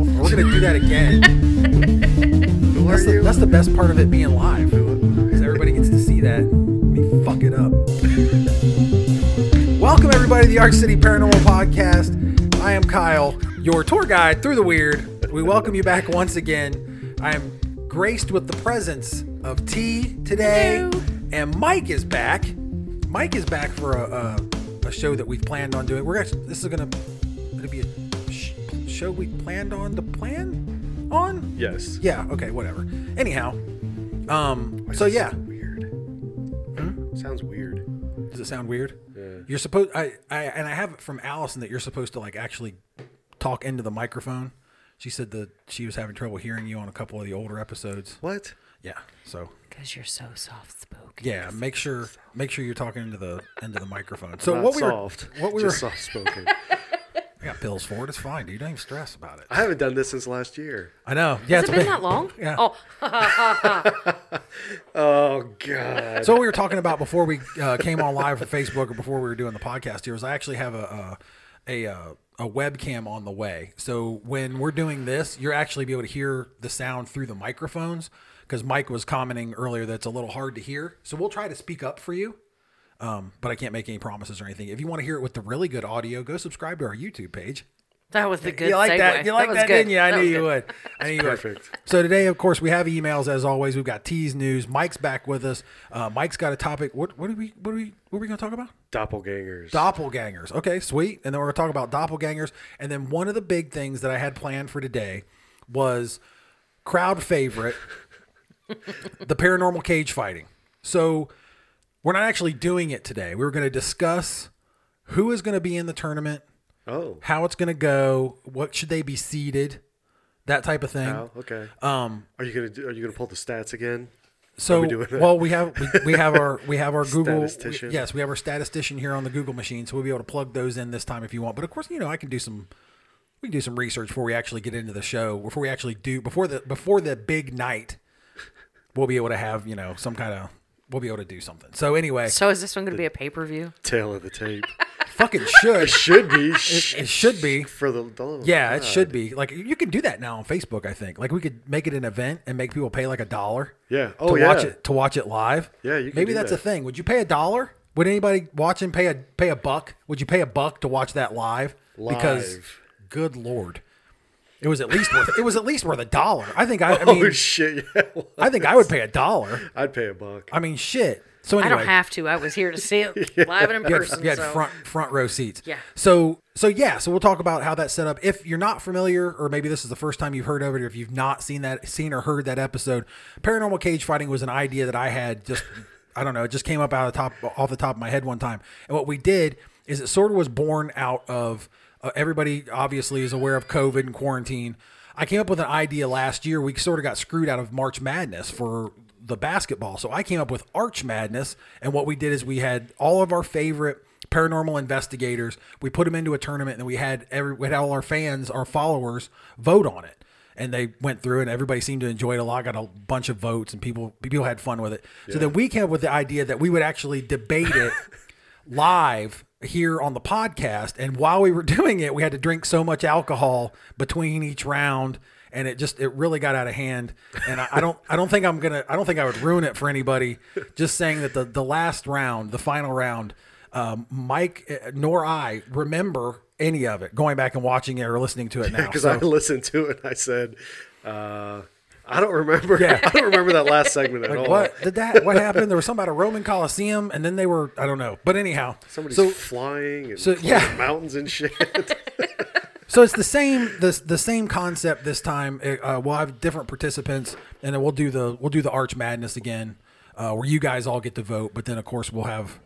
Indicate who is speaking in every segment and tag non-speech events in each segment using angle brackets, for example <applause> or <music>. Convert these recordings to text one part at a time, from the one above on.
Speaker 1: gonna do that again.
Speaker 2: Who
Speaker 1: That's
Speaker 2: are
Speaker 1: the,
Speaker 2: you?
Speaker 1: that's the best part of it being live, because everybody gets to see that. Me fuck it up. Welcome everybody to the Arc City Paranormal Podcast. I am Kyle, your tour guide through the weird. We welcome you back once again. I am graced with the presence of T today,
Speaker 2: Hello.
Speaker 1: and Mike is back. Mike is back for a, a, a show that we've planned on doing. We're actually this is gonna gonna be a sh- show we planned on to plan on.
Speaker 2: yes.
Speaker 1: Yeah. Okay. Whatever. Anyhow. Um.
Speaker 2: Why
Speaker 1: So
Speaker 2: does it
Speaker 1: yeah. Hmm?
Speaker 2: sound Weird. Sounds weird.
Speaker 1: Does it sound weird?
Speaker 2: Yeah.
Speaker 1: You're supposed. I. I. And I have it from Allison that you're supposed to like actually talk into the microphone. She said that she was having trouble hearing you on a couple of the older episodes.
Speaker 2: What?
Speaker 1: Yeah. So
Speaker 3: Because you're so soft spoken.
Speaker 1: yeah, make sure make sure you're talking into the into the microphone. So
Speaker 2: Not
Speaker 1: what we
Speaker 2: soft.
Speaker 1: were what we
Speaker 2: Just
Speaker 1: were.
Speaker 2: soft spoken.
Speaker 1: <laughs> I got pills for it. It's fine, dude. Don't even stress about it.
Speaker 2: I haven't done this since last year.
Speaker 1: I know. Yeah.
Speaker 3: Has it
Speaker 1: it's
Speaker 3: been that long?
Speaker 1: Yeah.
Speaker 3: Oh,
Speaker 2: Oh god.
Speaker 1: So what we were talking about before we uh, came on live for Facebook or before we were doing the podcast here was I actually have a a, a uh, a webcam on the way. So when we're doing this, you're actually be able to hear the sound through the microphones because Mike was commenting earlier that it's a little hard to hear. So we'll try to speak up for you. Um, but I can't make any promises or anything. If you want to hear it with the really good audio, go subscribe to our YouTube page.
Speaker 3: that was the good
Speaker 1: you like
Speaker 3: segue.
Speaker 1: that? You like that,
Speaker 3: was good.
Speaker 1: didn't you? I
Speaker 3: That
Speaker 1: knew
Speaker 3: was
Speaker 1: you
Speaker 3: good.
Speaker 1: would. I knew you would.
Speaker 2: Perfect.
Speaker 1: So today, of course, we have emails as always. We've got T's news. Mike's back with us. Uh, Mike's got a topic. What what are we what are we what are we going to talk about?
Speaker 2: Doppelgangers.
Speaker 1: Doppelgangers. Okay, sweet. And then we're going to talk about doppelgangers. And then one of the big things that I had planned for today was crowd
Speaker 3: <laughs>
Speaker 1: favorite, the paranormal cage fighting. So we're not actually doing it today. We were going to discuss who is going to be in the tournament,
Speaker 2: oh.
Speaker 1: how it's going to go, what should they be seeded, that type of thing.
Speaker 2: Oh, okay. Um Are you gonna do, are you gonna pull the stats again?
Speaker 1: So
Speaker 2: we doing that?
Speaker 1: well, we have we, we have our we have
Speaker 2: <laughs>
Speaker 1: our Google
Speaker 2: Statistician.
Speaker 1: we- yes, we have our statistician here on the Google machine, so we'll be able to plug those in this time if you want. But of course, you know I can do some we can do some research before we actually get into the show, before we actually do before the before the big night. We'll be able to have you know some kind of we'll be able to do something. So anyway,
Speaker 3: So is this one going to be a pay per view?
Speaker 2: Tail of the tape.
Speaker 1: fucking should
Speaker 2: Should
Speaker 1: <laughs>
Speaker 2: be
Speaker 1: it should be
Speaker 2: for the oh,
Speaker 1: yeah it
Speaker 2: God.
Speaker 1: should be like you can do that now on Facebook. I think like we could make it an event and make people pay like a dollar.
Speaker 2: Yeah. Oh,
Speaker 1: to
Speaker 2: yeah.
Speaker 1: watch it to watch it live.
Speaker 2: Yeah, you can
Speaker 1: maybe
Speaker 2: do
Speaker 1: that's
Speaker 2: that.
Speaker 1: a thing. Would you pay a dollar? Would anybody watching pay a pay a buck? Would you pay a buck to watch that live? Because
Speaker 2: Live.
Speaker 1: good lord, it was at least worth it was at least worth a dollar. I think I, I mean
Speaker 2: <laughs> <laughs> Oh shit, yeah.
Speaker 1: I think I would pay a dollar.
Speaker 2: I'd pay a buck.
Speaker 1: I mean shit. So
Speaker 3: I
Speaker 1: anyway,
Speaker 3: don't have to. I was here to
Speaker 1: <laughs>
Speaker 3: see it live and in
Speaker 1: you had-
Speaker 3: person.
Speaker 1: you had,
Speaker 3: so.
Speaker 1: front front row seats.
Speaker 3: Yeah.
Speaker 1: So so yeah. So we'll talk about how that's set up. If you're not familiar, or maybe this is the first time you've heard of it, or if you've not seen that, seen or heard that episode, paranormal cage fighting was an idea that I had just, <laughs> I don't know, it just came up out of the top off the top of my head one time. And what we did is it sort of was born out of uh, everybody obviously is aware of COVID and quarantine. I came up with an idea last year. We sort of got screwed out of March Madness for the basketball. So I came up with Arch Madness. And what we did is we had all of our favorite paranormal investigators. We put them into a tournament, and we had every we had all our fans, our followers, vote on it. And they went through, and everybody seemed to enjoy it a lot. Got a bunch of votes, and people people had fun with it. So then we came up with the idea that we would actually debate it live here on the podcast. And while we were doing it, we had to drink so much alcohol between each round. And it just it really got out of hand, and I, I don't I don't think I'm gonna I don't think I would ruin it for anybody. Just saying that the the last round, the final round, um, Mike uh, nor I remember any of it. Going back and watching it or listening to it now,
Speaker 2: because
Speaker 1: So-
Speaker 2: I listened to it and I said, uh, I don't remember.
Speaker 1: Yeah.
Speaker 2: <laughs> I don't remember
Speaker 1: <laughs>
Speaker 2: that last segment at all.
Speaker 1: what did that what happened? There was something about a Roman Coliseum, and then they were I don't know. But anyhow,
Speaker 2: Somebody's
Speaker 1: so
Speaker 2: flying and
Speaker 1: so,
Speaker 2: climbing
Speaker 1: yeah.
Speaker 2: mountains
Speaker 1: <laughs>
Speaker 2: and shit.
Speaker 1: So it's the same the, the same concept this time. Uh, we'll have different participants, and then we'll do the we'll do the Arch Madness again, uh, where you guys all get to vote. But then of course we'll have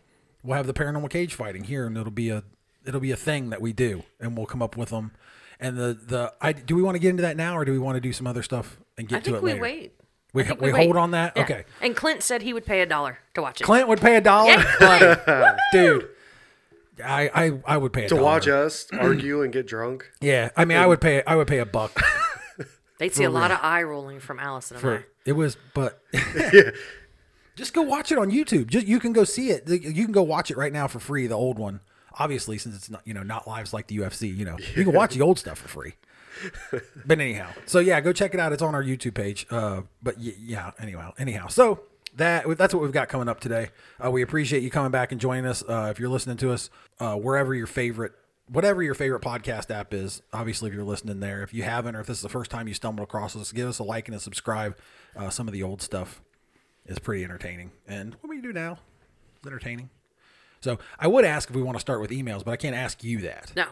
Speaker 1: we'll have the paranormal cage fighting here, and it'll be a it'll be a thing that we do, and we'll come up with them. And the the I do we want to get into that now, or do we want to do some other stuff and get
Speaker 3: I
Speaker 1: to
Speaker 3: think
Speaker 1: it
Speaker 3: we
Speaker 1: later?
Speaker 3: wait.
Speaker 1: We,
Speaker 3: I think
Speaker 1: we,
Speaker 3: wait.
Speaker 1: hold on that.
Speaker 3: Yeah.
Speaker 1: Okay.
Speaker 3: And Clint said he would pay a dollar to watch it.
Speaker 1: Clint would pay a dollar, <laughs>
Speaker 2: <laughs>
Speaker 1: Buddy, dude. I, I I would pay a
Speaker 2: to
Speaker 1: dollar.
Speaker 2: watch us <clears throat> argue and get drunk.
Speaker 1: Yeah, I mean, I would pay I would pay a buck.
Speaker 3: They'd see a lot of eye rolling from Allison and I.
Speaker 1: It was, but <laughs> just go watch it on YouTube. Just you can go see it. You can go watch it right now for free. The old one, obviously, since it's not you know not lives like the UFC. You know, you can watch the old stuff for free. but anyhow, so yeah, go check it out. It's on our YouTube page. Uh, but y- yeah, anyhow, anyhow, so that that's what we've got coming up today. Uh, we appreciate you coming back and joining us. Uh, if you're listening to us, uh, wherever your favorite, whatever your favorite podcast app is, obviously if you're listening there, if you haven't, or if this is the first time you stumbled across us, give us a like and a subscribe. Uh, some of the old stuff is pretty entertaining, and what we do now is entertaining. So I would ask if we want to start with emails, but I can't ask you that.
Speaker 3: No.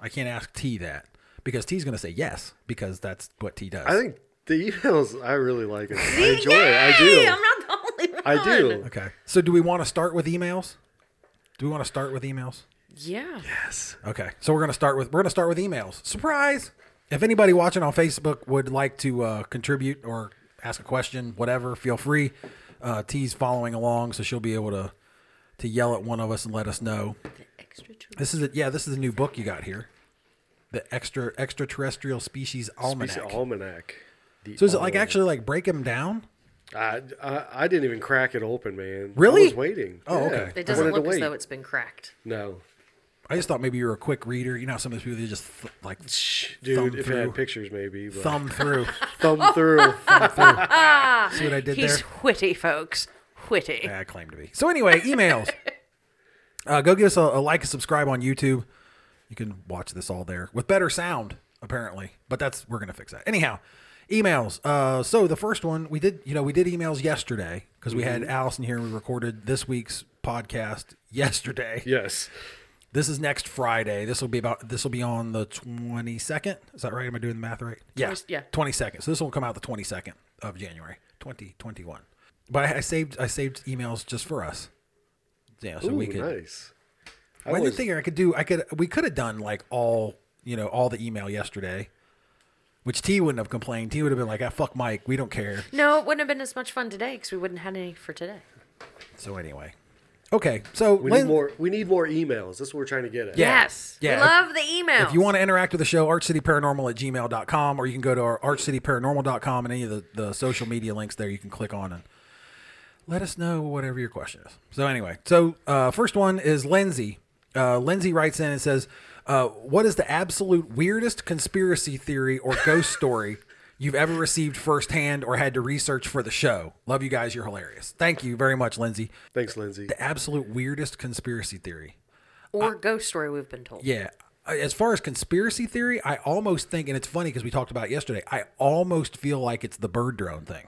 Speaker 1: I can't ask T that because T's going to say yes because that's what T does.
Speaker 2: I think the emails I really like it. I enjoy
Speaker 3: Yay!
Speaker 2: it. I do.
Speaker 3: I'm not the only one.
Speaker 2: I do.
Speaker 1: okay. So do we want to start with emails? Do we want to start with emails?
Speaker 3: Yeah.
Speaker 2: Yes.
Speaker 1: Okay. So we're going to start with we're going to start with emails. Surprise! If anybody watching on Facebook would like to uh, contribute or ask a question, whatever, feel free. Uh, T's following along, so she'll be able to to yell at one of us and let us know.
Speaker 3: The extra two.
Speaker 1: This is a, yeah, this is a new book you got here, the extra extraterrestrial species almanac.
Speaker 2: Piece of almanac. The
Speaker 1: so is it like
Speaker 2: almanac.
Speaker 1: actually like break them down?
Speaker 2: I, I I didn't even crack it open, man.
Speaker 1: Really?
Speaker 2: I was waiting.
Speaker 1: Oh,
Speaker 2: Yeah.
Speaker 1: okay.
Speaker 3: It
Speaker 2: I
Speaker 3: doesn't
Speaker 2: wanted to
Speaker 3: look as
Speaker 2: wait.
Speaker 3: though it's been cracked.
Speaker 2: No,
Speaker 1: I just thought maybe you were a quick reader. You know, how some of those people they just th- like
Speaker 2: dude.
Speaker 1: Thumb
Speaker 2: if it
Speaker 1: through.
Speaker 2: had pictures, maybe. But
Speaker 1: thumb through.
Speaker 2: thumb through.
Speaker 1: <laughs> See what I did
Speaker 3: He's
Speaker 1: there?
Speaker 3: witty, folks. Witty.
Speaker 1: Yeah, I claim to be. So anyway, emails. uh, go give us a, a like, a subscribe on YouTube. You can watch this all there with better sound, apparently. But that's we're gonna fix that anyhow. Emails. Uh, so the first one we did, you know, we did emails yesterday because we had Allison here and we recorded this week's podcast yesterday.
Speaker 2: yes.
Speaker 1: This is next Friday. This will be about. This will be on the twenty second. Is that right? Am I doing the math right? Yeah,
Speaker 3: Twenty- yeah.
Speaker 1: Twenty second. So this will come out the twenty second of January, twenty twenty one. But I, I saved. I saved emails just for us. Yeah, so
Speaker 2: Ooh,
Speaker 1: we could.
Speaker 2: nice.
Speaker 1: Well, I didn't
Speaker 2: was-
Speaker 1: think I could do. I could. We could have done like all. You know, all the email yesterday, which T wouldn't have complained. T would have been like, "Ah, fuck Mike. We don't care."
Speaker 3: No, it wouldn't have been as much fun today because we wouldn't have had any for today.
Speaker 1: So anyway, okay. So
Speaker 2: We need more. We need more emails. That's what we're trying to get at.
Speaker 1: Yeah.
Speaker 3: Yes.
Speaker 1: Yeah.
Speaker 3: We love the email.
Speaker 1: If you want to interact with the show, archcityparanormal at gmail.com, or you can go to our archcityparanormal.com and any of the, the social media links there you can click on and let us know whatever your question is. So, anyway, so uh, first one is Lindsay. Uh, Lindsay writes in and says, uh, What is the absolute weirdest conspiracy theory or ghost story <laughs> you've ever received firsthand or had to research for the show? Love you guys. You're hilarious. Thank you very much, Lindsay.
Speaker 2: Thanks, Lindsay. <laughs>
Speaker 1: The absolute weirdest conspiracy theory.
Speaker 3: or ghost story we've been told.
Speaker 1: uh, Yeah. As far as conspiracy theory, I almost think, and it's funny because we talked about it yesterday, I almost feel like it's the bird drone thing.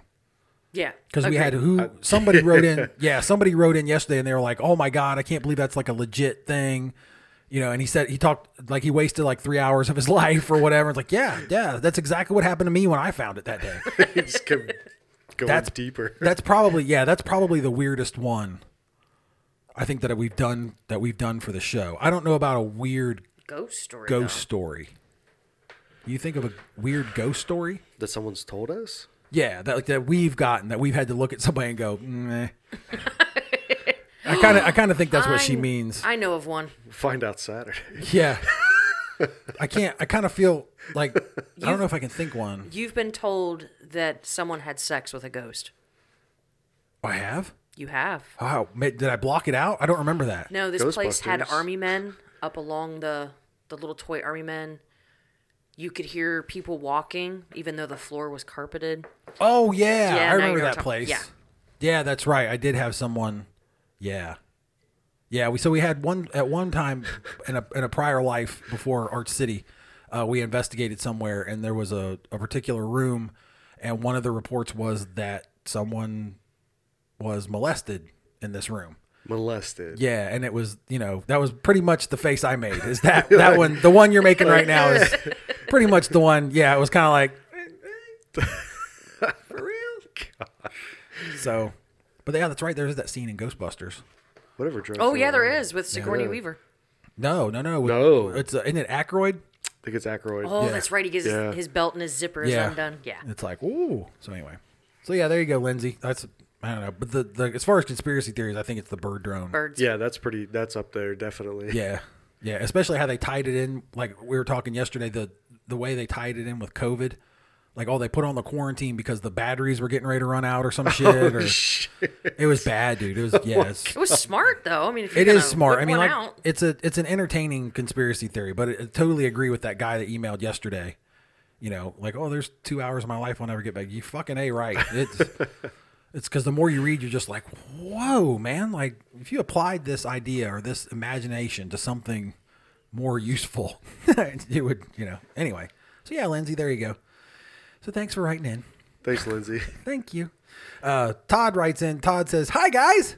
Speaker 3: Yeah.
Speaker 1: Because we had
Speaker 3: Agreed.
Speaker 1: who somebody wrote in, yeah, somebody wrote in yesterday, and they were like, "Oh my god, I can't believe that's like a legit thing," you know. And he said he talked like he wasted like three hours of his <laughs> life or whatever. It's like, yeah, yeah, that's exactly what happened to me when I found it that day.
Speaker 2: Just go, going
Speaker 1: That's-
Speaker 2: deeper. <laughs>
Speaker 1: that's probably yeah, that's probably the weirdest one. I think that we've done that we've done for the show. I don't know about a weird
Speaker 3: ghost story. though.
Speaker 1: ghost story. You think of a weird ghost story?
Speaker 2: That someone's told us.
Speaker 1: Yeah, that like that we've gotten that we've had to look at somebody and go, "Meh." I kind of I kind of think that's what she
Speaker 3: I-
Speaker 1: means.
Speaker 3: I know of one.
Speaker 2: Find out Saturday. <laughs>
Speaker 1: yeah. I can't I kind of feel like I don't know if I can think one.
Speaker 3: You've been told that someone had sex with a ghost.
Speaker 1: I have?
Speaker 3: You have.
Speaker 1: Wow, ma- did I block it out? I don't remember that.
Speaker 3: No, this place had
Speaker 2: Ghostbusters.
Speaker 3: army men up along the the little toy army men. You could hear people walking, even though the floor was carpeted.
Speaker 1: Oh yeah,
Speaker 3: Yeah,
Speaker 1: I
Speaker 3: now you
Speaker 1: remember
Speaker 3: know
Speaker 1: that
Speaker 3: what I'm talking-
Speaker 1: place.
Speaker 3: yeah.
Speaker 1: Yeah, that's right. I did have someone. Yeah, yeah. We so we had one at one time in a in a prior life before Arch City. Uh, we investigated somewhere, and there was a, a particular room, and one of the reports was that someone was molested in this room.
Speaker 2: Molested.
Speaker 1: Yeah, and it was you know that was pretty much the face I made.
Speaker 2: <laughs>
Speaker 1: Is that that one the one you're making right now is pretty much the one. Yeah, it was kind of like
Speaker 2: <laughs> For real?
Speaker 1: so, but yeah, that's right. There's that scene in Ghostbusters.
Speaker 2: Whatever. drove
Speaker 3: Oh
Speaker 2: through
Speaker 3: yeah,
Speaker 2: it.
Speaker 3: there is with Sigourney Weaver.
Speaker 1: No, no, no,
Speaker 2: No.
Speaker 1: It's uh, isn't it Ackroyd?
Speaker 2: I think it's Ackroyd.
Speaker 3: Oh, that's right. He gets
Speaker 2: Yeah.
Speaker 3: his belt and his zipper is undone. Yeah.
Speaker 1: It's like ooh. So anyway, so yeah, there you go, Lindsay. That's I don't know, but the, the as far as conspiracy theories, I think it's the bird drone.
Speaker 3: Birds.
Speaker 2: Yeah, that's pretty. That's up there definitely. <laughs>
Speaker 1: Yeah, yeah. Especially how they tied it in. Like we were talking yesterday, the the way they tied it in with COVID. Like oh, they put on the quarantine because the batteries were getting ready to run out or some shit. Or it was bad, dude. It was yeah. It's,
Speaker 3: It was smart though. I mean, if you're
Speaker 1: it is
Speaker 3: gonna
Speaker 1: smart.
Speaker 3: whip
Speaker 1: I mean,
Speaker 3: one
Speaker 1: like
Speaker 3: out,
Speaker 1: it's a it's an entertaining conspiracy theory, but I I totally agree with that guy that emailed yesterday you know, like, oh, there's two hours of my life I'll never get back. You fucking a right.
Speaker 3: <laughs>
Speaker 1: It's it's because the more you read, you're just like, whoa, man. Like if you applied this idea or this imagination to something more useful, <laughs> it would, you know. Anyway, so yeah, Lindsay, there you go. So thanks for writing in. <laughs>
Speaker 2: Thanks, Lindsay.
Speaker 1: Thank you. Uh, Todd writes in. Todd says, "Hi guys,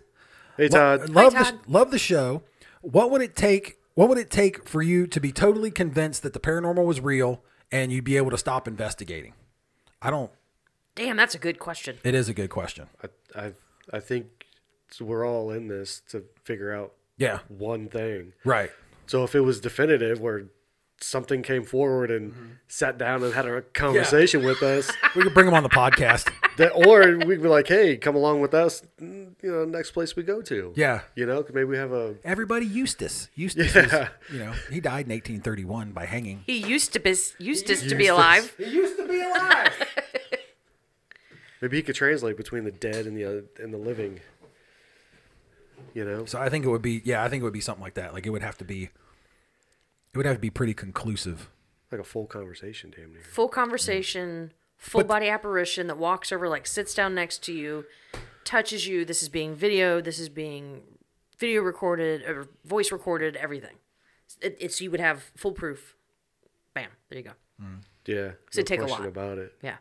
Speaker 2: Hey, Todd.
Speaker 1: love
Speaker 3: Hi,
Speaker 1: the
Speaker 3: Todd.
Speaker 1: love the show. What would it take? What would it take for you to be totally convinced that the paranormal was real and you'd be able to stop investigating? I don't.
Speaker 3: Damn, that's a good question.
Speaker 1: It is a good question.
Speaker 2: I, I, I think we're all in this to figure out
Speaker 1: Yeah.
Speaker 2: one thing.
Speaker 1: Right.
Speaker 2: So if it was definitive, where something came forward and
Speaker 1: Mm-hmm.
Speaker 2: sat down and had a conversation
Speaker 1: <laughs>
Speaker 2: with us,
Speaker 1: We could bring him on the podcast.
Speaker 2: that, or we'd be like, "Hey, come along with us." mm, You know, next place we go to.
Speaker 1: Yeah.
Speaker 2: You know, 'cause maybe we have a
Speaker 1: Everybody Eustace. Eustace was, you know, he died in 1831 by hanging.
Speaker 3: He used to be used to, to be alive.
Speaker 1: He used to be alive.
Speaker 2: maybe he could translate between the dead and the uh, and the living. You know,
Speaker 1: so I think it would be yeah, I think it would be something like that. Like it would have to be it would have to be pretty conclusive.
Speaker 2: like a full conversation, damn near.
Speaker 3: Full conversation, full body apparition that walks over, like sits down next to you, touches you. This is being videoed. This is being video recorded or voice recorded. Everything. It, it's you would have full proof. Bam. There you go.
Speaker 2: Yeah.
Speaker 3: So
Speaker 2: no
Speaker 3: take a
Speaker 2: question
Speaker 3: lot.
Speaker 2: about it.
Speaker 3: Yeah.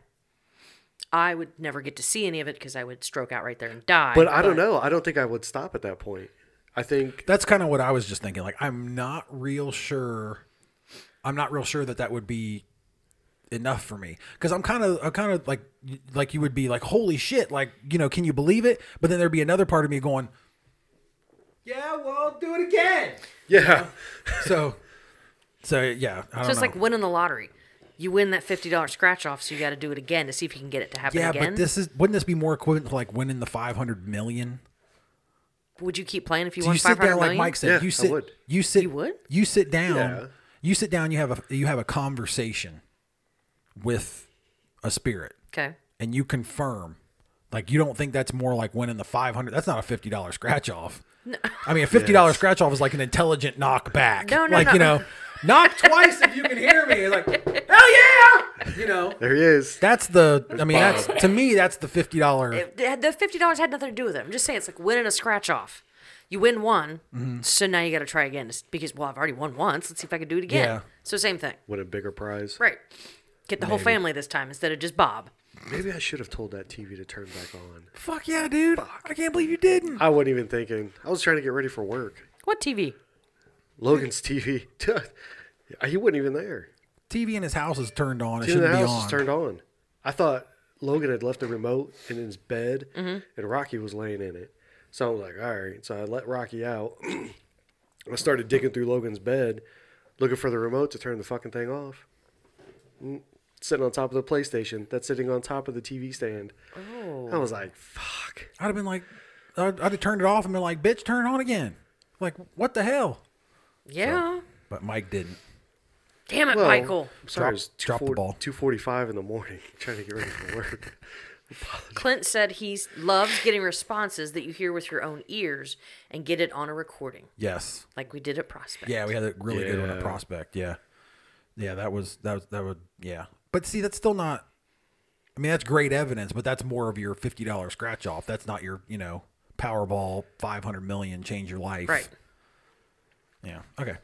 Speaker 3: I would never get to see any of it because I would stroke out right there and die.
Speaker 2: But I don't know. I don't think I would stop at that point. I think
Speaker 1: That's kind of what I was just thinking. Like I'm not real sure I'm not real sure that that would be enough for me cuz I'm kind of I'm kind of like like you would be like holy shit like you know can you believe it but then there'd be another part of me going yeah well do it again
Speaker 2: yeah. <laughs>
Speaker 1: so so yeah I
Speaker 3: So
Speaker 1: don't
Speaker 3: it's
Speaker 1: know.
Speaker 3: like winning the lottery. You win that fifty dollars scratch off, so you got to do it again to see if you can get it to happen
Speaker 1: yeah
Speaker 3: again.
Speaker 1: but this is wouldn't this be more equivalent to like winning the 500 million
Speaker 3: would you keep playing if you
Speaker 1: Do
Speaker 3: won
Speaker 1: you sit
Speaker 3: five hundred
Speaker 1: down like
Speaker 3: million?
Speaker 1: Mike said.
Speaker 2: Yeah,
Speaker 1: you
Speaker 2: I
Speaker 1: sit.
Speaker 2: would.
Speaker 1: You sit. You
Speaker 3: would?
Speaker 1: sit down.
Speaker 2: Yeah.
Speaker 1: You sit down. You have a you have a conversation with a spirit,
Speaker 3: okay.
Speaker 1: and you confirm. Like you don't think that's more like winning the five hundred? That's not a fifty dollar scratch off. No. I mean, a fifty dollar scratch off is like an intelligent knock back.
Speaker 3: No, no,
Speaker 1: like
Speaker 3: no.
Speaker 1: you know, knock twice if you can hear me. It's like hell yeah, you know.
Speaker 2: There he is.
Speaker 1: That's the. I mean, that's to me. That's the fifty dollar.
Speaker 3: It had- The fifty dollars had nothing to do with it. I'm just saying it's like winning a scratch off. You win one,
Speaker 1: Mm-hmm.
Speaker 3: so now you got to try again It's because well, I've already won once. Let's see if I can do it again.
Speaker 1: Yeah.
Speaker 3: So same thing,
Speaker 2: Win a bigger prize.
Speaker 3: right? Get the whole family this time instead of just Bob.
Speaker 2: Maybe I should have told that TV to turn back on.
Speaker 1: Fuck yeah, dude! I can't believe you didn't.
Speaker 2: I wasn't even thinking. I was trying to get ready for work.
Speaker 3: What TV?
Speaker 2: Logan's TV. <laughs> he wasn't even there.
Speaker 1: TV in his house is turned on. It
Speaker 2: Even the
Speaker 1: shouldn't be
Speaker 2: house
Speaker 1: on.
Speaker 2: was turned on. I thought Logan had left the remote in his bed and Rocky was laying in it. So I was like, all right. So I let Rocky out. <clears throat> I started digging through Logan's bed looking for the remote to turn the fucking thing off. Mm, Sitting on top of the PlayStation that's sitting on top of the TV stand.
Speaker 1: Oh.
Speaker 2: I was like, fuck.
Speaker 1: I'd have been like, I'd, I'd have turned it off and been like, bitch, turn it on again. Like, what the hell?
Speaker 3: Yeah.
Speaker 1: But Mike didn't.
Speaker 3: Damn it,
Speaker 2: Well,
Speaker 3: Michael.
Speaker 2: I'm sorry, it was
Speaker 1: drop the
Speaker 2: 2:40
Speaker 1: ball.
Speaker 2: 2.45 in the morning <laughs> trying to get ready for work. <laughs>
Speaker 3: Clint said he loves getting responses that you hear with your own ears and get it on a recording,
Speaker 1: Yes.
Speaker 3: like we did at Prospect.
Speaker 1: Yeah, we had a really good one at
Speaker 2: Yeah.
Speaker 1: Prospect. Yeah. Yeah, that was, that was, that would, yeah. But see, that's still not, I mean, that's great evidence, but that's more of your $50 scratch off. That's not your, you know, Powerball 500 million change your life.
Speaker 3: Right.
Speaker 1: Yeah. Okay.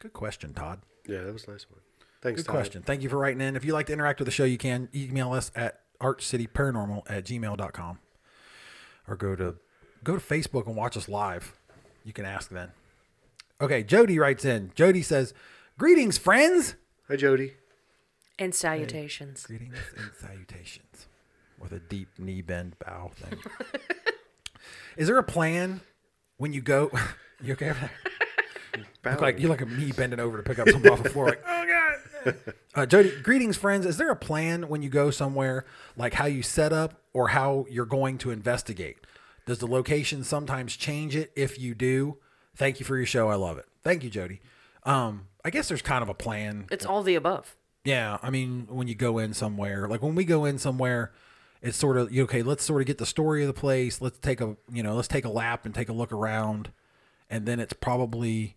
Speaker 1: Good question, Todd.
Speaker 2: yeah, that was a nice one. Thanks,
Speaker 1: Good
Speaker 2: Todd.
Speaker 1: question. Thank you for writing in. If you'd like to interact with the show, you can email us at archcityparanormal at gmail.com or go to go to Facebook and watch us live. You can ask then. Okay, Jody writes in. Jody says, Greetings, friends.
Speaker 2: Hi, Jody.
Speaker 3: And salutations.
Speaker 1: Greetings and salutations. With a deep knee bend bow thing. Is there a plan when you go? <laughs> You okay over there?
Speaker 2: Bow.
Speaker 1: Look like you like a me bending over to pick up something off the floor. Like, <laughs> oh god. <laughs> Uh, Jody, greetings, friends. Is there a plan when you go somewhere, like how you set up or how you're going to investigate? Does the location sometimes change it? If you do, thank you for your show. I love it. Thank you, Jody. Um, I guess there's kind of a plan.
Speaker 3: It's all the above.
Speaker 1: Yeah, I mean, when you go in somewhere, like when we go in somewhere, it's sort of you okay. Let's sort of get the story of the place. Let's take a you know, let's take a lap and take a look around, and then it's probably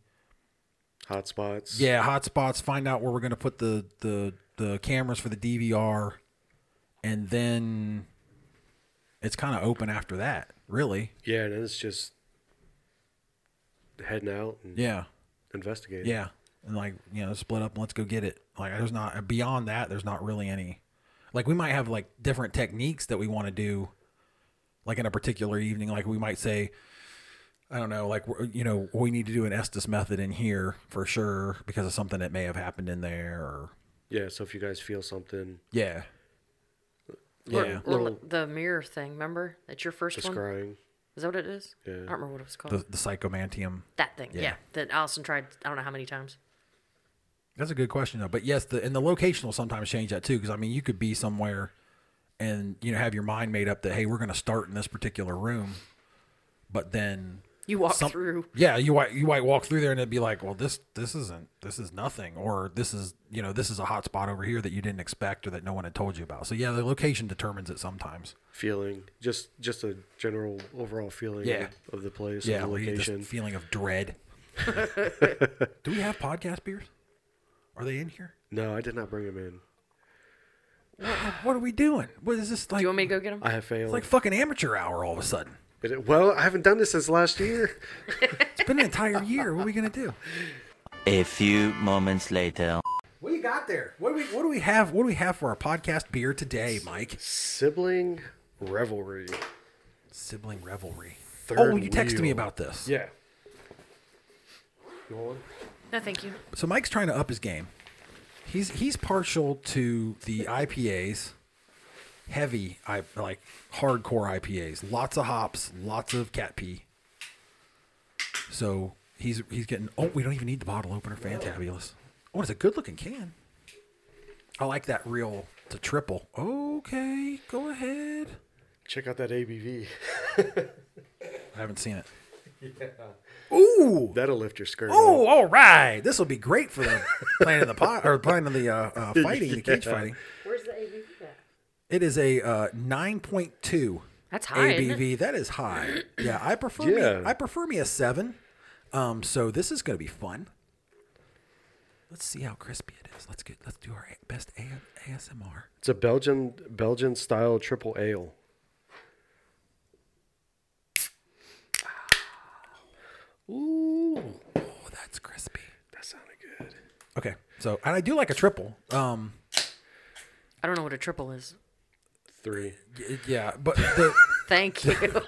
Speaker 2: Hot spots.
Speaker 1: Yeah, hotspots. Find out where we're going to put the the the cameras for the DVR, and then it's kind of open after that. Really?
Speaker 2: Yeah, and then it's just heading out and
Speaker 1: Yeah,
Speaker 2: investigating.
Speaker 1: yeah. And like you know, split up and let's go get it. Like there's not beyond that. There's not really any. Like we might have like different techniques that we want to do, like in a particular evening. Like we might say. I don't know, like we're- you know, we need to do an Estes method in here for sure because of something that may have happened in there, or
Speaker 2: Yeah, so if you guys feel something,
Speaker 1: yeah,
Speaker 3: Or,
Speaker 1: Yeah.
Speaker 3: or
Speaker 2: Little-
Speaker 3: the mirror thing, remember? That's your first one?
Speaker 2: describing.
Speaker 3: Is that what it is?
Speaker 2: Yeah.
Speaker 3: I don't remember what it was called.
Speaker 1: the the psychomantium.
Speaker 3: that thing. Yeah.
Speaker 1: Yeah.
Speaker 3: That Allison tried, I don't know how many times.
Speaker 1: That's a good question though. But yes, the and the location will sometimes change that too. Because I mean, you could be somewhere, and you know have your mind made up that hey, we're going to start in this particular room, but then
Speaker 3: You walk
Speaker 1: some-
Speaker 3: through.
Speaker 1: Yeah, you might you might walk through there and it'd be like, well, this this isn't this is nothing, or this is you know this is a hot spot over here that you didn't expect or that no one had told you about. So yeah, the location determines it sometimes.
Speaker 2: feeling just just a general overall feeling
Speaker 1: Yeah.
Speaker 2: of, of the place
Speaker 1: yeah,
Speaker 2: of the
Speaker 1: we get this
Speaker 2: location
Speaker 1: feeling of dread. Do we have podcast beers? Are they in here?
Speaker 2: no i did not bring him in
Speaker 1: What are we doing? What is this like?
Speaker 3: You want me to go get them?
Speaker 2: i have failed
Speaker 1: It's like fucking amateur hour all of a sudden.
Speaker 2: It- well i haven't done this since last year
Speaker 1: It's been an entire year. What are we gonna do?
Speaker 4: A few moments later.
Speaker 1: What do you got there? What do we what do we have? What do we have for our podcast beer today, Mike?
Speaker 2: sibling revelry
Speaker 1: Sibling revelry.
Speaker 2: Third
Speaker 1: oh, you texted me
Speaker 2: wheel.
Speaker 1: about this.
Speaker 2: yeah you want one?
Speaker 3: No, thank you.
Speaker 1: So Mike's trying to up his game. He's he's partial to the IPAs, heavy I like hardcore IPAs. Lots of hops, lots of cat pee. So he's he's getting. Oh, we don't even need the bottle opener. Fantabulous. Oh, it's a good looking can. I like that real to triple. Okay, go ahead.
Speaker 2: check out that abv
Speaker 1: I haven't seen it. Ooh.
Speaker 2: that'll lift your skirt
Speaker 1: Oh,
Speaker 2: up.
Speaker 1: all right. This will be great for <laughs> the playing of the pot or playing of the uh, <laughs> uh, fighting, the cage
Speaker 2: Yeah.
Speaker 1: fighting.
Speaker 3: Where's the ABV at?
Speaker 1: It is a uh, nine point two.
Speaker 3: That's high, isn't it?
Speaker 1: ABV. That is high. Yeah, I prefer
Speaker 2: Yeah.
Speaker 1: me. I prefer me a seven. Um, so this is going to be fun. Let's see how crispy it is. Let's get. Let's do our a- best a- ASMR.
Speaker 2: it's a belgian belgian style triple ale Ooh,
Speaker 1: Oh, that's crispy.
Speaker 2: that sounded good.
Speaker 1: Okay, so and I do like a triple. Um,
Speaker 3: I don't know what a triple is.
Speaker 2: Three.
Speaker 1: y- yeah, but the,
Speaker 3: Thank you.
Speaker 1: <laughs>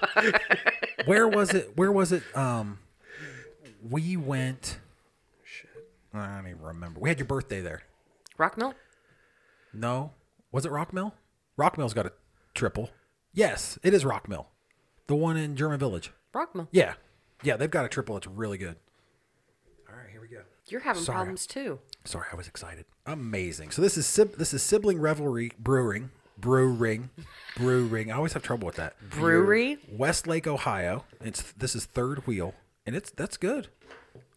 Speaker 1: where was it? Where was it? Um, we went. Shit, I don't even remember. We had your birthday there.
Speaker 3: Rock Mill?
Speaker 1: No. Was it Rockmill? Rockmill's got a triple. Yes, it is Rockmill. The one in German Village.
Speaker 3: Rock Mill.
Speaker 1: Yeah. Yeah, they've got a triple. It's really good. All right, here we go.
Speaker 3: You're having
Speaker 1: Sorry.
Speaker 3: problems too.
Speaker 1: Sorry, I was excited. Amazing. So this is sib- this is Sibling Revelry Brewing. Brewing. Brewing. I always have trouble with that.
Speaker 3: Brewery?
Speaker 1: Westlake, Ohio. It's this is third wheel. And it's that's good.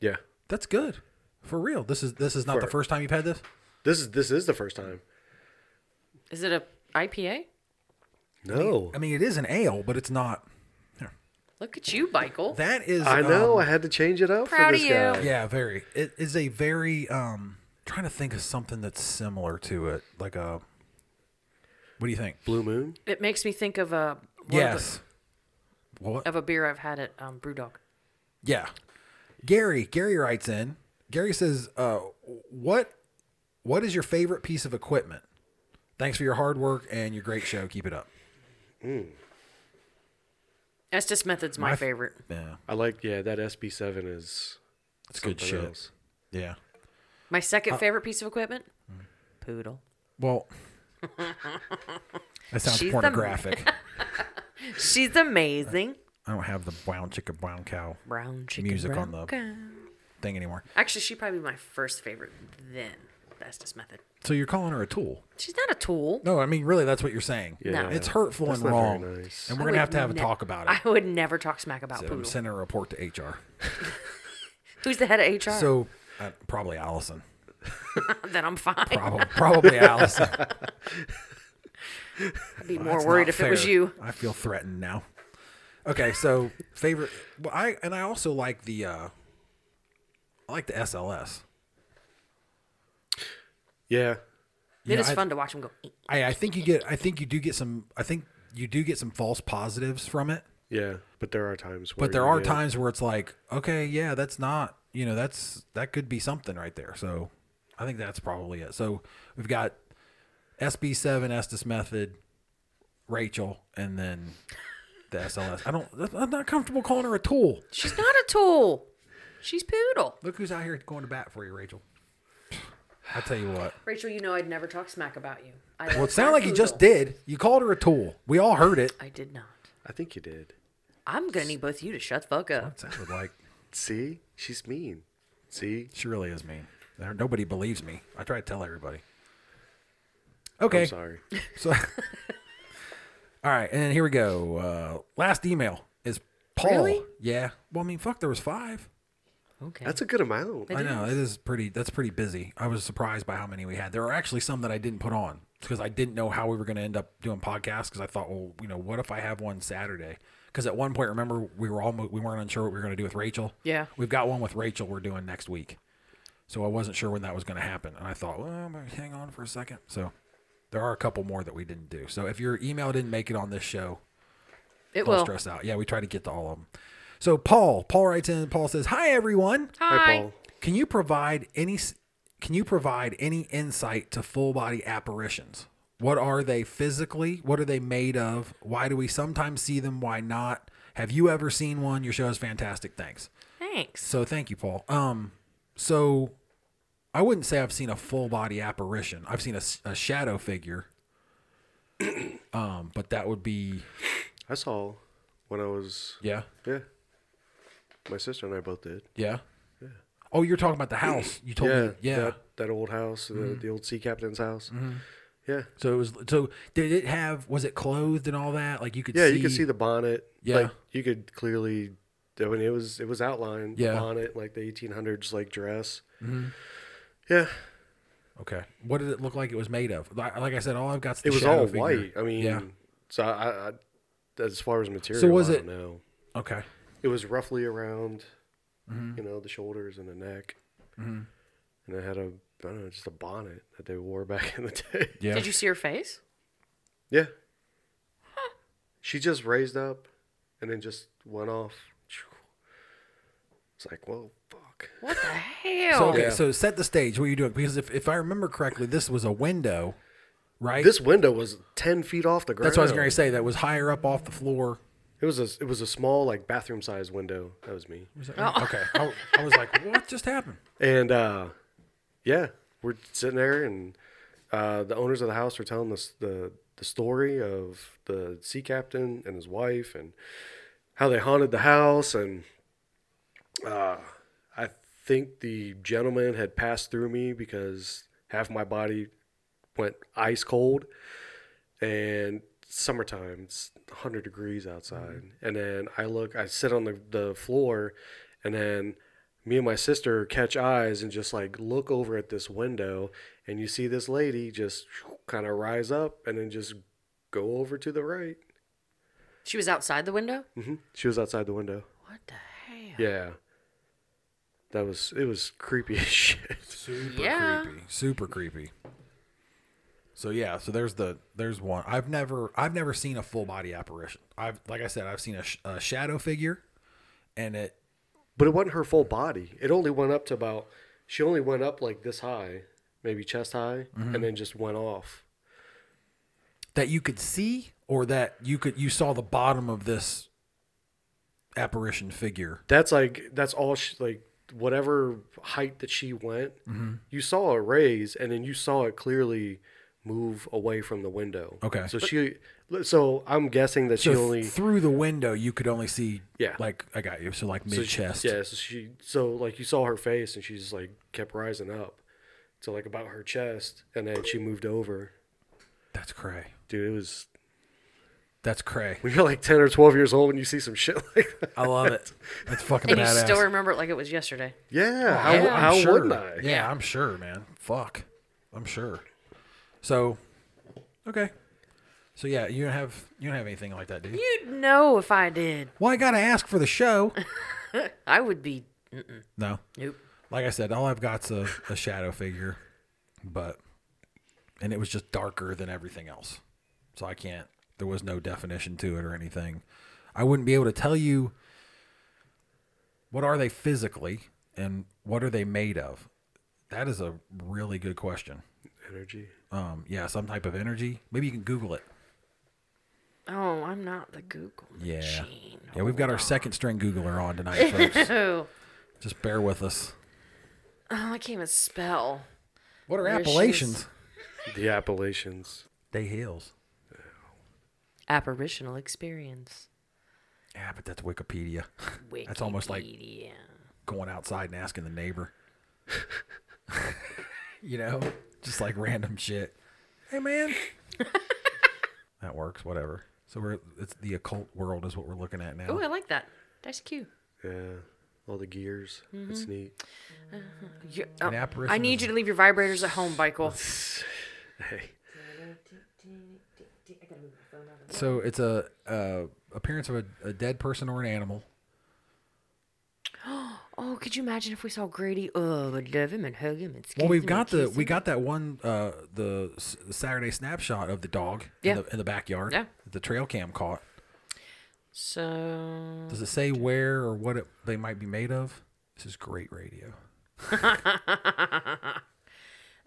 Speaker 2: Yeah,
Speaker 1: That's good. For real. This is this is not the
Speaker 2: For-
Speaker 1: first time you've had this?
Speaker 2: this is this is the first time.
Speaker 3: Is it a IPA?
Speaker 2: No,
Speaker 1: I mean it is an ale, but it's not
Speaker 3: Look at you, Michael.
Speaker 1: that is
Speaker 2: I know.
Speaker 1: um,
Speaker 2: I had to change it up
Speaker 3: Proud
Speaker 2: for
Speaker 3: of
Speaker 2: this
Speaker 3: you.
Speaker 2: guy.
Speaker 1: Yeah, very. It is a very um trying to think of something that's similar to it. Like a What do you think?
Speaker 2: Blue Moon.
Speaker 3: it makes me think of a one of the-
Speaker 1: yes. What?
Speaker 3: of a beer I've had at um, BrewDog.
Speaker 1: Yeah. Gary, Gary writes in. Gary says, uh, what what is your favorite piece of equipment? Thanks for your hard work and your great show. Keep it up.
Speaker 3: Estes Method's my,
Speaker 1: My f-
Speaker 3: favorite.
Speaker 1: Yeah.
Speaker 2: I like. Yeah, that SB7 is
Speaker 1: It's good
Speaker 2: something
Speaker 1: shit.
Speaker 2: else.
Speaker 1: Yeah.
Speaker 3: My second
Speaker 1: Uh,
Speaker 3: favorite piece of equipment?
Speaker 1: mm.
Speaker 3: Poodle.
Speaker 1: Well, that sounds
Speaker 3: She's the-
Speaker 1: pornographic.
Speaker 3: She's amazing.
Speaker 1: I don't have the brown chicken, brown cow
Speaker 3: Brown chicken.
Speaker 1: Music
Speaker 3: brown
Speaker 1: on the-
Speaker 3: cow.
Speaker 1: thing anymore.
Speaker 3: Actually, she'd probably be my first favorite then. the Estes Method.
Speaker 1: So you're calling her a tool.
Speaker 3: She's not a tool.
Speaker 1: No, I mean, really, that's what you're saying.
Speaker 3: No.
Speaker 1: It's hurtful
Speaker 2: That's
Speaker 1: and
Speaker 2: not very
Speaker 1: wrong.
Speaker 2: nice.
Speaker 1: And
Speaker 3: I
Speaker 1: we're going to have to
Speaker 3: would
Speaker 1: have a
Speaker 3: ne-
Speaker 1: talk about it.
Speaker 3: I would never talk smack about
Speaker 1: So I'm
Speaker 3: Poodle.
Speaker 1: sending a report to HR.
Speaker 3: Who's the head of HR?
Speaker 1: So uh, probably Allison.
Speaker 3: then I'm fine.
Speaker 1: Probably, probably
Speaker 3: <laughs>
Speaker 1: Allison.
Speaker 3: I'd be
Speaker 1: That's
Speaker 3: more worried
Speaker 1: not
Speaker 3: if it was
Speaker 1: fair.
Speaker 3: you.
Speaker 1: I feel threatened now. Okay, so favorite. Well, I and I also like the. uh I like the SLS.
Speaker 2: Yeah.
Speaker 1: You
Speaker 3: It
Speaker 1: know,
Speaker 3: is
Speaker 1: I-
Speaker 3: fun to watch him go. "Eh."
Speaker 1: I, I think you get I think you do get some I think you do get some false positives from it.
Speaker 2: Yeah. But there are times where
Speaker 1: But there
Speaker 2: you
Speaker 1: are
Speaker 2: get-
Speaker 1: times where it's like, okay, yeah, that's not you know, that's that could be something right there. So I think that's probably it. So we've got SB seven Estes method, Rachel, and then the SLS. I don't I'm not comfortable calling her a tool.
Speaker 3: She's not a tool. She's poodle.
Speaker 1: Look who's out here going to bat for you, Rachel. I tell you what.
Speaker 3: Rachel, you know I'd never talk smack about you. I
Speaker 1: Well, it sounded like you just did. You called her a tool. We all heard it.
Speaker 3: I did not.
Speaker 2: I think you did.
Speaker 3: I'm gonna need both you to shut the fuck up.
Speaker 1: It sounded like
Speaker 2: See? She's mean. See?
Speaker 1: She really is mean. There- Nobody believes me. I try to tell everybody. Okay.
Speaker 2: I'm sorry.
Speaker 1: So, <laughs> all right, and here we go. Uh, last email is Paul.
Speaker 3: Really?
Speaker 1: Yeah. Well, I mean, fuck, there was five.
Speaker 3: Okay.
Speaker 2: That's a good amount.
Speaker 1: I know it is pretty. That's pretty busy. I was surprised by how many we had. There are actually some that I didn't put on because I didn't know how we were going to end up doing podcasts. Because I thought, well, you know, what if I have one Saturday? Because at one point, remember, we were almost we weren't unsure what we were going to do with Rachel.
Speaker 3: Yeah.
Speaker 1: we've got one with Rachel. We're doing next week, so I wasn't sure when that was going to happen. And I thought, well, I'm gonna hang on for a second. So there are a couple more that we didn't do. So if your email didn't make it on this show,
Speaker 3: it
Speaker 1: don't
Speaker 3: will.
Speaker 1: stress out. Yeah, we try to get to all of them. So Paul, Paul writes in. Paul says, "Hi everyone."
Speaker 2: Hi,
Speaker 3: Hi.
Speaker 2: Paul.
Speaker 1: Can you provide any can you provide any insight to full body apparitions? What are they physically? What are they made of? Why do we sometimes see them? Why not? Have you ever seen one? Your show is fantastic. Thanks.
Speaker 3: Thanks.
Speaker 1: So thank you, Paul. Um, so I wouldn't say I've seen a full body apparition. I've seen a, s- a shadow figure. <clears throat> um, but that would be
Speaker 2: I saw when I was
Speaker 1: yeah,
Speaker 2: yeah. My sister and I both did.
Speaker 1: yeah. Oh, you're talking about the house. You told me. Yeah. Mm-hmm.
Speaker 2: That, that old house, the, the old sea captain's house. Yeah.
Speaker 1: So it was. So did it have? Was it clothed and all that? Like you could.
Speaker 2: Yeah,
Speaker 1: see,
Speaker 2: you could see the bonnet.
Speaker 1: Yeah.
Speaker 2: Like you could clearly I mean it was it was outlined. the
Speaker 1: Yeah. Mm-hmm.
Speaker 2: Bonnet, like the eighteen hundreds like dress. Yeah.
Speaker 1: Okay. What did it look like? It was made of. Like like I said, all I've got.
Speaker 2: It was all white. I mean
Speaker 1: Yeah.
Speaker 2: so I, I as far as material
Speaker 1: was
Speaker 2: I
Speaker 1: it-
Speaker 2: don't know.
Speaker 1: Okay.
Speaker 2: It was roughly around
Speaker 1: Mm-hmm.
Speaker 2: you know, the shoulders and the neck. And it had a I don't know, just a bonnet that they wore <laughs> back in the day.
Speaker 1: Yeah.
Speaker 3: Did you see her face?
Speaker 2: Yeah. She just raised up and then just went off. It's like, whoa, fuck.
Speaker 3: What
Speaker 1: <laughs>
Speaker 3: the hell?
Speaker 1: so okay.
Speaker 2: Yeah.
Speaker 1: So set the stage. What are you doing? Because if, if I remember correctly, this was a window, right?
Speaker 2: This window was ten feet off the ground.
Speaker 1: That's what I was going to say. That was higher up off the floor.
Speaker 2: It was a it was a small like bathroom sized window. That was me.
Speaker 1: Was that right?
Speaker 3: Oh.
Speaker 1: Okay. I, I was like, what just happened?
Speaker 2: And uh, yeah, we're sitting there, and uh, the owners of the house are telling us the the story of the sea captain and his wife, and how they haunted the house, and uh, I think the gentleman had passed through me because half my body went ice cold, and summertime it's 100 degrees outside and then i look i sit on the, the floor and then me and my sister catch eyes and just like look over at this window and you see this lady just kind of rise up and then just go over to the right
Speaker 3: She was outside the window?
Speaker 2: hmm she was outside the window
Speaker 3: What the hell?
Speaker 2: yeah that was it was creepy <laughs> as shit
Speaker 1: Super
Speaker 3: Yeah.
Speaker 1: creepy. Super creepy. So yeah, so there's the there's one. I've never I've never seen a full body apparition. I've like I said, I've seen a, sh- a shadow figure, and it
Speaker 2: but it wasn't her full body it only went up to about she only went up like this high maybe chest high and then just went off
Speaker 1: that you could see or that you could you saw the bottom of this apparition figure
Speaker 2: that's like that's all she, like whatever height that she went
Speaker 1: Mm-hmm.
Speaker 2: you saw it raise and then you saw it clearly move away from the window
Speaker 1: Okay.
Speaker 2: so she so i'm guessing that
Speaker 1: so
Speaker 2: she only
Speaker 1: th- through the window you could only see
Speaker 2: Yeah.
Speaker 1: like i got you so like
Speaker 2: so
Speaker 1: mid
Speaker 2: she-
Speaker 1: chest
Speaker 2: yeah so she so like you saw her face and she just like kept rising up to like about her chest and then she moved over
Speaker 1: that's cray
Speaker 2: dude it was <laughs>
Speaker 1: that's cray
Speaker 2: when you're like 10 or 12 years old and you see some shit <laughs> like that
Speaker 1: i love it <laughs> that's fucking
Speaker 3: And you
Speaker 1: badass
Speaker 3: still remember it like it was yesterday.
Speaker 2: yeah how,
Speaker 1: Yeah, I'm
Speaker 2: how
Speaker 1: sure.
Speaker 2: wouldn't i
Speaker 1: yeah i'm sure man fuck i'm sure so okay so yeah you don't have you don't have anything like that do you
Speaker 3: You'd know if I did.
Speaker 1: well i gotta ask for the show
Speaker 3: I would be.
Speaker 1: no
Speaker 3: Nope.
Speaker 1: Like I said, all I've got's a, a shadow figure, but and it was just darker than everything else. So I can't. There was no definition to it or anything. I wouldn't be able to tell you what are they physically and what are they made of. That is a really good question.
Speaker 2: Energy.
Speaker 1: Um, yeah, some type of energy. Maybe you can Google it.
Speaker 3: Oh, I'm not the Google
Speaker 1: Yeah.
Speaker 3: machine.
Speaker 1: Yeah, we've got our second string Googler on
Speaker 3: <laughs>
Speaker 1: tonight, folks.
Speaker 3: Oh,
Speaker 1: Just bear with us.
Speaker 3: oh, I can't even spell.
Speaker 1: What are
Speaker 3: There she
Speaker 1: Appalachians?
Speaker 3: is.
Speaker 2: The Appalachians.
Speaker 1: They hills.
Speaker 3: Apparitional experience.
Speaker 1: Yeah, but that's Wikipedia. <laughs>
Speaker 3: Wikipedia.
Speaker 1: That's almost like going outside and asking the neighbor. <laughs> you know, just like random shit. Hey,
Speaker 3: <laughs>
Speaker 1: man. that works. Whatever. So we're it's the occult world is what we're looking at now.
Speaker 3: Oh, I like that. That's cute.
Speaker 2: Yeah. All the gears. It's neat.
Speaker 3: You- oh,
Speaker 1: An apparition
Speaker 3: I need
Speaker 1: is-
Speaker 3: you to leave your vibrators at home, Michael.
Speaker 1: <laughs>
Speaker 2: Hey.
Speaker 1: So it's a, uh appearance of a, a dead person or an animal.
Speaker 3: Oh, could you imagine if we saw Grady? Oh, I'd love him and hug him and skin
Speaker 1: Well, we've
Speaker 3: him
Speaker 1: got
Speaker 3: and
Speaker 1: the
Speaker 3: kiss
Speaker 1: we
Speaker 3: him.
Speaker 1: got that one uh the S- Saturday snapshot of the dog
Speaker 3: Yeah.
Speaker 1: in, the, in the backyard.
Speaker 3: Yeah.
Speaker 1: that The trail cam caught.
Speaker 3: So
Speaker 1: Does it say where or what it, they might be made of? This is great radio.
Speaker 3: uh,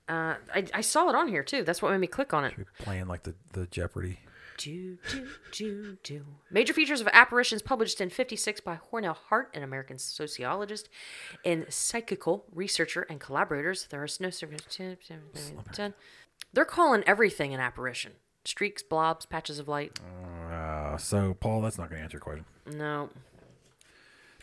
Speaker 3: I, I saw it on here too. That's what made me click on it.
Speaker 1: We're playing like the the Jeopardy.
Speaker 3: Do, do, do, do. Major features of apparitions published in 56 by Hornell Hart, an American sociologist and psychical researcher and collaborators. There are no They're calling everything an apparition. Streaks, blobs, patches of light.
Speaker 1: Uh, so Paul, that's not going to answer your question
Speaker 3: No.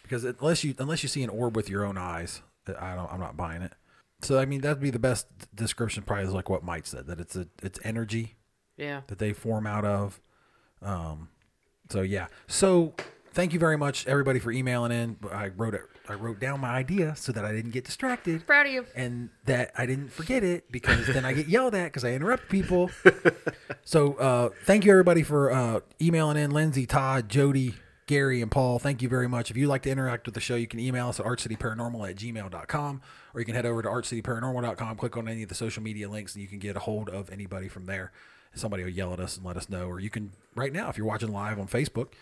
Speaker 1: because unless you unless you see an orb with your own eyes, uh, I don't. I'm not buying it. So I mean, that'd be the best description, probably is like what Mike said that it's a it's energy
Speaker 3: Yeah.
Speaker 1: that they form out of. Um, so yeah. So thank you very much, everybody, for emailing in. I wrote it. I wrote down my idea so that I didn't get distracted.
Speaker 3: Proud of you.
Speaker 1: and that I didn't forget it because then I get yelled at because I interrupt people. so uh, thank you everybody for uh, emailing in Lindsay, Todd, Jody, Gary, and Paul. Thank you very much. If you'd like to interact with the show, you can email us at artcityparanormal at gmail.com or you can head over to artcityparanormal.com, click on any of the social media links, and you can get a hold of anybody from there. Somebody will yell at us and let us know. Or you can, right now, if you're watching live on Facebook,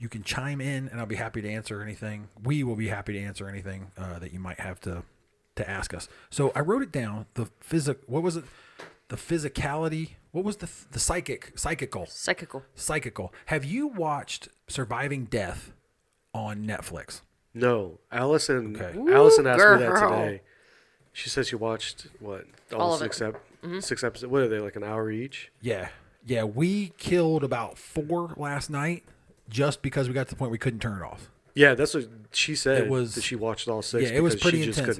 Speaker 1: you can chime in and I'll be happy to answer anything. We will be happy to answer anything uh, that you might have to to ask us. So I wrote it down. The physic, what was it? The physicality. What was the the psychic, psychical,
Speaker 3: Psychical.
Speaker 1: psychical? Have you watched Surviving Death on Netflix?
Speaker 2: No. Allison
Speaker 1: Okay.
Speaker 2: Allison asked me that
Speaker 3: girl.
Speaker 2: today. She said she watched what? All,
Speaker 3: All of
Speaker 2: six
Speaker 3: it. Mm-hmm.
Speaker 2: ep- six episodes. What are they, like an hour each?
Speaker 1: Yeah, yeah. We killed about four last night just because we got to the point we couldn't turn it off.
Speaker 2: Yeah, that's what she said.
Speaker 1: It was-
Speaker 2: that she watched all six
Speaker 1: yeah, it was
Speaker 2: because
Speaker 1: pretty
Speaker 2: she just
Speaker 1: intense.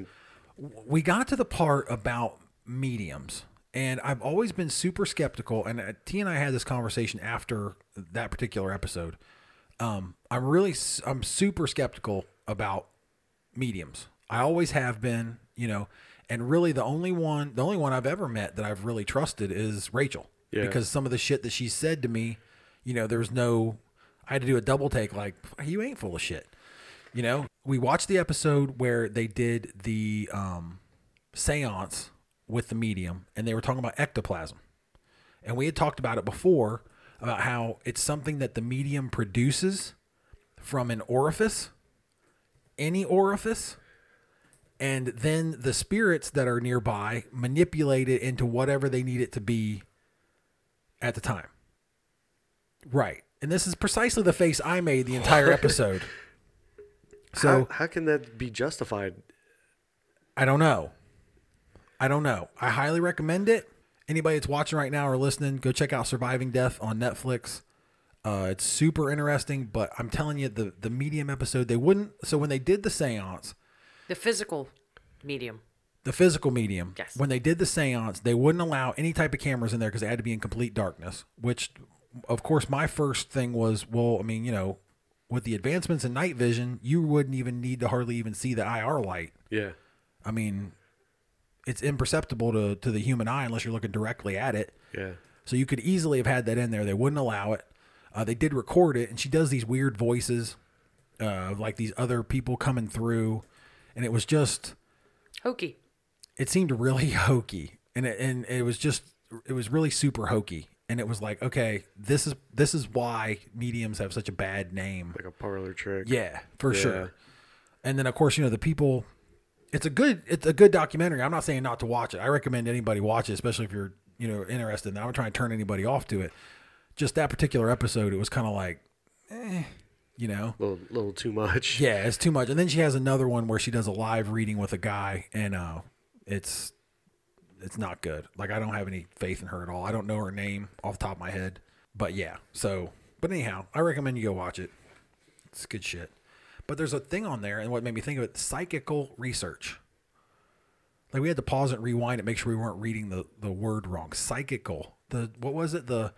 Speaker 2: couldn't
Speaker 1: we got to the part about mediums and i've always been super skeptical and uh, t and i had this conversation after that particular episode um, i'm really s- i'm super skeptical about mediums i always have been you know and really the only one the only one i've ever met that i've really trusted is rachel
Speaker 2: Yeah.
Speaker 1: because some of the shit that she said to me you know there was no i had to do a double take like you ain't full of shit you know we watched the episode where they did the um seance with the medium and they were talking about ectoplasm and we had talked about it before about how it's something that the medium produces from an orifice any orifice and then the spirits that are nearby manipulate it into whatever they need it to be at the time right and this is precisely the face i made the entire episode so
Speaker 2: how, how can that be justified?
Speaker 1: I don't know. I don't know. I highly recommend it. Anybody that's watching right now or listening, go check out Surviving Death on Netflix. Uh, it's super interesting, but I'm telling you, the the medium episode they wouldn't. So when they did the seance,
Speaker 3: The physical medium.
Speaker 1: the physical medium,
Speaker 3: Yes.
Speaker 1: when they did the seance, they wouldn't allow any type of cameras in there because they had to be in complete darkness. Which, of course, my first thing was, well, I mean, you know, with the advancements in night vision, you wouldn't even need to hardly even see the IR light.
Speaker 2: Yeah.
Speaker 1: I mean, it's imperceptible to, to the human eye unless you're looking directly at it.
Speaker 2: Yeah.
Speaker 1: So you could easily have had that in there. They wouldn't allow it. Uh, they did record it, and she does these weird voices uh, of like these other people coming through. And it was just,
Speaker 3: Hokey.
Speaker 1: it seemed really <laughs> hokey and it, and it was just it was really super hokey and it was like okay this is this is why mediums have such a bad name
Speaker 2: like a parlor trick.
Speaker 1: yeah for sure and then of course you know the people it's a good it's a good documentary i'm not saying not to watch it i recommend anybody watch it especially if you're you know interested in that i'm not trying to turn anybody off to it just that particular episode it was kind of like eh, you know
Speaker 2: little little too much.
Speaker 1: yeah, it's too much. And then she has another one where she does a live reading with a guy, and uh, it's it's not good. Like I don't have any faith in her at all. I don't know her name off the top of my head, but yeah. So, but anyhow, I recommend you go watch it. It's good shit. But there's a thing on there, and what made me think of it: psychical research. Like we had to pause and rewind and make sure we weren't reading the the word wrong. Psychical. The what was it? The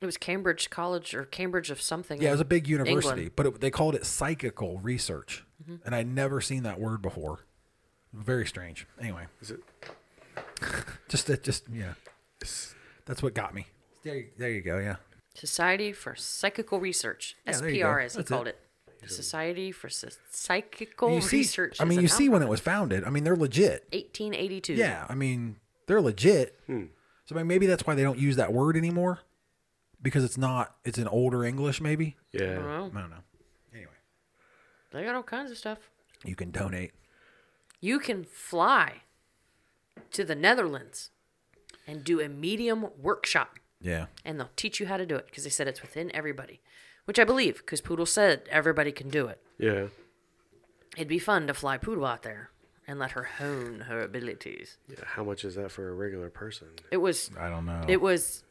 Speaker 3: It was Cambridge College or Cambridge of something.
Speaker 1: Yeah, it was a big
Speaker 3: England. Mm-hmm.
Speaker 1: university, but it, they called it psychical research, and I'd never seen that word before. Very strange. Anyway,
Speaker 2: Is it
Speaker 1: <laughs> just that, just yeah, that's what got me. There, you- there you go. Yeah,
Speaker 3: Society for Psychical Research,
Speaker 1: Yeah, there you go.
Speaker 3: SPR as he
Speaker 1: That's
Speaker 3: called
Speaker 1: it.
Speaker 3: it. Society for Psy- Psychical
Speaker 1: you see.
Speaker 3: Research.
Speaker 1: I
Speaker 3: is
Speaker 1: mean,
Speaker 3: an
Speaker 1: you see when it
Speaker 3: outfit.
Speaker 1: was founded. I mean, they're legit.
Speaker 3: 1882.
Speaker 1: Yeah, I mean, they're legit.
Speaker 2: Hmm.
Speaker 1: So I mean, maybe that's why they don't use that word anymore, because it's not. It's an older English, maybe.
Speaker 2: yeah.
Speaker 3: Well,
Speaker 1: I don't know. Anyway,
Speaker 3: they got all kinds of stuff.
Speaker 1: you can donate.
Speaker 3: You can fly to the Netherlands and do a medium workshop,
Speaker 1: Yeah.
Speaker 3: and they'll teach you how to do it because they said it's within everybody, which I believe because Poodle said everybody can do it.
Speaker 2: Yeah.
Speaker 3: It'd be fun to fly Poodle out there and let her hone her abilities.
Speaker 2: Yeah. How much is that for a regular person?
Speaker 3: It was
Speaker 1: I don't know.
Speaker 3: it was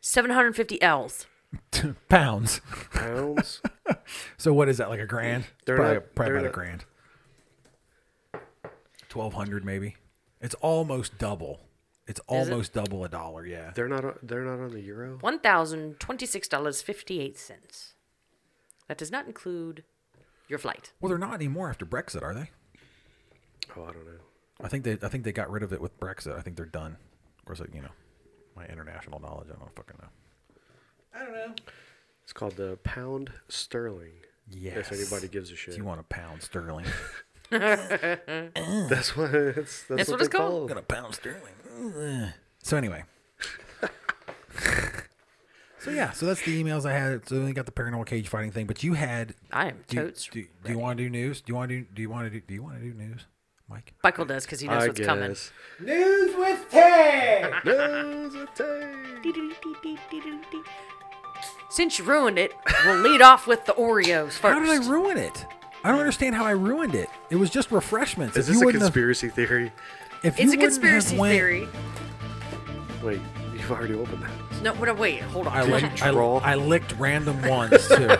Speaker 3: 750 L's.
Speaker 1: <laughs> Pounds. <laughs>
Speaker 2: Pounds?
Speaker 1: So what is that like a grand?
Speaker 2: They're
Speaker 1: probably
Speaker 2: not-
Speaker 1: probably
Speaker 2: they're
Speaker 1: about a
Speaker 2: not-
Speaker 1: grand. Twelve hundred maybe. It's almost double. It's
Speaker 3: it?
Speaker 1: almost double a dollar. Yeah.
Speaker 2: they're not. on- They're not on the euro.
Speaker 3: $1,026.58. That does not include your flight.
Speaker 1: Well, they're not anymore after Brexit, are they?
Speaker 2: Oh, I don't know.
Speaker 1: I think they I think they got rid of it with Brexit. I think they're done. Of course, like, you know, my international knowledge. I don't fucking know.
Speaker 2: It's called the pound sterling.
Speaker 1: Yes.
Speaker 2: If anybody gives a shit.
Speaker 1: If you want a pound sterling,
Speaker 2: That's what. That's, that's, what,
Speaker 3: what it's
Speaker 2: they
Speaker 3: called?
Speaker 2: call
Speaker 1: got
Speaker 2: 'em.
Speaker 1: a pound sterling. Ugh. So anyway. <laughs> so yeah, so that's the emails I had. So then we got the paranormal cage fighting thing, but you had
Speaker 3: I am
Speaker 1: Do you-
Speaker 3: totes.
Speaker 1: Do, do you want to do news? Do you want to do? Do you want to do? Do you want to do news, Mike?
Speaker 3: Michael does because he knows
Speaker 2: I
Speaker 3: what's coming.
Speaker 2: guess. <laughs> News with Ted. News with Ted.
Speaker 3: Since you ruined it, we'll lead off with the Oreos first.
Speaker 1: How did I ruin it? I don't understand how I ruined it. It was just refreshments. If
Speaker 2: Is
Speaker 1: you
Speaker 2: this a
Speaker 1: wouldn't have-
Speaker 2: conspiracy theory?
Speaker 1: if you
Speaker 3: it's a
Speaker 1: wouldn't have
Speaker 3: conspiracy
Speaker 1: went-
Speaker 3: theory.
Speaker 2: Wait, you've already opened that.
Speaker 3: No, wait, wait, hold on.
Speaker 1: I licked, I,
Speaker 2: Troll.
Speaker 1: I licked
Speaker 3: <laughs>
Speaker 1: random ones too.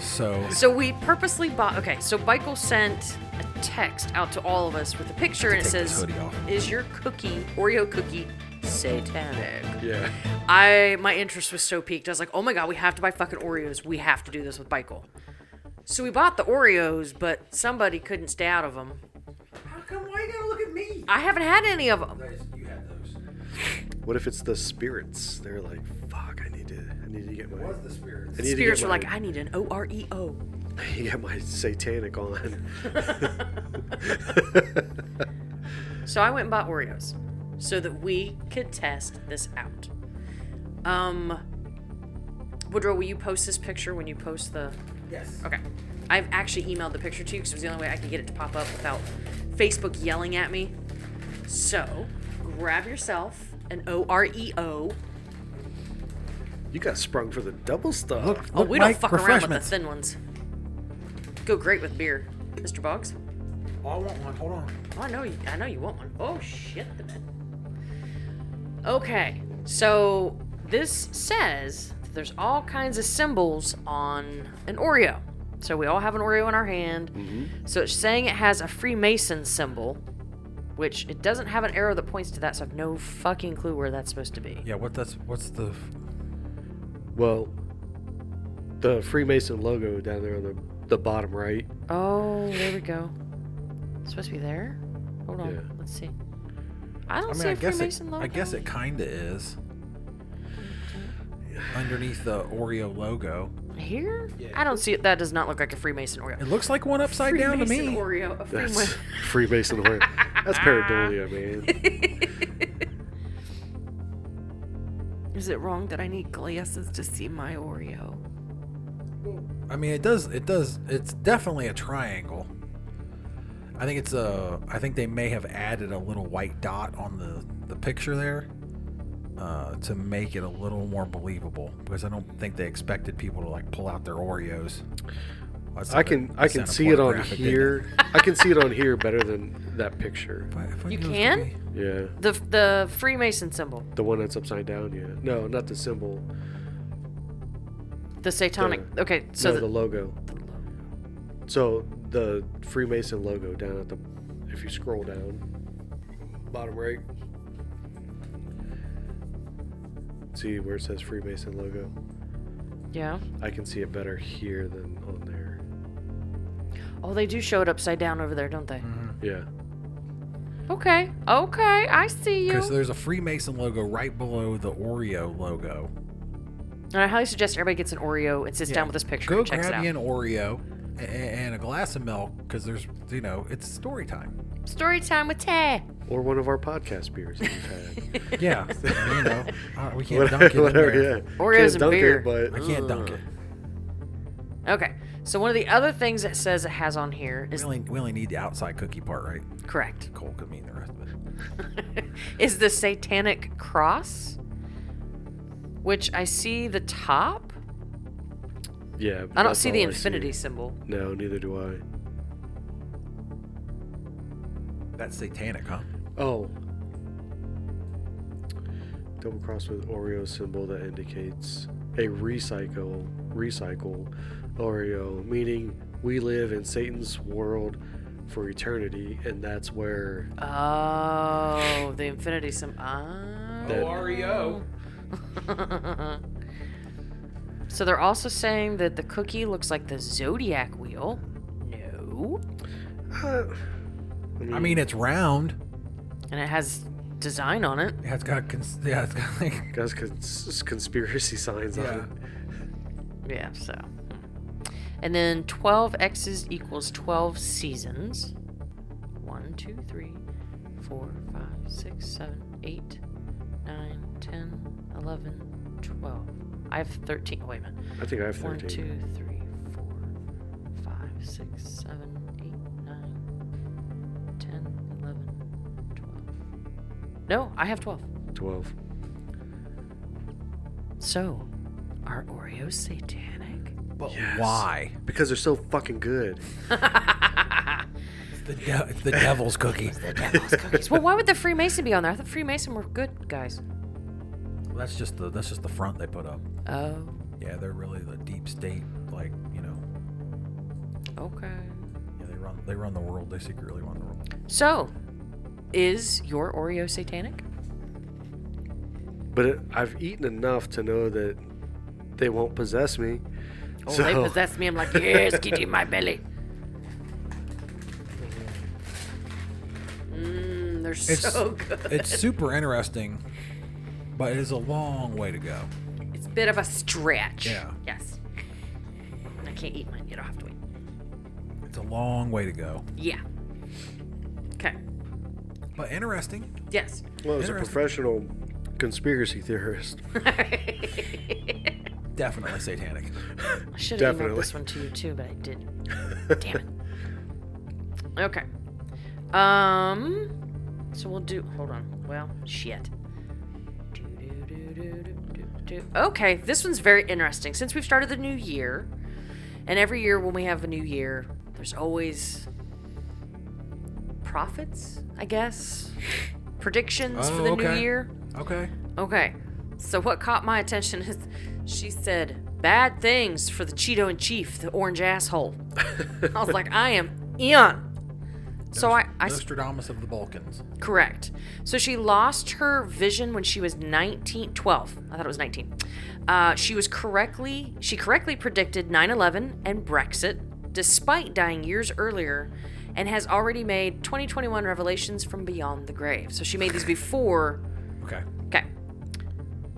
Speaker 1: so
Speaker 3: So we purposely bought. Okay, so Michael sent a text out to all of us with a picture, and it
Speaker 1: take this
Speaker 3: says,
Speaker 1: hoodie off.
Speaker 3: "Is your cookie Oreo cookie satanic?"
Speaker 2: Yeah.
Speaker 3: I my interest was so piqued. I was like, "Oh my god, we have to buy fucking Oreos. We have to do this with Michael." So we bought the Oreos, but somebody couldn't stay out of them.
Speaker 1: how come why you gotta look at me?
Speaker 3: I haven't had any of them.
Speaker 1: You had those.
Speaker 2: What if it's the spirits? They're like, fuck. I need to. I need to get my.
Speaker 1: the spirits?
Speaker 2: I need
Speaker 3: Spirits
Speaker 2: to
Speaker 3: were
Speaker 2: get my,
Speaker 3: like, "I need an O R E O."
Speaker 2: I need to <laughs> get my satanic on.
Speaker 3: So I went and bought Oreos so that we could test this out. Um, Woodrow, will you post this picture when you post the?
Speaker 1: Yes.
Speaker 3: Okay, I've actually emailed the picture to you because it was the only way I could get it to pop up without Facebook yelling at me. So grab yourself an O R E O.
Speaker 2: You got sprung for the double stuff.
Speaker 1: Look,
Speaker 3: Oh,
Speaker 1: look,
Speaker 3: we
Speaker 1: Mike,
Speaker 3: don't fuck around with the
Speaker 1: refreshments.
Speaker 3: thin ones. Go great with beer, Mr. Boggs.
Speaker 1: Oh, I want one. Hold on.
Speaker 3: Oh, I know, you, I know you want one. Oh shit, the bed. Okay, so this says that there's all kinds of symbols on an Oreo. So we all have an Oreo in our hand. So it's saying it has a Freemason symbol, which it doesn't have an arrow that points to that. So I've no fucking clue where that's supposed to be.
Speaker 1: Yeah. What? That's what's the?
Speaker 2: Well, the Freemason logo down there on the, the bottom right.
Speaker 3: Oh, there we go. It's supposed to be there. Hold on,
Speaker 2: Yeah.
Speaker 3: let's see. I don't
Speaker 1: I mean,
Speaker 3: see a
Speaker 1: I guess it.
Speaker 3: Freemason logo.
Speaker 1: I guess it kinda is. Underneath the Oreo logo.
Speaker 3: Here? I don't see it. That does not look like a Freemason Oreo.
Speaker 1: It looks like one upside down to
Speaker 3: Freemason
Speaker 1: me.
Speaker 3: Oreo. A Freemason.
Speaker 2: That's Freemason horn. That's pareidolia,
Speaker 3: <laughs>
Speaker 2: man.
Speaker 3: Is it wrong that I need glasses to see my Oreo?
Speaker 1: I mean, it does. It does. It's definitely a triangle. I think it's a. I think they may have added a little white dot on the the picture there uh, to make it a little more believable because I don't think they expected people to like pull out their Oreos. That's
Speaker 2: I
Speaker 1: like a-
Speaker 2: can I can
Speaker 1: sounded
Speaker 2: see it on
Speaker 1: pornographic, didn't it?
Speaker 2: here. I can see it on here better than that picture.
Speaker 1: If I- if I
Speaker 3: You
Speaker 1: knew it was
Speaker 3: can?
Speaker 1: gonna be-
Speaker 2: Yeah,
Speaker 3: The the Freemason symbol,
Speaker 2: the one that's upside down. Yeah, no, not the symbol.
Speaker 3: the Satanic.
Speaker 2: The-
Speaker 3: okay, so
Speaker 2: no,
Speaker 3: the,
Speaker 2: the logo. So the Freemason logo down at the, if you scroll down, bottom right. See where it says Freemason logo.
Speaker 3: yeah.
Speaker 2: I can see it better here than on there.
Speaker 3: Oh, they do show it upside down over there, don't they?
Speaker 2: Yeah.
Speaker 3: Okay, okay, I see you.
Speaker 1: Okay, so there's a Freemason logo right below the Oreo logo.
Speaker 3: And I highly suggest everybody gets an Oreo and sits down with this picture
Speaker 1: Go
Speaker 3: and checks it
Speaker 1: grab
Speaker 3: out.
Speaker 1: you an Oreo a- a- and a glass of milk because there's, you know, it's story
Speaker 3: <laughs>
Speaker 1: time.
Speaker 3: Story time with Tay.
Speaker 2: Or one of our podcast beers that
Speaker 3: <laughs>
Speaker 2: we've had.
Speaker 1: Yeah, you know, uh, we can't
Speaker 2: whatever,
Speaker 1: dunk it in
Speaker 2: whatever,
Speaker 1: there.
Speaker 2: yeah.
Speaker 3: Oreos
Speaker 2: Can't
Speaker 3: and
Speaker 2: dunk
Speaker 3: beer.
Speaker 2: It, but
Speaker 1: I can't dunk it.
Speaker 3: Okay, so one of the other things it says it has on here
Speaker 1: We
Speaker 3: is
Speaker 1: only, we only need the outside cookie part, right?
Speaker 3: correct.
Speaker 1: Cole could mean the rest of it.
Speaker 3: is the Satanic Cross, which I see the top.
Speaker 2: Yeah.
Speaker 3: I don't
Speaker 2: that's
Speaker 3: see the
Speaker 2: all
Speaker 3: infinity symbol.
Speaker 2: No, neither do I.
Speaker 1: That's satanic, huh?
Speaker 2: Oh. Double cross with Oreo symbol that indicates a recycle, recycle Oreo, meaning we live in Satan's world for eternity, and that's where
Speaker 3: Oh, the infinity symbol. Oh.
Speaker 2: that,
Speaker 3: <laughs> So they're also saying that the cookie looks like the zodiac wheel. No.
Speaker 2: uh,
Speaker 1: I mean, it's round.
Speaker 3: And it has design on it.
Speaker 1: Yeah, it's got, cons- <laughs> yeah, it's got like,
Speaker 2: guys cons- conspiracy signs on
Speaker 1: yeah.
Speaker 2: it.
Speaker 3: Yeah, so. And then 12 X's equals 12 seasons. One, two, three, four, five, six, seven, eight, nine, 10, 11, 12. I have 13. Oh, wait a minute.
Speaker 2: I think I have
Speaker 3: One,
Speaker 2: 13.
Speaker 3: two, three, four, five, six, seven, eight, nine, 10, 11, 12. No, I have 12.
Speaker 2: 12.
Speaker 3: So, are Oreos satanic?
Speaker 1: But
Speaker 2: Yes.
Speaker 1: why?
Speaker 2: Because they're so fucking good.
Speaker 1: It's the, de- it's the devil's cookie.
Speaker 3: well, why would the Freemason be on there? I thought Freemason were good guys.
Speaker 1: That's just the that's just the front they put up.
Speaker 3: Oh,
Speaker 1: Yeah, they're really the deep state, like you know,
Speaker 3: okay.
Speaker 1: yeah, they run they run the world. They secretly run the world.
Speaker 3: So, is your Oreo satanic?
Speaker 2: But it, I've eaten enough to know that they won't possess me.
Speaker 3: Oh,
Speaker 2: so,
Speaker 3: they possess me.
Speaker 1: <laughs>
Speaker 3: I'm like, yes, get in my belly. Mmm, they're
Speaker 1: It's-
Speaker 3: so good.
Speaker 1: It's super interesting, but it is a long way to go.
Speaker 3: It's a bit of a stretch.
Speaker 1: Yeah.
Speaker 3: Yes. I can't eat mine yet. I'll have to wait.
Speaker 1: It's a long way to go,
Speaker 3: Yeah. Okay.
Speaker 1: but interesting. <laughs>
Speaker 3: Yes. <laughs>
Speaker 2: Well, as a
Speaker 1: Interesting.
Speaker 2: professional conspiracy theorist, <laughs>
Speaker 1: Definitely satanic.
Speaker 3: I should have emailed
Speaker 2: Definitely.
Speaker 3: this one to you too, but I
Speaker 1: <laughs>
Speaker 3: didn't. Damn it. Okay. Um. So we'll do. Hold on. Well, shit. Do-do-do-do-do-do-do. Okay, this one's very interesting. Since we've started the new year, and every year when we have a new year, there's always profits, I guess, predictions for
Speaker 1: Oh,
Speaker 3: the new
Speaker 1: okay.
Speaker 3: year.
Speaker 1: Okay.
Speaker 3: Okay. So what caught my attention is she said bad things for the Cheeto in Chief, the orange asshole. I was like, I am Eon. So I, I s-
Speaker 1: Nostradamus of the Balkans.
Speaker 3: correct. So she lost her vision when she was 19, 12. I thought it was 19. Uh, she was correctly she correctly predicted 9/11 and Brexit despite dying years earlier and has already made 2021 revelations from beyond the grave. So she made these before
Speaker 1: Okay.
Speaker 3: Okay.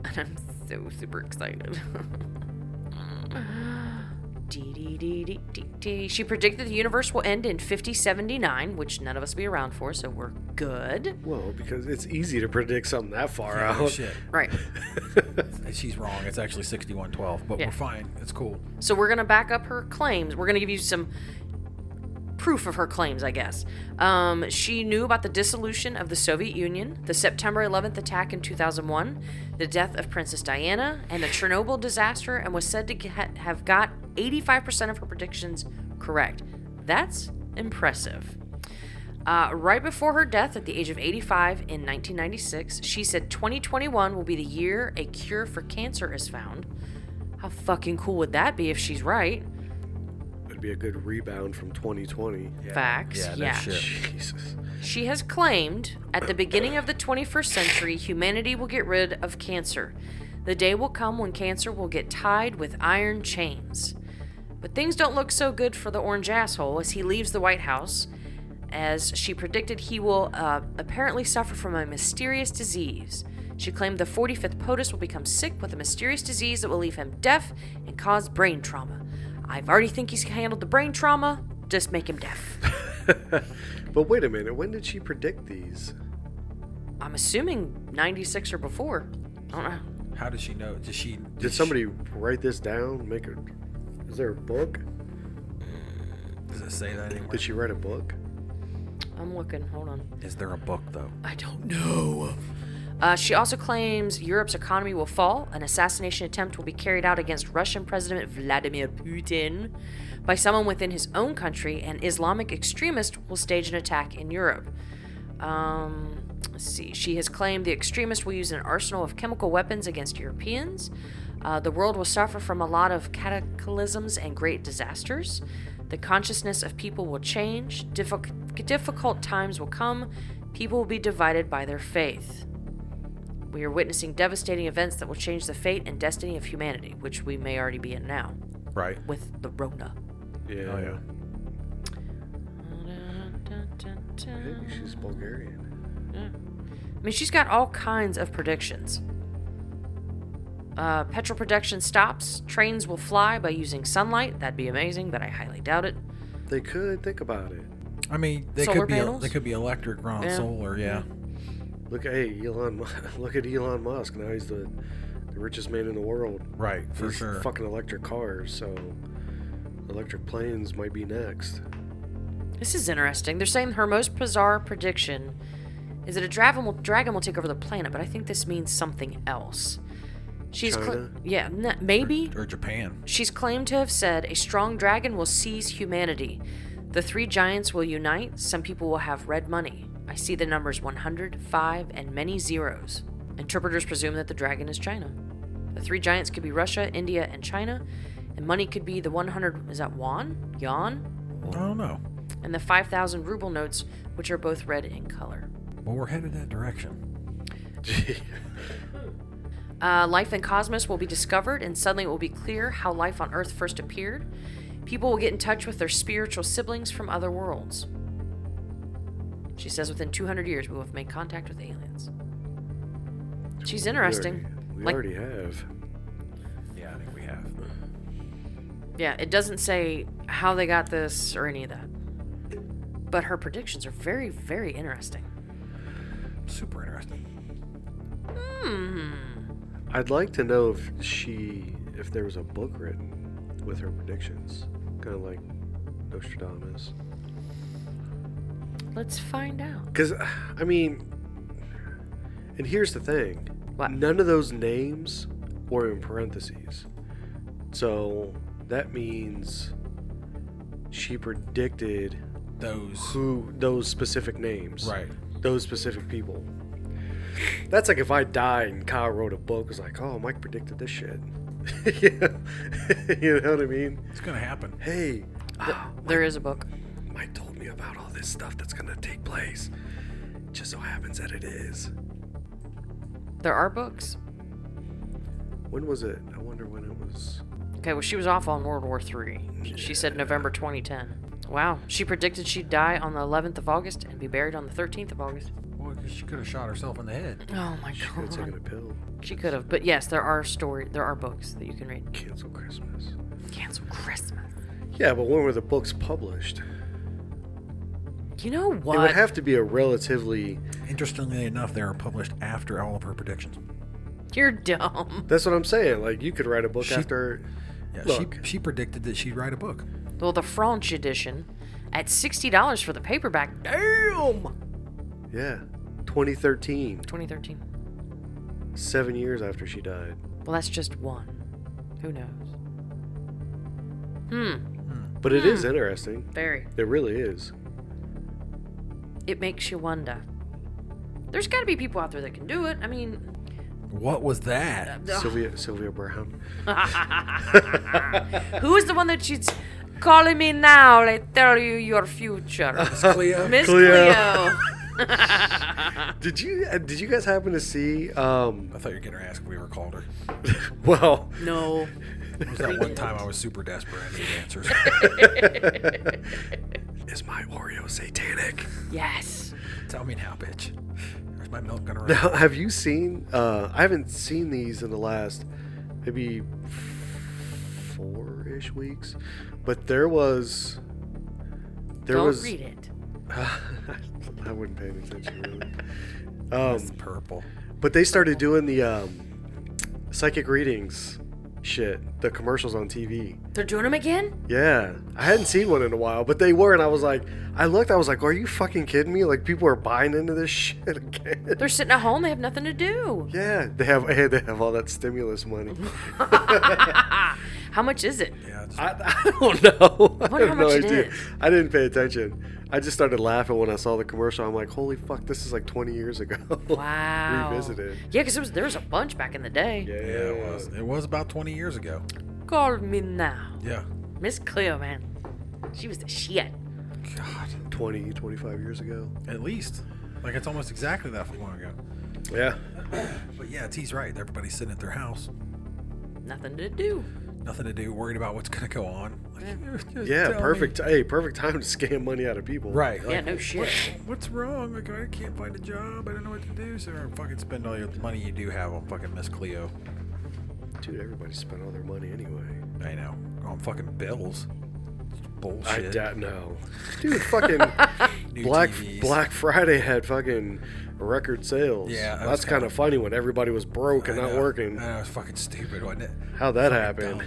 Speaker 3: And I'm so super excited. <laughs> Dee, dee, dee, dee, dee, dee. She predicted the universe will end in 5079, which none of us will be around for, so we're good.
Speaker 2: Well, because it's easy to predict something that far out.
Speaker 1: Shit.
Speaker 3: Right.
Speaker 1: She's wrong. It's actually 6112, but
Speaker 3: Yeah.
Speaker 1: we're fine. It's cool.
Speaker 3: So we're going to back up her claims. We're going to give you some proof of her claims, I guess. Um, she knew about the dissolution of the Soviet Union, the September 11th attack in 2001, the death of Princess Diana, and the Chernobyl disaster, and was said to g- ha- have got 85% of her predictions correct. That's impressive. Uh, right before her death at the age of 85 in 1996, she said 2021 will be the year a cure for cancer is found. How fucking cool would that be if she's right?
Speaker 2: It'd be a good rebound from 2020.
Speaker 3: Facts.
Speaker 1: Yeah,
Speaker 3: Yeah.
Speaker 1: no shit.
Speaker 2: Jesus.
Speaker 3: She has claimed at the beginning of the 21st century, humanity will get rid of cancer. The day will come when cancer will get tied with iron chains. But things don't look so good for the orange asshole as he leaves the White House. As she predicted, he will uh, apparently suffer from a mysterious disease. She claimed the 45th POTUS will become sick with a mysterious disease that will leave him deaf and cause brain trauma. I've already think he's handled the brain trauma. Just make him deaf.
Speaker 2: But wait a minute. When did she predict these?
Speaker 3: I'm assuming 96 or before. I don't know.
Speaker 1: How does she know? Does she?
Speaker 2: Did somebody write this down? Make a. Is there a book?
Speaker 1: Does it say that anywhere?
Speaker 2: Did she write a book?
Speaker 3: I'm looking. Hold on.
Speaker 1: Is there a book though?
Speaker 3: I don't know. Uh, she also claims Europe's economy will fall. An assassination attempt will be carried out against Russian President Vladimir Putin by someone within his own country, and Islamic extremists will stage an attack in Europe. Um, let's see. She has claimed the extremists will use an arsenal of chemical weapons against Europeans. Uh, the world will suffer from a lot of cataclysms and great disasters. The consciousness of people will change. Difficult, difficult times will come. People will be divided by their faith. We are witnessing devastating events that will change the fate and destiny of humanity, which we may already be in now
Speaker 1: Right.
Speaker 3: with the Rona.
Speaker 2: Yeah.
Speaker 1: Oh yeah.
Speaker 2: Maybe she's Bulgarian.
Speaker 3: I mean, she's got all kinds of predictions. Uh, petrol production stops. Trains will fly by using sunlight. That'd be amazing, but I highly doubt it.
Speaker 2: They could think about it.
Speaker 1: I mean, they
Speaker 3: Solar
Speaker 1: could be
Speaker 3: panels?
Speaker 1: they could be electric, or on
Speaker 3: Yeah.
Speaker 1: solar. Yeah.
Speaker 2: Look, hey, Elon. Mu- <laughs> Look at Elon Musk. Now he's the, the richest man in the world.
Speaker 1: Right. For
Speaker 2: He's
Speaker 1: sure.
Speaker 2: Fucking electric cars. So, electric planes might be next.
Speaker 3: This is interesting. They're saying her most bizarre prediction is that a dragon will, dragon will take over the planet, but I think this means something else. She's cl-
Speaker 2: China?
Speaker 3: yeah, n- maybe
Speaker 1: Or Japan.
Speaker 3: She's claimed to have said a strong dragon will seize humanity. The three giants will unite. Some people will have red money. I see the numbers 100, 5, and many zeros. Interpreters presume that the dragon is China. The three giants could be Russia, India, and China. And money could be the 100, is that Yuan? Yuan?
Speaker 1: I don't know.
Speaker 3: And the 5,000 ruble notes, which are both red in color.
Speaker 1: Well, we're headed that direction.
Speaker 3: Uh, life in cosmos will be discovered, and suddenly it will be clear how life on Earth first appeared. People will get in touch with their spiritual siblings from other worlds. She says within 200 years, we will have made contact with aliens. She's interesting.
Speaker 2: We already, we
Speaker 3: like,
Speaker 2: already have.
Speaker 1: Yeah, I think we have.
Speaker 3: yeah, it doesn't say how they got this or any of that. But her predictions are very, very interesting.
Speaker 1: Super interesting.
Speaker 3: Hmm,
Speaker 2: I'd like to know if she, if there was a book written with her predictions, kind of like Nostradamus.
Speaker 3: Let's find out.
Speaker 2: Because, I mean, and here's the thing
Speaker 3: What?
Speaker 2: none of those names were in parentheses. So that means she predicted
Speaker 1: Those.
Speaker 2: who those specific names,
Speaker 1: Right.
Speaker 2: Those specific people. That's like if I died and Kyle wrote a book, it's like, oh, Mike predicted this shit. <laughs> you know what I mean?
Speaker 1: It's gonna happen.
Speaker 2: Hey,
Speaker 3: There is a book.
Speaker 2: Mike told me about all this stuff that's gonna take place. Just so happens that it is.
Speaker 3: There are books.
Speaker 2: When was it? I wonder when it was.
Speaker 3: Okay, well, she was off on World War III. She said November 2010. Wow. She predicted she'd die on the 11th of August and be buried on the 13th of August.
Speaker 1: Well, 'cause she could have shot herself in the head.
Speaker 3: Oh my
Speaker 2: Could have taken
Speaker 3: god.
Speaker 2: a pill.
Speaker 3: She could have, but yes, there are story, there are books that you can read.
Speaker 2: Cancel Christmas.
Speaker 3: Cancel Christmas.
Speaker 2: Yeah, but when were the books published?
Speaker 3: You know
Speaker 2: It would
Speaker 3: what?
Speaker 2: have to be a relatively.
Speaker 1: Interestingly enough, they are published after all of her predictions.
Speaker 3: You're dumb.
Speaker 2: That's what I'm saying. Like you could write a book
Speaker 1: She-
Speaker 2: after.
Speaker 1: Yeah,
Speaker 2: Look.
Speaker 1: she she predicted that she'd write a book.
Speaker 3: Well, the French edition at $60 for the paperback. Damn!
Speaker 2: Yeah, 2013,
Speaker 3: 2013.
Speaker 2: seven years after she died.
Speaker 3: Well, that's just one. Who knows? Hmm.
Speaker 2: But it is interesting.
Speaker 3: Very.
Speaker 2: It really is.
Speaker 3: It makes you wonder. There's got to be people out there that can do it. I mean,
Speaker 1: What was <laughs> that?
Speaker 3: Ugh.
Speaker 2: Sylvia Sylvia Brown.
Speaker 3: who is the one that she's calling me now? I tell you your future.
Speaker 2: <laughs>
Speaker 1: Cleo.
Speaker 3: <laughs> Miss
Speaker 2: Cleo.
Speaker 3: Cleo.
Speaker 2: Did you uh, did you guys happen to see? Um, <laughs>
Speaker 1: I thought you were gonna ask if we ever called her.
Speaker 2: well,
Speaker 3: <laughs> No.
Speaker 1: It was that one time I was super desperate. I needed <laughs> answers.
Speaker 2: is my Oreo satanic?
Speaker 3: Yes.
Speaker 1: Tell me now, bitch. Where's my milk gonna run?
Speaker 2: Now, have you seen? Uh, I haven't seen these in the last maybe four ish weeks, but there was there
Speaker 3: Don't
Speaker 2: was.
Speaker 3: read it.
Speaker 2: I wouldn't pay any attention really.
Speaker 1: It's purple.
Speaker 2: But they started doing the um, psychic readings shit, the commercials on TV.
Speaker 3: They're doing them again?
Speaker 2: Yeah, I hadn't seen one in a while, but they were, and I was like, I looked, I was like, are you fucking kidding me? Like people are buying into this <laughs> shit again.
Speaker 3: They're sitting at home. They have nothing to do.
Speaker 2: Yeah, they have <laughs> hey, they have all that stimulus money.
Speaker 3: Mm-hmm. How much is it?
Speaker 1: Yeah. Just,
Speaker 2: I, I don't know. <laughs> I,
Speaker 3: wonder
Speaker 2: have
Speaker 3: how
Speaker 2: no
Speaker 3: much it
Speaker 2: idea.
Speaker 3: is.
Speaker 2: I didn't pay attention. I just started laughing when I saw the commercial. I'm like, holy fuck, this is like 20 years ago. <laughs>
Speaker 3: Wow.
Speaker 2: Revisited.
Speaker 3: Yeah, because was, there was a bunch back in the day.
Speaker 2: Yeah,
Speaker 1: yeah, it was. It was about 20 years ago.
Speaker 3: Call me now.
Speaker 1: Yeah.
Speaker 3: Miss Cleo, man. She was the shit.
Speaker 1: God.
Speaker 2: 20, 25 years ago.
Speaker 1: At least. Like it's almost exactly that long ago.
Speaker 2: Yeah.
Speaker 1: But yeah, T's right. Everybody's sitting at their house,
Speaker 3: Nothing to do.
Speaker 1: nothing to do, worried about what's gonna go on. Like, <laughs> just
Speaker 2: Yeah,
Speaker 1: tell me.
Speaker 2: perfect. Hey, perfect time to scam money out of people.
Speaker 1: Right.
Speaker 3: yeah,
Speaker 1: like,
Speaker 3: no shit.
Speaker 1: What's wrong? Like I can't find a job. I don't know what to do. So fucking spend all your money you do have on fucking Miss Cleo.
Speaker 2: Dude, everybody spent all their money anyway.
Speaker 1: I know. On fucking bills.
Speaker 2: I
Speaker 1: Bullshit.
Speaker 2: doubt no. Dude,
Speaker 1: <laughs>
Speaker 2: fucking
Speaker 1: New
Speaker 2: Black
Speaker 1: TVs.
Speaker 2: Black Friday had fucking record sales.
Speaker 1: Yeah, that was
Speaker 2: that's kind of funny when everybody was broke
Speaker 1: I
Speaker 2: and not
Speaker 1: know. Uh,
Speaker 2: working.
Speaker 1: I know, it's fucking stupid, wasn't it?
Speaker 2: How that happened?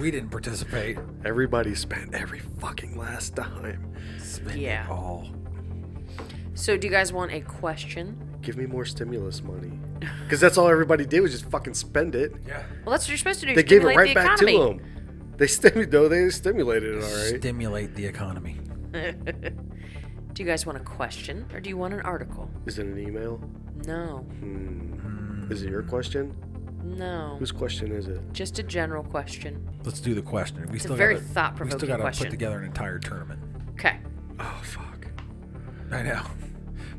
Speaker 1: We didn't
Speaker 2: <laughs>
Speaker 1: participate.
Speaker 2: Everybody spent every fucking last dime.
Speaker 1: Spend
Speaker 3: Yeah.
Speaker 1: it
Speaker 2: Oh.
Speaker 1: all.
Speaker 3: So, do you guys want a question?
Speaker 2: Give me more stimulus money, because that's all everybody did was just fucking spend it.
Speaker 1: Yeah.
Speaker 3: Well, that's what you're supposed to do.
Speaker 2: They gave it
Speaker 3: stimulate
Speaker 2: right
Speaker 3: the
Speaker 2: back to
Speaker 3: economy.
Speaker 2: them. They stimulated, though they stimulated it all right.
Speaker 1: Stimulate the economy.
Speaker 3: Do you guys want a question or do you want an article?
Speaker 2: Is it an email?
Speaker 3: No.
Speaker 1: Mm.
Speaker 2: Is it your question?
Speaker 3: No.
Speaker 2: Whose question is it?
Speaker 3: Just a general question.
Speaker 1: Let's do the question. We
Speaker 3: It's
Speaker 1: still
Speaker 3: a very
Speaker 1: gotta- We
Speaker 3: thought-provoking
Speaker 1: still gotta
Speaker 3: question.
Speaker 1: put together an entire tournament.
Speaker 3: Okay.
Speaker 2: Oh fuck.
Speaker 1: I know.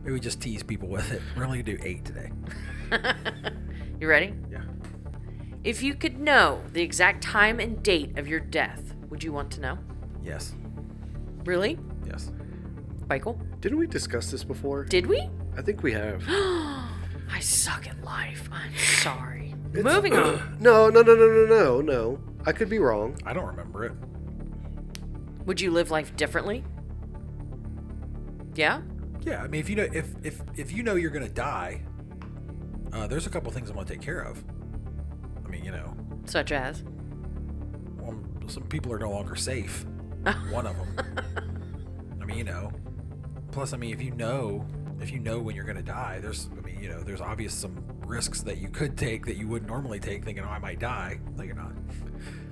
Speaker 1: Maybe we just tease people with it. We're only gonna do eight today.
Speaker 3: You ready?
Speaker 1: Yeah.
Speaker 3: If you could know the exact time and date of your death, would you want to know?
Speaker 1: Yes.
Speaker 3: Really?
Speaker 1: Yes.
Speaker 3: Michael?
Speaker 2: Didn't we discuss this before?
Speaker 3: Did we?
Speaker 2: I think we have.
Speaker 3: I suck at life. I'm sorry. Moving
Speaker 1: <clears throat>
Speaker 3: on.
Speaker 2: No, no, no, no, no, no, no. I could be wrong. <laughs>
Speaker 1: I don't remember it.
Speaker 3: Would you live life differently? Yeah?
Speaker 1: Yeah, I mean, if you know, if if if you know you're gonna die, uh, there's a couple things I'm gonna take care of. I mean, you know,
Speaker 3: Such as?
Speaker 1: um, some people are no longer safe. One of them. I mean, you know. Plus, I mean, if you know, if you know when you're gonna die, there's, I mean, you know, there's obvious some risks that you could take that you would normally take, thinking, oh, I might die. No, you're not.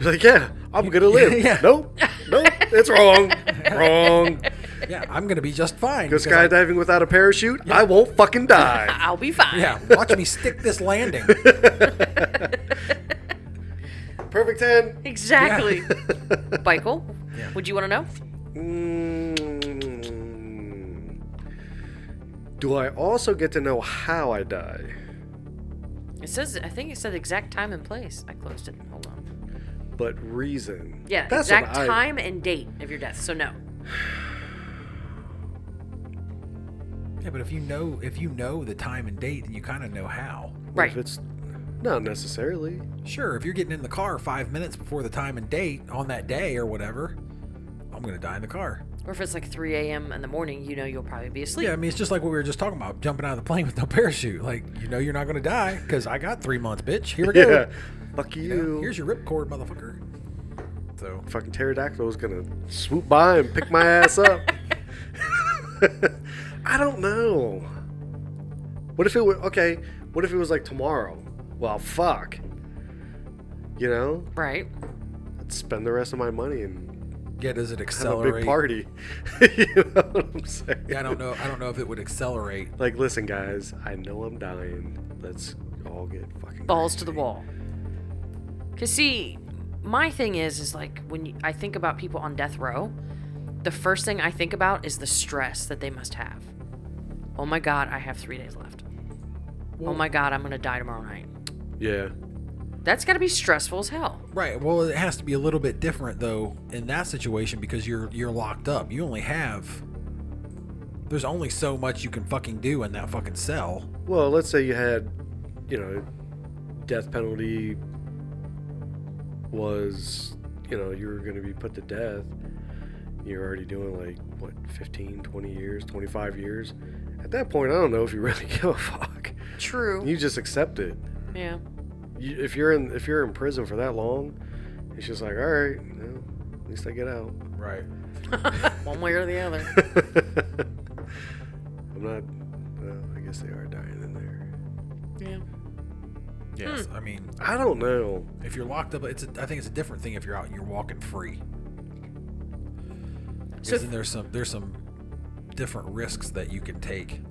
Speaker 2: Like, yeah, I'm gonna live.
Speaker 1: Yeah.
Speaker 2: Nope, nope, it's wrong, wrong.
Speaker 1: Yeah, I'm gonna be just fine.
Speaker 2: Go
Speaker 1: because I-
Speaker 2: skydiving without a parachute. I won't fucking die.
Speaker 3: I'll be
Speaker 1: <laughs>
Speaker 3: fine.
Speaker 1: Yeah, watch me stick this landing.
Speaker 2: Perfect ten.
Speaker 3: Exactly.
Speaker 1: <laughs>
Speaker 3: Michael? Would you want to know?
Speaker 2: Mm. Do I also get to know how I die?
Speaker 3: It says, I think it said exact time and place. I closed it. Hold on.
Speaker 2: But reason.
Speaker 3: Yeah,
Speaker 2: That's what
Speaker 3: exact
Speaker 2: I-
Speaker 3: time and date of your death. So, no.
Speaker 1: Yeah, but if you know if you know the time and date, then you kind of know how.
Speaker 3: Right.
Speaker 2: If it's Not necessarily.
Speaker 1: Sure, if you're getting in the car five minutes before the time and date on that day or whatever, I'm gonna die in the car.
Speaker 3: Or if it's like 3 a.m. in the morning, you know you'll probably be asleep.
Speaker 1: Yeah, I mean it's just like what we were just talking about, jumping out of the plane with no <laughs> parachute. Like you know you're not gonna die because I got three months, bitch. Here we go.
Speaker 2: Yeah. Fuck you.
Speaker 1: You know, here's your ripcord, motherfucker. So
Speaker 2: fucking pterodactyl was gonna swoop by and pick my ass
Speaker 1: <laughs>
Speaker 2: up. I don't know. What if it was okay? What if it was like tomorrow? Well, fuck. You know,
Speaker 3: Right.
Speaker 2: I'd spend the rest of my money and
Speaker 1: yeah, does it
Speaker 2: have a
Speaker 1: accelerate?
Speaker 2: big party. <laughs> you know what I'm saying?
Speaker 1: Yeah, I don't know. I don't know if it would accelerate.
Speaker 2: Like, listen, guys, I know I'm dying. Let's all get fucking
Speaker 3: balls
Speaker 2: crazy.
Speaker 3: to the wall. Cause see, my thing is, is like when you, I think about people on death row, the first thing I think about is the stress that they must have. Oh my God, I have three days left. oh my God, I'm gonna die tomorrow night.
Speaker 2: Yeah.
Speaker 3: That's gotta be stressful as hell.
Speaker 1: Right. Well, it has to be a little bit different though in that situation because you're you're locked up. You only have there's only so much you can fucking do in that fucking cell.
Speaker 2: Well, let's say you had, you know, death penalty was, you know, you were going to be put to death. You're already doing like, what, 15, 20 years, 25 years? At that point, I don't know if you <laughs> really give a fuck.
Speaker 3: True.
Speaker 2: You just accept it.
Speaker 3: Yeah.
Speaker 2: You, if you're in if you're in prison for that long, it's just like, all right, you know, at least I get out. <laughs>
Speaker 1: Right.
Speaker 3: One way or the other.
Speaker 2: I'm not. Well, I guess they are dying in there.
Speaker 3: Yeah.
Speaker 1: Yes. I mean,
Speaker 2: I don't know.
Speaker 1: if you're locked up, it's a, I think it's a different thing if you're out and you're walking free.
Speaker 3: So-
Speaker 1: Isn't there some there's some different risks that you can take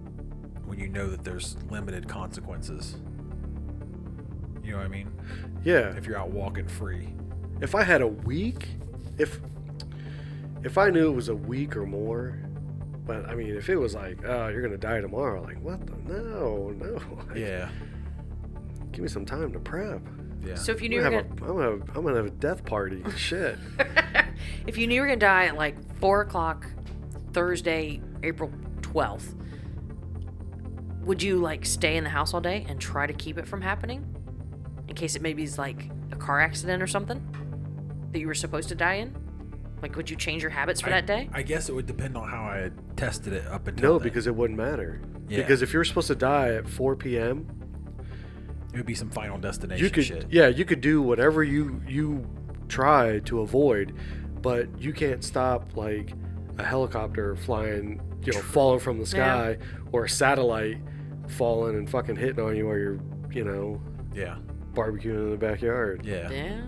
Speaker 1: when you know that there's limited consequences. You know what I mean?
Speaker 2: Yeah.
Speaker 1: If you're out walking free.
Speaker 2: if I had a week, if if I knew it was a week or more, but I mean, if it was like, oh, you're gonna die tomorrow, like what the no, no, <laughs> Like,
Speaker 1: Yeah.
Speaker 2: give me some time to prep.
Speaker 1: Yeah.
Speaker 3: So if you
Speaker 2: I'm
Speaker 3: knew
Speaker 2: gonna, have
Speaker 3: you were
Speaker 2: a,
Speaker 3: gonna,
Speaker 2: I'm, gonna, have- I'm gonna have a death
Speaker 3: <laughs>
Speaker 2: party. Shit.
Speaker 3: if you knew you were gonna die at like four o'clock Thursday, April twelfth, would you like stay in the house all day and try to keep it from happening? In case it maybe is like a car accident or something that you were supposed to die in? Like would you change your habits for
Speaker 1: I-
Speaker 3: that day?
Speaker 1: I guess it would depend on how I had tested it up until
Speaker 2: No,
Speaker 1: then.
Speaker 2: because it wouldn't matter.
Speaker 1: Yeah.
Speaker 2: Because if you're supposed to die at 4 p.m.,
Speaker 1: it would be some final destination
Speaker 2: you could
Speaker 1: shit.
Speaker 2: yeah, you could do whatever you you try to avoid, but you can't stop like a helicopter flying, you know, falling from the
Speaker 3: Yeah.
Speaker 2: sky or a satellite falling and fucking hitting on you while you're, you know,
Speaker 1: Yeah.
Speaker 2: barbecuing in the backyard.
Speaker 1: Yeah.
Speaker 3: yeah.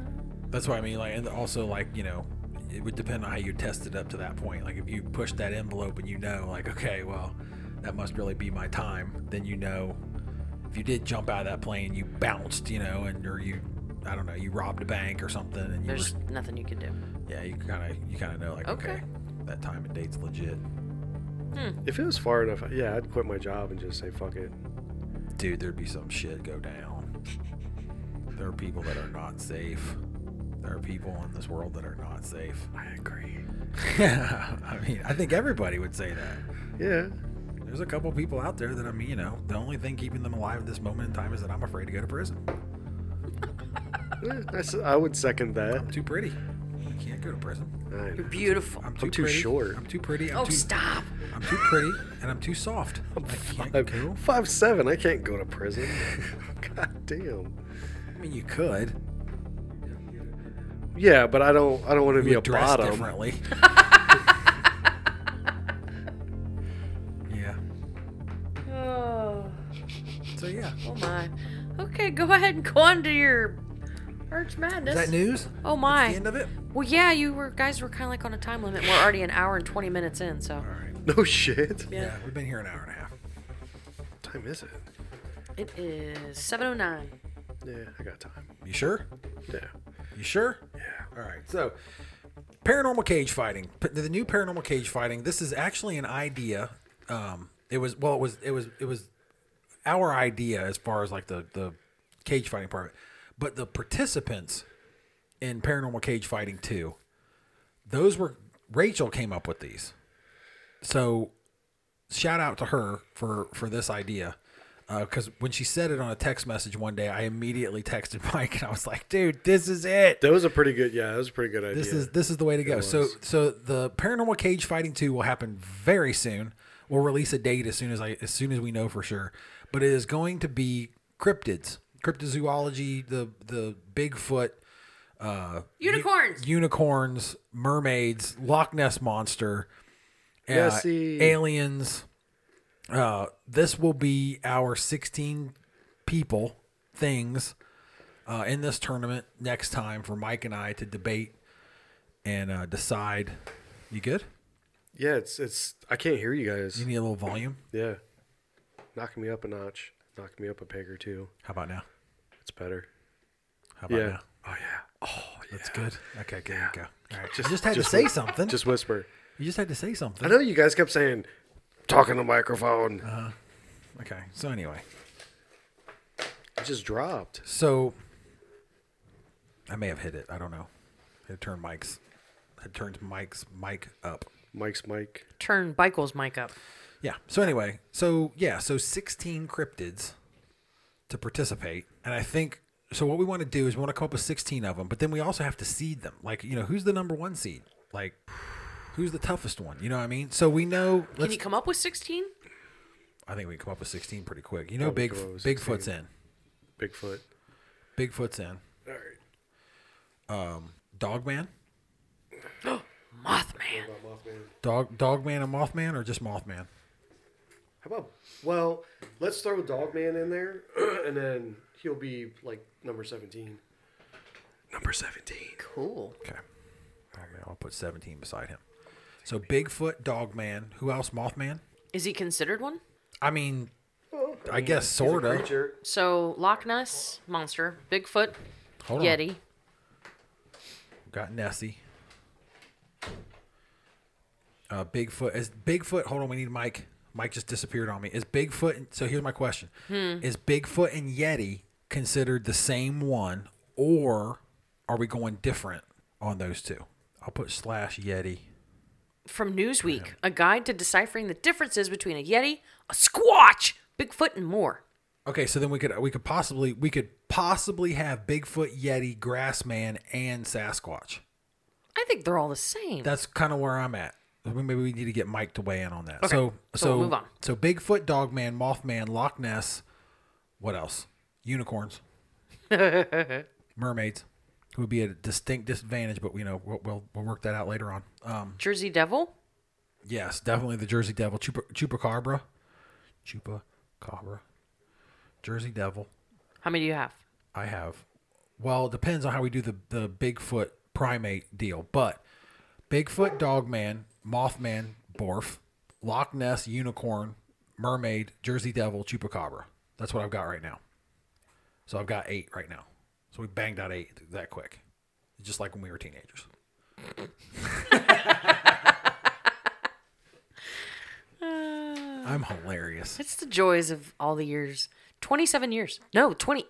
Speaker 1: That's what I mean. Like, and also like you know, it would depend on how you tested up to that point. Like if you push that envelope and you know, like okay, well, that must really be my time. Then you know, if you did jump out of that plane, you bounced, you know, and or you, I don't know, you robbed a bank or something, and you
Speaker 3: There's
Speaker 1: were,
Speaker 3: nothing you could do.
Speaker 1: yeah, you kind of you kind of know like okay.
Speaker 3: Okay.
Speaker 1: that time and date's legit,
Speaker 2: If it was far enough, yeah, I'd quit my job and just say fuck it.
Speaker 1: dude. There'd be some shit go down. There are people that are not safe. There are people in this world that are not safe. <laughs>
Speaker 2: I agree.
Speaker 1: I mean, I think everybody would say that.
Speaker 2: Yeah.
Speaker 1: There's a couple people out there that I mean, you know, the only thing keeping them alive at this moment in time is that I'm afraid to go to prison.
Speaker 2: Eh, I, s- I would second that.
Speaker 1: I'm too pretty. I can't go to prison.
Speaker 2: I
Speaker 3: You're
Speaker 2: know.
Speaker 3: beautiful.
Speaker 1: I'm too,
Speaker 2: too
Speaker 1: pretty.
Speaker 2: short.
Speaker 1: I'm too pretty. I'm
Speaker 3: oh
Speaker 1: too,
Speaker 3: stop.
Speaker 1: I'm too pretty, and I'm too
Speaker 2: <laughs>
Speaker 1: soft. I'm I can not go.
Speaker 2: Five, five seven. I can't go to prison.
Speaker 1: <laughs>
Speaker 2: God damn.
Speaker 1: I mean, you could.
Speaker 2: Yeah, but I don't. I don't want to
Speaker 1: You
Speaker 2: be a
Speaker 1: would dress
Speaker 2: bottom.
Speaker 3: <laughs>
Speaker 1: differently. <laughs> yeah.
Speaker 3: Oh,
Speaker 1: So yeah.
Speaker 3: oh my. Okay, go ahead and go on to your Arch Madness.
Speaker 1: Is that news?
Speaker 3: Oh my.
Speaker 1: That's the end of it.
Speaker 3: Well, yeah, you were guys were kind of like on a time limit. We're already an hour and twenty minutes in, so
Speaker 1: All right.
Speaker 2: <laughs> No shit.
Speaker 1: Yeah. we've been here an hour and a half.
Speaker 2: What time is it?
Speaker 3: it is seven oh nine.
Speaker 2: Yeah, I got time.
Speaker 1: You sure?
Speaker 2: Yeah.
Speaker 1: You sure? Yeah. All right. So, paranormal cage fighting. P- The new paranormal cage fighting. This is actually an idea. Um, it was well, it was it was it was our idea as far as like the the cage fighting part, but the participants in paranormal cage fighting too. Those were Rachel came up with these. So, shout out to her for for this idea. because when she said it on a text message one day, I immediately texted <laughs> Mike and I was like, "Dude, this is it.
Speaker 2: That was a pretty good. Yeah, that was a pretty good idea.
Speaker 1: This is this is the way to go." So so the Paranormal Cage Fighting Two will happen very soon. We'll release a date as soon as I as soon as we know for sure. But it is going to be cryptids, cryptozoology, the the Bigfoot,
Speaker 3: Unicorns.
Speaker 1: unicorns, mermaids, Loch Ness monster, uh,
Speaker 2: Nessie.
Speaker 1: aliens. Uh, this will be our 16 people things uh, in this tournament next time for Mike and I to debate and uh, decide. You good?
Speaker 2: yeah, it's it's. I can't hear you guys.
Speaker 1: You need a little volume.
Speaker 2: Yeah, knocking me up a notch. Knocking me up a peg or two.
Speaker 1: How about now?
Speaker 2: It's better.
Speaker 1: How about
Speaker 2: Yeah.
Speaker 1: now?
Speaker 2: Oh yeah. Oh yeah.
Speaker 1: That's good. Okay, good.
Speaker 2: Yeah.
Speaker 1: Go. All right.
Speaker 2: Just-
Speaker 1: you just had
Speaker 2: just
Speaker 1: to say
Speaker 2: whi-
Speaker 1: something.
Speaker 2: Just whisper.
Speaker 1: you just had to say
Speaker 2: I
Speaker 1: something.
Speaker 2: know you guys kept saying, talking to microphone.
Speaker 1: Uh-huh. Okay. So anyway,
Speaker 2: it just dropped.
Speaker 1: So I may have hit it. I don't know. It turned Mike's. It turned Mike's mic up.
Speaker 2: Mike's mic.
Speaker 3: Turn Michael's mic up.
Speaker 1: Yeah. So anyway, so yeah, so 16 cryptids to participate, and I think so. What we want to do is we want to come up with 16 of them, but then we also have to seed them. Like you know, who's the number one seed? Like who's the toughest one? You know what I mean? So we know.
Speaker 3: Can
Speaker 1: Let's.
Speaker 3: you come up with 16?
Speaker 1: I think we can come up with 16 pretty quick. You know,
Speaker 2: Probably
Speaker 1: Big
Speaker 2: come up with
Speaker 1: Bigfoot's in.
Speaker 2: Bigfoot.
Speaker 1: Bigfoot's in. Um,
Speaker 2: All right.
Speaker 1: Dogman.
Speaker 3: Mothman.
Speaker 2: About Mothman.
Speaker 1: Dog Dogman and Mothman, or just Mothman.
Speaker 2: How about well, let's throw Dogman in there, <clears throat> and then he'll be like number seventeen. Number seventeen.
Speaker 3: Cool.
Speaker 1: Okay. Oh, man, I'll put 17 beside him. So Bigfoot, Dogman, who else? Mothman?
Speaker 3: Is he considered one?
Speaker 1: I mean, I guess sort of.
Speaker 2: Creature.
Speaker 3: So Loch Ness monster, Bigfoot,
Speaker 1: Hold on.
Speaker 3: Yeti.
Speaker 1: Got Nessie. Uh, Bigfoot is Bigfoot. Hold on, we need Mike. Mike just disappeared on me. Is Bigfoot? So here's my question: Is Bigfoot and Yeti considered the same one, or are we going different on those two? I'll put slash Yeti.
Speaker 3: From Newsweek, a guide to deciphering the differences between a Yeti, a Squatch, Bigfoot, and more.
Speaker 1: Okay, so then we could we could possibly we could possibly have Bigfoot, Yeti, Grassman, and Sasquatch.
Speaker 3: I think they're all the same.
Speaker 1: That's kind of where I'm at. I mean, Maybe we need to get Mike to weigh in on that. So so
Speaker 3: so we'll move on.
Speaker 1: So Bigfoot, Dogman, Mothman, Loch Ness, what else?
Speaker 3: <laughs>
Speaker 1: Unicorns, mermaids, who would be at a distinct disadvantage, but we know we'll, we'll we'll work that out later on. Um,
Speaker 3: Jersey Devil,
Speaker 1: yes, definitely the Jersey Devil, Chupa, Chupacabra, Chupacabra, Jersey Devil.
Speaker 3: how many do you have?
Speaker 1: I have. Well, it depends on how we do the the Bigfoot primate deal, but Bigfoot, Dogman, Mothman, Borf, Loch Ness, Unicorn, Mermaid, Jersey Devil, Chupacabra. That's what I've got right now. So I've got eight right now. So we banged out eight that quick, just like when we were
Speaker 3: <laughs>
Speaker 1: teenagers. I'm hilarious.
Speaker 3: It's the joys of all the years. 27 years. No, 20.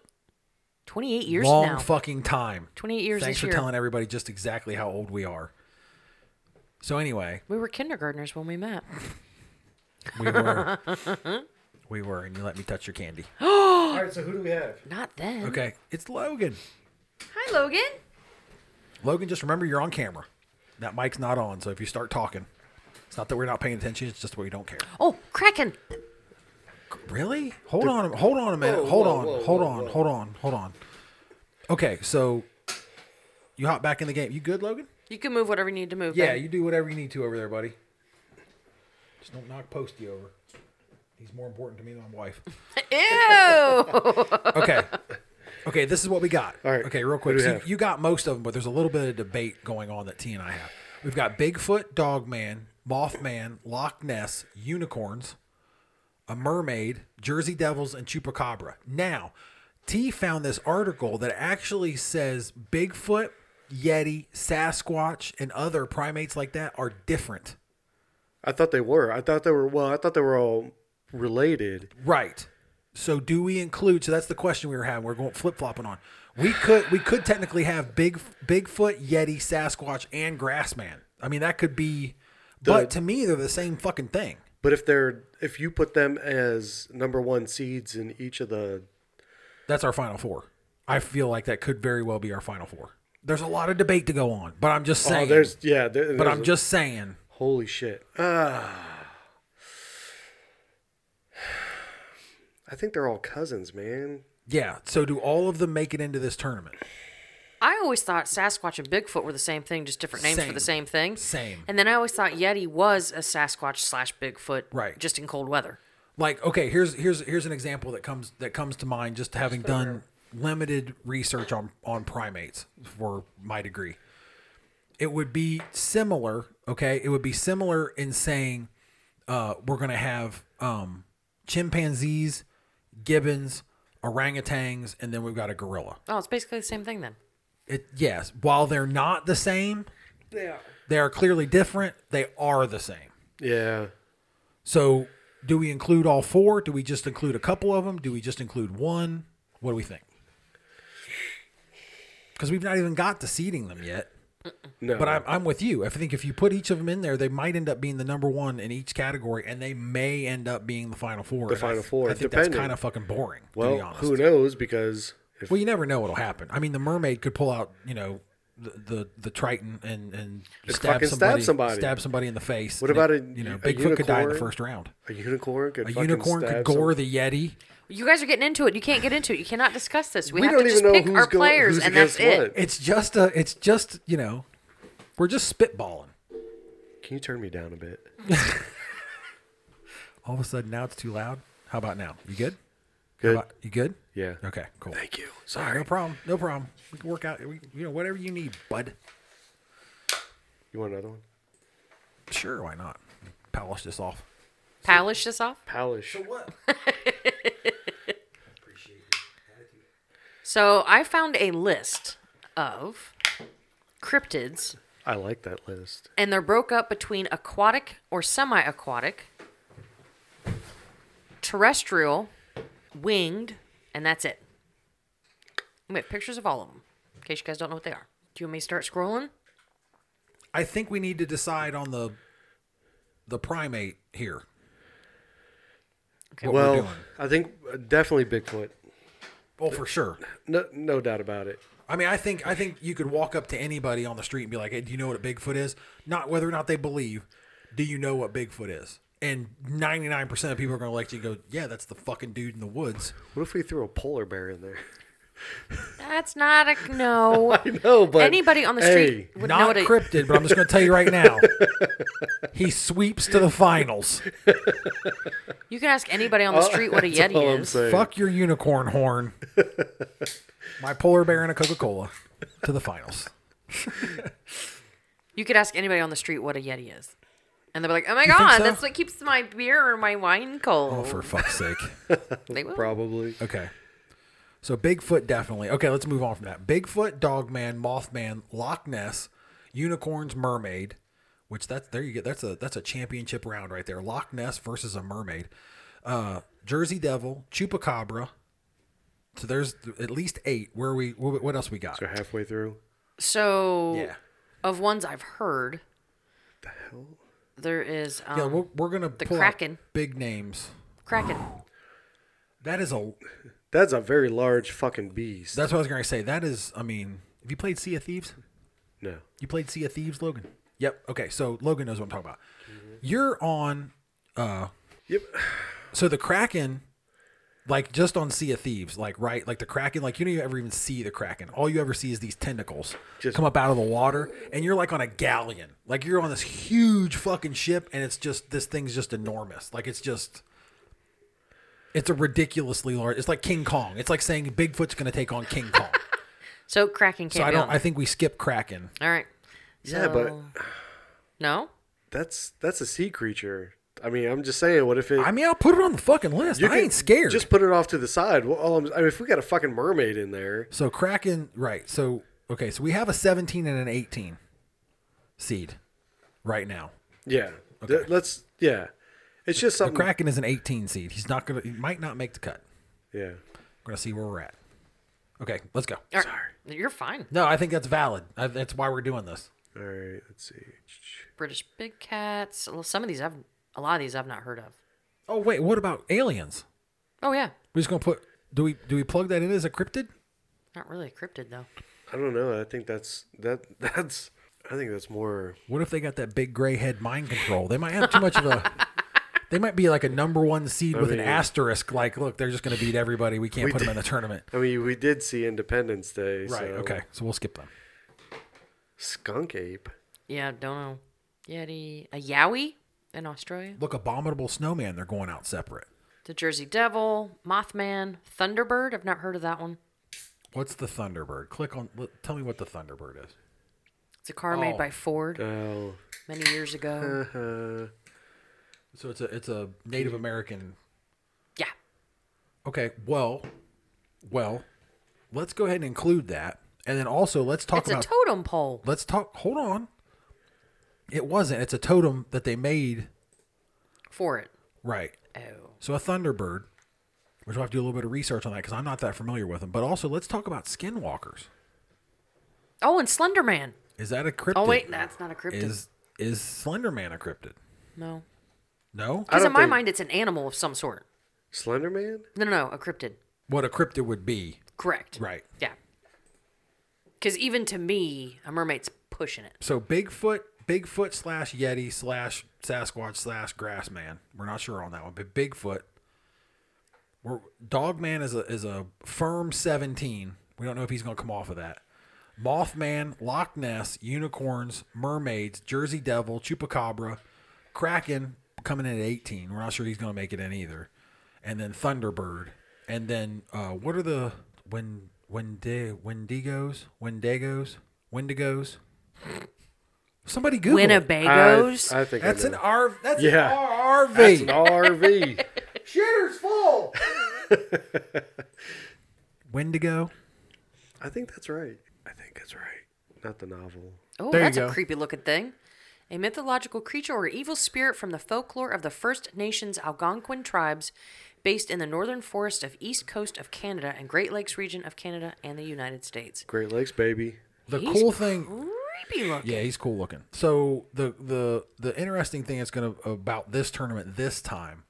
Speaker 3: 28 years
Speaker 1: Long
Speaker 3: now.
Speaker 1: fucking time.
Speaker 3: 28 years
Speaker 1: Thanks
Speaker 3: this
Speaker 1: for
Speaker 3: year.
Speaker 1: telling everybody just exactly how old we are. So anyway,
Speaker 3: we were kindergartners when we met.
Speaker 1: we
Speaker 2: <laughs>
Speaker 1: were, we were, and you let me touch your candy.
Speaker 2: All right, so who do we have?
Speaker 3: Not then.
Speaker 1: Okay, it's Logan.
Speaker 3: Hi, Logan.
Speaker 1: Logan, just remember you're on camera. That mic's not on, so if you start talking, it's not that we're not paying attention. It's just we don't care.
Speaker 3: Oh, Kraken.
Speaker 1: Really? Hold on. Hold on a minute.
Speaker 2: Whoa,
Speaker 1: hold
Speaker 2: whoa,
Speaker 1: on.
Speaker 2: whoa,
Speaker 1: hold
Speaker 2: whoa,
Speaker 1: on.
Speaker 2: whoa.
Speaker 1: Hold on. Hold on. Okay, so you hop back in the game. You good, Logan?
Speaker 3: You can move whatever you need to move.
Speaker 1: Yeah,
Speaker 3: babe.
Speaker 1: you do whatever you need to over there, buddy. Just don't knock Posty over. He's more important to me than my wife.
Speaker 3: Ew.
Speaker 1: Okay. okay, this is what we got.
Speaker 2: All right,
Speaker 1: Okay, real
Speaker 2: what
Speaker 1: quick.
Speaker 2: do we
Speaker 1: So you,
Speaker 2: have?
Speaker 1: you got most of them, but there's a little bit of debate going on that T and I have. We've got Bigfoot, Dogman, Mothman, Loch Ness, unicorns, a mermaid, Jersey Devils, and Chupacabra. Now, T found this article that actually says Bigfoot, Yeti, Sasquatch, and other primates like that are different.
Speaker 2: I thought they were. I thought they were. Well, I thought they were all related.
Speaker 1: Right. So do we include? So that's the question we were having. We're going flip flopping on. We could we could technically have big Bigfoot, Yeti, Sasquatch, and Grassman. I mean that could be, but to me they're the same fucking thing.
Speaker 2: But if they're if you put them as number one seeds in each of the
Speaker 1: That's our final four. I feel like that could very well be our final four. There's a lot of debate to go on, but I'm just
Speaker 2: oh
Speaker 1: saying.
Speaker 2: there's yeah there,
Speaker 1: but
Speaker 2: there's
Speaker 1: I'm
Speaker 2: a-
Speaker 1: just saying.
Speaker 2: holy shit ah <sighs> I think they're all cousins man
Speaker 1: Yeah. So do all of them make it into this tournament?
Speaker 3: I always thought Sasquatch and Bigfoot were the same thing, just different names for the
Speaker 1: Same.
Speaker 3: same thing.
Speaker 1: Same.
Speaker 3: And then I always thought Yeti was a Sasquatch slash Bigfoot,
Speaker 1: Right.
Speaker 3: Just in cold weather.
Speaker 1: Like, okay, here's here's here's an example that comes that comes to mind just having done limited research on on primates for my degree. It would be similar, okay? It would be similar in saying uh, we're going to have um, chimpanzees, gibbons, orangutans, and then we've got a gorilla.
Speaker 3: Oh, it's basically the same thing then.
Speaker 1: It yes, while they're not the same,
Speaker 2: they are
Speaker 1: they are clearly different. They are the same.
Speaker 2: yeah
Speaker 1: So, do we include all four? Do we just include a couple of them? Do we just include one? What do we think? Because we've not even got to seeding them yet.
Speaker 2: no
Speaker 1: But I'm, I'm with you. I think if you put each of them in there, they might end up being the number one in each category, and they may end up being the final four. The
Speaker 2: final four,
Speaker 1: I think that's
Speaker 2: depending.
Speaker 1: kind of fucking boring. to
Speaker 2: well
Speaker 1: be honest.
Speaker 2: who knows because if
Speaker 1: Well, you never know what'll happen. I mean, the mermaid could pull out, you know, the the, the triton and and stab
Speaker 2: fucking stab
Speaker 1: somebody,
Speaker 2: somebody.
Speaker 1: stab somebody in the face.
Speaker 2: What
Speaker 1: And
Speaker 2: about
Speaker 1: it-
Speaker 2: a-
Speaker 1: you know
Speaker 2: a
Speaker 1: Bigfoot could die in the
Speaker 2: unicorn?
Speaker 1: first round.
Speaker 2: a unicorn could
Speaker 1: A
Speaker 2: fucking
Speaker 1: unicorn could
Speaker 2: stab
Speaker 1: gore
Speaker 2: some-
Speaker 1: the yeti.
Speaker 3: You guys are getting into it. You can't get into it. You cannot discuss this. We,
Speaker 2: we
Speaker 3: have
Speaker 2: don't
Speaker 3: to
Speaker 2: even
Speaker 3: just
Speaker 2: know
Speaker 3: pick
Speaker 2: who's
Speaker 3: our
Speaker 2: going
Speaker 3: players,
Speaker 2: who's
Speaker 3: and that's
Speaker 2: against what.
Speaker 3: it.
Speaker 1: It's just a. It's just you know, we're just spitballing.
Speaker 2: Can you turn me down a bit?
Speaker 1: All of a sudden now it's too loud. How about now? You good? How
Speaker 2: Good.
Speaker 1: about- you good?
Speaker 2: Yeah.
Speaker 1: Okay. Cool.
Speaker 2: Thank you.
Speaker 1: No
Speaker 2: Sorry.
Speaker 1: problem. No problem. We can work out. We, you know, whatever you need, bud.
Speaker 2: You want another one?
Speaker 1: Sure. Why not? Polish this off.
Speaker 3: Polish this off.
Speaker 2: Polish.
Speaker 1: What?
Speaker 3: So I found a list of cryptids,
Speaker 2: I like that list.
Speaker 3: and they're broke up between aquatic or semi-aquatic, terrestrial, winged, and that's it. I'm gonna have pictures of all of them, in case you guys don't know what they are. Do you want me to start scrolling?
Speaker 1: I think we need to decide on the the primate here. What we're
Speaker 2: Well,
Speaker 1: doing.
Speaker 2: I think uh, definitely Bigfoot.
Speaker 1: well, Oh, for sure.
Speaker 2: No, no doubt about it.
Speaker 1: I mean, I think I think you could walk up to anybody on the street and be like, "Hey, do you know what a Bigfoot is?" Not whether or not they believe. Do you know what Bigfoot is? And ninety nine percent of people are going to let you go. Yeah, that's the fucking dude in the woods.
Speaker 2: What if we threw a polar bear in there? <laughs>
Speaker 3: That's not a no.
Speaker 2: No, but
Speaker 3: Anybody on the street would know
Speaker 1: Not
Speaker 3: what a
Speaker 1: cryptid, but I'm just going to tell you right now. <laughs> he sweeps to the finals.
Speaker 3: You can ask anybody on the street what a
Speaker 2: Hey, that's all
Speaker 3: Yeti
Speaker 2: I'm
Speaker 3: is.
Speaker 2: saying.
Speaker 1: Fuck your unicorn horn. My polar bear and a Coca Cola to the finals.
Speaker 3: You could ask anybody on the street what a Yeti is. And they'll be like, oh my
Speaker 1: think
Speaker 3: God,
Speaker 1: so?
Speaker 3: that's what keeps my beer or my wine cold.
Speaker 1: Oh, for fuck's sake.
Speaker 3: they will.
Speaker 2: Probably.
Speaker 1: Okay. So Bigfoot definitely. Okay, let's move on from that. Bigfoot, Dogman, Mothman, Loch Ness, Unicorns, Mermaid, which that's there you get that's a that's a championship round right there. Loch Ness versus a mermaid. Uh Jersey Devil, Chupacabra. So there's th- at least 8. Where are we wh- what else we got?
Speaker 2: So halfway through.
Speaker 3: So,
Speaker 1: Yeah.
Speaker 3: of ones I've heard,
Speaker 2: The hell?
Speaker 3: there is um,
Speaker 1: Yeah, we're, we're going to the
Speaker 3: Kraken.
Speaker 1: big names.
Speaker 3: Kraken.
Speaker 1: That is a
Speaker 2: That's a very large fucking beast.
Speaker 1: that's what I was going to say. That is I mean, have you played Sea of Thieves?
Speaker 2: no.
Speaker 1: You played Sea of Thieves, Logan. Mm-hmm. Yep. Okay, so Logan knows what I'm talking about. You're on. uh,
Speaker 2: Yep.
Speaker 1: So the Kraken, like just on Sea of Thieves, like right, like the Kraken, like you don't even ever even see the Kraken. All you ever see is these tentacles
Speaker 2: Just-
Speaker 1: come up out of the water, and you're like on a galleon, like you're on this huge fucking ship, and it's just this thing's just enormous. Like it's just. It's a ridiculously large. It's like King Kong. It's like saying Bigfoot's going to take on King Kong.
Speaker 3: So, Kraken
Speaker 1: so
Speaker 3: can't
Speaker 1: I
Speaker 3: be
Speaker 1: don't.
Speaker 3: on
Speaker 1: I think we skip Kraken.
Speaker 3: there. All right.
Speaker 2: Yeah, but
Speaker 3: So- No?
Speaker 2: that's that's a sea creature. I mean, I'm just saying. What if it?
Speaker 1: I mean, I'll put it on the fucking list. I
Speaker 2: can
Speaker 1: ain't scared.
Speaker 2: Just put it off to the side. Well, all I'm, I mean, if we got a fucking mermaid in there,
Speaker 1: So Kraken, right? So okay, so we have a 17 and an 18 seed right now.
Speaker 2: yeah. Th- let's. Yeah. It's just something.
Speaker 1: Kraken is an 18 seed. He's not gonna. He might not make the cut.
Speaker 2: yeah.
Speaker 1: We're gonna see where we're at. Okay, let's go.
Speaker 3: All right. You're fine.
Speaker 1: No, I think that's valid. I, that's why we're doing this.
Speaker 2: All right. Let's see.
Speaker 3: British big cats. Well, some of these I've A lot of these I've not heard of.
Speaker 1: Oh wait, what about aliens?
Speaker 3: Oh yeah,
Speaker 1: We're just gonna put. Do we do we plug that in as a cryptid?
Speaker 3: not really a cryptid though.
Speaker 2: I don't know. I think that's that <laughs> that's I think that's more
Speaker 1: What if they got that big gray head mind control? They might have too much of a. <laughs> They might be like a number one seed with an
Speaker 2: mean-
Speaker 1: asterisk. Like, look, they're just going to beat everybody. We can't put them in the
Speaker 2: <laughs>
Speaker 1: tournament.
Speaker 2: I mean, we did see Independence Day.
Speaker 1: Right.
Speaker 2: so-
Speaker 1: Okay. So we'll skip them.
Speaker 2: Skunk ape.
Speaker 3: Yeah, don't know. Yeti, a Yowie in Australia,
Speaker 1: Look, abominable snowman. They're going out separate.
Speaker 3: the Jersey Devil, Mothman, Thunderbird. I've not heard of that one.
Speaker 1: What's the Thunderbird? Click on. let- Tell me what the Thunderbird is.
Speaker 3: It's a car made
Speaker 1: Oh.
Speaker 3: by Ford
Speaker 2: Oh,
Speaker 3: many years ago.
Speaker 1: <laughs> So it's a it's a Native American.
Speaker 3: yeah,
Speaker 1: Okay. Well, well, let's go ahead and include that, and then also let's talk
Speaker 3: it's a
Speaker 1: about.
Speaker 3: totem pole.
Speaker 1: let's talk. Hold on. It wasn't. It's a totem that they made.
Speaker 3: for it.
Speaker 1: Right.
Speaker 3: Oh,
Speaker 1: So a Thunderbird, which we'll have to do a little bit of research on that because I'm not that familiar with them. But also, let's talk about skinwalkers.
Speaker 3: oh, and Slenderman.
Speaker 1: Is that a cryptid?
Speaker 3: Oh wait, that's not a cryptid.
Speaker 1: Is is Slenderman a cryptid?
Speaker 3: no,
Speaker 1: No.
Speaker 2: I
Speaker 3: because in
Speaker 2: don't
Speaker 3: my
Speaker 2: think-
Speaker 3: mind it's an animal of some sort.
Speaker 2: Slender Man?
Speaker 3: No, no, no, a cryptid.
Speaker 1: What a cryptid would be.
Speaker 3: Correct.
Speaker 1: Right.
Speaker 3: Yeah. Because even to me, a mermaid's pushing it.
Speaker 1: So Bigfoot, Bigfoot slash Yeti slash Sasquatch slash Grassman. We're not sure on that one, but Bigfoot. We're, Dogman is a is a firm seventeen. We don't know if he's going to come off of that. Mothman, Loch Ness, unicorns, mermaids, Jersey Devil, Chupacabra, Kraken coming in at eighteen. We're not sure he's going to make it in either. And then Thunderbird. And then uh, what are the when when Wendigos, Wendigos, Wendigos? Somebody Google. it.
Speaker 3: Winnebagos.
Speaker 2: I, I think
Speaker 1: That's
Speaker 2: I
Speaker 1: an
Speaker 2: know.
Speaker 1: R. That's
Speaker 2: Yeah.
Speaker 1: an RV.
Speaker 2: That's an RV.
Speaker 1: Shitter's full. Wendigo.
Speaker 2: I think that's right. I think that's right. Not the novel.
Speaker 3: oh,
Speaker 1: there you
Speaker 3: that's a
Speaker 1: go.
Speaker 3: creepy looking thing. A mythological creature or evil spirit from the folklore of the First Nations Algonquin tribes based in the northern forest of east coast of Canada and Great Lakes region of Canada and the United States.
Speaker 2: Great Lakes, baby.
Speaker 1: The
Speaker 3: He's
Speaker 1: cool thing.
Speaker 3: Creepy looking.
Speaker 1: Yeah, he's cool looking. So the the the interesting thing that's going to about this tournament this time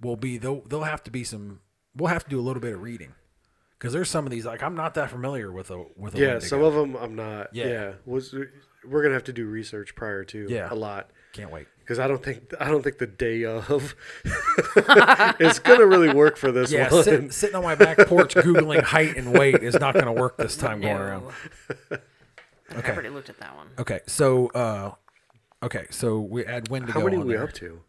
Speaker 1: will be they'll they'll have to be some we'll have to do a little bit of reading because there's some of these like I'm not that familiar with a with a
Speaker 2: Yeah,
Speaker 1: Wendigo.
Speaker 2: some of them I'm not.
Speaker 1: Yeah.
Speaker 2: Yeah. Was we're going to have to do research prior to
Speaker 1: Yeah.
Speaker 2: a lot.
Speaker 1: can't wait.
Speaker 2: Because I don't think I don't think the day of <laughs> it's gonna really work for this
Speaker 1: Yeah,
Speaker 2: one. <laughs>
Speaker 1: sit, sitting on my back porch googling height and weight is not going to work this time going around.
Speaker 3: I already looked at that one.
Speaker 1: Okay, so uh okay, so we add Wendigo.
Speaker 2: How many are
Speaker 1: on
Speaker 2: we
Speaker 1: there.
Speaker 2: up to?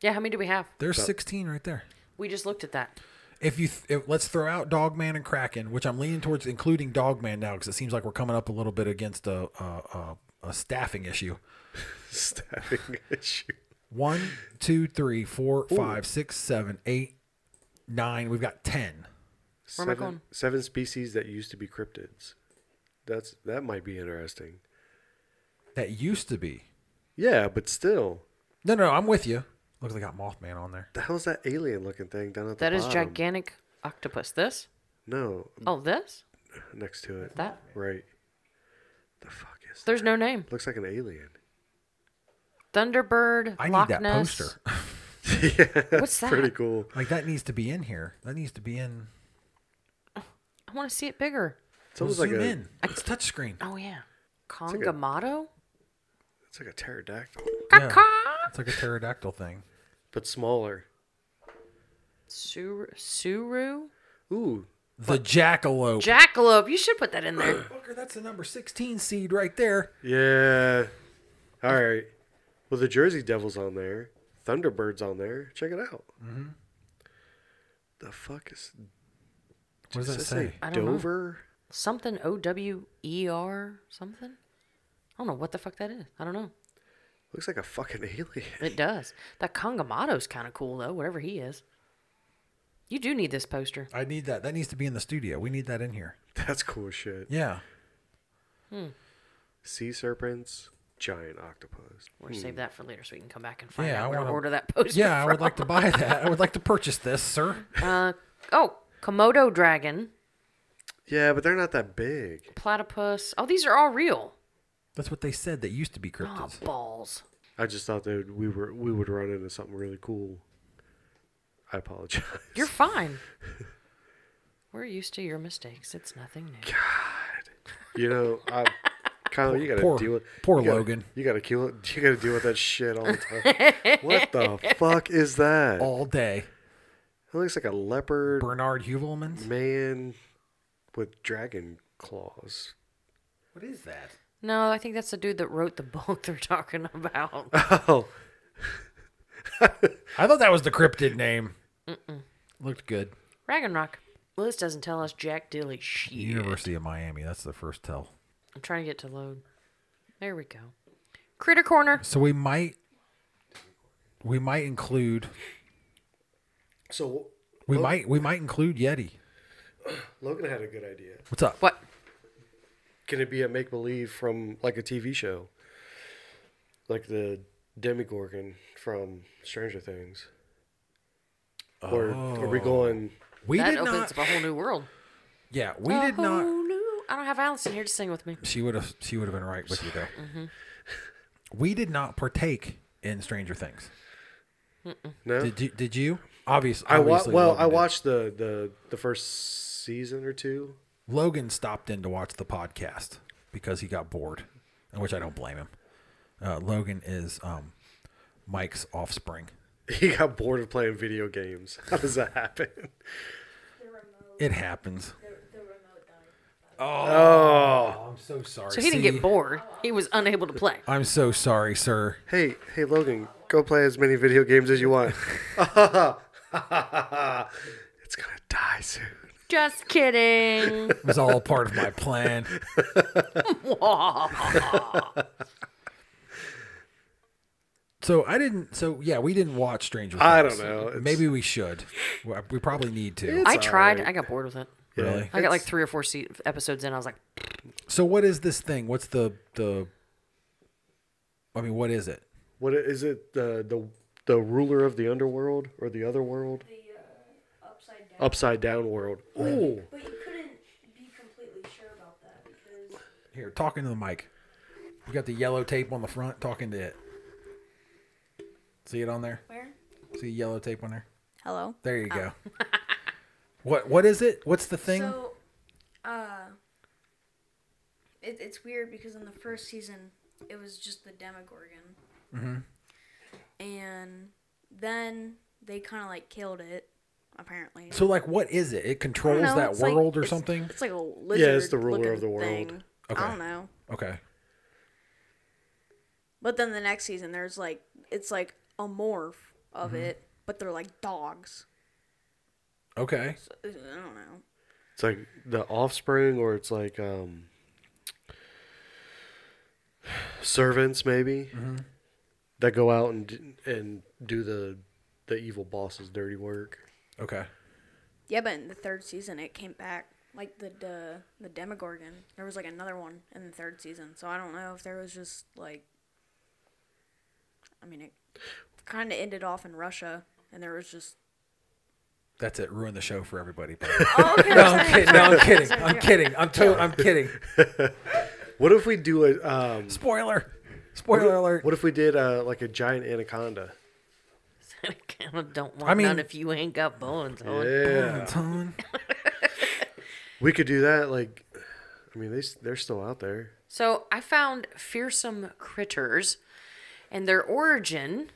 Speaker 3: Yeah, how many do we have?
Speaker 1: There's 16 right there.
Speaker 3: We just looked at that.
Speaker 1: If you th- if, let's throw out Dogman and Kraken, which I'm leaning towards including Dogman now because it seems like we're coming up a little bit against a a, a, a staffing issue.
Speaker 2: Staffing issue.
Speaker 1: One, two, three, four, five, six, seven, eight, nine. We've got ten.
Speaker 3: Where am I
Speaker 2: seven,
Speaker 3: going?
Speaker 2: seven species that used to be cryptids. That's that might be interesting.
Speaker 1: That used to be.
Speaker 2: Yeah, but still,
Speaker 1: No, no, I'm with you. Look, they got Mothman on there.
Speaker 2: the hell's that alien looking thing down at the
Speaker 3: That is
Speaker 2: bottom?
Speaker 3: gigantic octopus. This?
Speaker 2: No,
Speaker 3: Oh, this?
Speaker 2: next to it.
Speaker 3: That?
Speaker 2: Right. The fuck is that?
Speaker 3: There's no name.
Speaker 2: Looks like an alien. <laughs>
Speaker 3: Thunderbird.
Speaker 1: I
Speaker 3: Loch
Speaker 1: need that
Speaker 3: Ness.
Speaker 1: poster.
Speaker 3: What's that?
Speaker 2: Pretty cool.
Speaker 1: like that needs to be in here. That needs to be in.
Speaker 3: I want to see it bigger.
Speaker 2: It's almost
Speaker 1: zoom
Speaker 2: like a
Speaker 1: in. It's touchscreen.
Speaker 3: Oh yeah,
Speaker 2: like a-
Speaker 3: Congamato.
Speaker 2: it's like a pterodactyl,
Speaker 1: Yeah. It's like a pterodactyl thing.
Speaker 2: but smaller.
Speaker 3: Suru, Suru,
Speaker 2: Ooh,
Speaker 1: The jackalope.
Speaker 3: Jackalope. You should put that in there. <clears throat>
Speaker 1: Fucker, that's the number 16 seed right there.
Speaker 2: yeah. All right. Well, the Jersey Devils on there, Thunderbirds on there. Check it out. Mm-hmm. The fuck is?
Speaker 1: What does that
Speaker 2: does
Speaker 1: say?
Speaker 2: that
Speaker 3: I don't know.
Speaker 2: Dover?
Speaker 3: Something O W E R something. I don't know what the fuck that is. I don't know.
Speaker 2: Looks like a fucking <laughs> alien.
Speaker 3: It does. That Congamato's kind of cool though. Whatever he is. You do need this poster.
Speaker 1: I need that. That needs to be in the studio. We need that in here.
Speaker 2: That's cool shit.
Speaker 1: Yeah.
Speaker 2: Sea serpents, giant octopus.
Speaker 3: We're gonna save that for later, so we can come back and find
Speaker 1: Hmm. Yeah, I
Speaker 3: out where to
Speaker 1: wanna-
Speaker 3: order that
Speaker 1: <laughs>
Speaker 3: poster.
Speaker 1: Yeah, I would
Speaker 3: from.
Speaker 1: like to buy that. I would like to purchase this, sir.
Speaker 3: Oh, Komodo dragon,
Speaker 2: Yeah, but they're not that big.
Speaker 3: platypus. Oh, these are all real.
Speaker 1: That's what they said that used to be
Speaker 3: Oh,
Speaker 1: cryptids.
Speaker 3: balls.
Speaker 2: I I just thought that we were we would run into something really cool. I apologize.
Speaker 3: You're fine. <laughs> We're used to your mistakes. It's nothing new.
Speaker 2: You know, I, Kyle, you got
Speaker 1: Poor-
Speaker 2: to deal with
Speaker 1: poor
Speaker 2: you gotta-
Speaker 1: Logan.
Speaker 2: You got to kill it. You got to deal with that shit all the <laughs> time. what the fuck is that?
Speaker 3: Oh.
Speaker 1: all day.
Speaker 2: It looks like a leopard
Speaker 1: Bernard Huvelmans.
Speaker 2: man with dragon <laughs> claws.
Speaker 1: What is that?
Speaker 3: No, I think that's the dude that wrote the <laughs> book they're talking about.
Speaker 1: <laughs>
Speaker 2: Oh,
Speaker 1: I thought that was the cryptid name. Looked good.
Speaker 3: Rag and Rock. Liz doesn't tell us Jack Dilly shit.
Speaker 1: University of Miami. That's the first tell.
Speaker 3: I'm trying to get to load. There we go. Critter Corner.
Speaker 1: So we might, we might include,
Speaker 2: so
Speaker 1: we might, we might include Yeti.
Speaker 2: Logan had a good idea.
Speaker 1: What's up?
Speaker 3: What?
Speaker 2: Can it be a make believe from like a TV show, like the Demigorgon from Stranger Things? Or are we going?
Speaker 1: We
Speaker 3: that
Speaker 1: did
Speaker 3: opens
Speaker 1: not.
Speaker 3: up a whole new world.
Speaker 1: Yeah, we
Speaker 3: a
Speaker 1: did not.
Speaker 3: whole new- I don't have Allison here to sing with me.
Speaker 1: She would have. She would have been right with you there.
Speaker 3: Mm-hmm.
Speaker 1: <laughs> We did not partake in Stranger Things.
Speaker 2: No,
Speaker 1: Did you? Did you? Obvious- Obviously,
Speaker 2: I wa- well,
Speaker 1: Logan
Speaker 2: I
Speaker 1: did.
Speaker 2: watched the, the the first season or two. <laughs>
Speaker 1: Logan stopped in to watch the podcast because he got bored, and which I don't blame him. Uh, Logan is um, Mike's offspring.
Speaker 2: He got bored of playing video games. <laughs> How does that happen?
Speaker 1: It happens. Oh, I'm so sorry.
Speaker 3: So he didn't
Speaker 1: See?
Speaker 3: get bored. He was unable to play.
Speaker 1: I'm so sorry, sir.
Speaker 2: Hey, hey, Logan, go play as many video games as you <laughs> want. it's gonna die soon.
Speaker 3: Just kidding.
Speaker 1: It was all part of my plan. <laughs> so I didn't. So yeah, we didn't watch Stranger. Things.
Speaker 2: I don't know. It's-
Speaker 1: Maybe we should. We we probably need to.
Speaker 3: I tried. I got bored with it.
Speaker 1: Really.
Speaker 3: I got like three or four se- episodes in. I was like, <laughs>
Speaker 1: So what is this thing? What's the the? I mean, what is it?
Speaker 2: What i- is it? The the the ruler of the underworld or the other world?
Speaker 5: the uh, upside down.
Speaker 2: Upside down world. Ooh.
Speaker 5: But you couldn't be completely sure about that because
Speaker 1: Here, talking to the mic. You got the yellow tape on the front. Talking to it. See it on there.
Speaker 5: where?
Speaker 1: See yellow tape on there.
Speaker 5: Hello.
Speaker 1: There you go. what what is it? What's the thing?
Speaker 5: So, uh, it, it's weird because in the first season it was just the Demogorgon, mm-hmm. and then they kind of like killed it, apparently.
Speaker 1: So like, what is it? It
Speaker 5: I don't
Speaker 1: controls
Speaker 5: know,
Speaker 1: that
Speaker 5: it's like-
Speaker 1: world or
Speaker 5: it's-
Speaker 1: something.
Speaker 5: It's like a lizard.
Speaker 2: Yeah, it's the ruler
Speaker 5: looking
Speaker 2: of the world.
Speaker 5: thing.
Speaker 1: Okay.
Speaker 5: I don't know.
Speaker 1: Okay.
Speaker 5: But then the next season, there's like it's like a morph of
Speaker 1: Mm-hmm.
Speaker 5: it, but they're like dogs.
Speaker 1: Okay.
Speaker 5: So, I don't know.
Speaker 2: It's like the offspring, or it's like um, servants, maybe
Speaker 1: Mm-hmm.
Speaker 2: that go out and d- and do the the evil boss's dirty work.
Speaker 1: Okay.
Speaker 5: Yeah, but in the third season, it came back like the the, the Demogorgon. There was like another one in the third season, so I don't know if there was just like. I mean, it kind of ended off in Russia, and there was just.
Speaker 1: That's it. Ruin the show for everybody.
Speaker 5: <laughs>
Speaker 1: but-
Speaker 5: Oh, okay.
Speaker 1: no, I'm kidding. No, I'm kidding.
Speaker 5: <laughs>
Speaker 1: I'm kidding. I'm to- I'm kidding.
Speaker 2: What if we do a um,
Speaker 1: Spoiler. Spoiler alert.
Speaker 2: What if we did uh, like a giant anaconda?
Speaker 3: I kind of don't want
Speaker 1: I mean-
Speaker 3: none if you ain't got bones. on.
Speaker 2: Yeah,
Speaker 1: Ton.
Speaker 2: we could do that. Like, I mean, they s- they're still out there.
Speaker 3: So I found fearsome critters, and their origin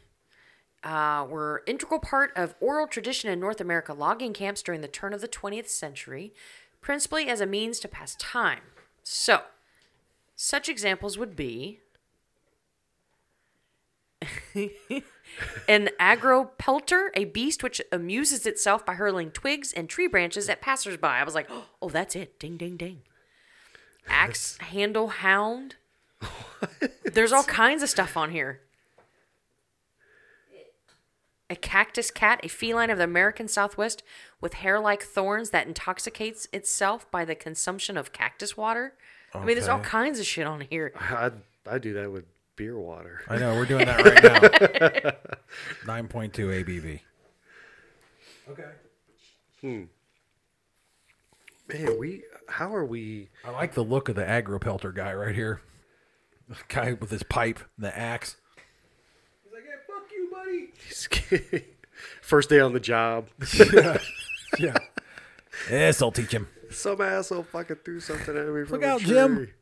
Speaker 3: uh, were integral part of oral tradition in North America logging camps during the turn of the 20th century, principally as a means to pass time. So, such examples would be an agropelter, a beast which amuses itself by hurling twigs and tree branches at passersby. I was like, <gasps> oh, that's it. Ding, ding, ding axe handle hound. There's all kinds of stuff on here. A cactus cat, a feline of the American Southwest with hair like thorns that intoxicates itself by the consumption of cactus water. I mean, there's all
Speaker 1: Okay.
Speaker 3: kinds of shit on here.
Speaker 2: I I do that with beer water.
Speaker 1: I know. We're doing that right
Speaker 5: <laughs>
Speaker 1: now. Nine point two ABV. Okay.
Speaker 2: Man, we how are we? <laughs>
Speaker 1: I like the look of the agropelter guy right here. Guy with his pipe and the axe.
Speaker 5: <laughs>
Speaker 1: scary.
Speaker 2: First day on the job.
Speaker 1: Yeah. this will teach him.
Speaker 2: Some asshole fucking threw something at me from
Speaker 1: Look
Speaker 2: a
Speaker 1: out,
Speaker 2: tree.
Speaker 1: Jim.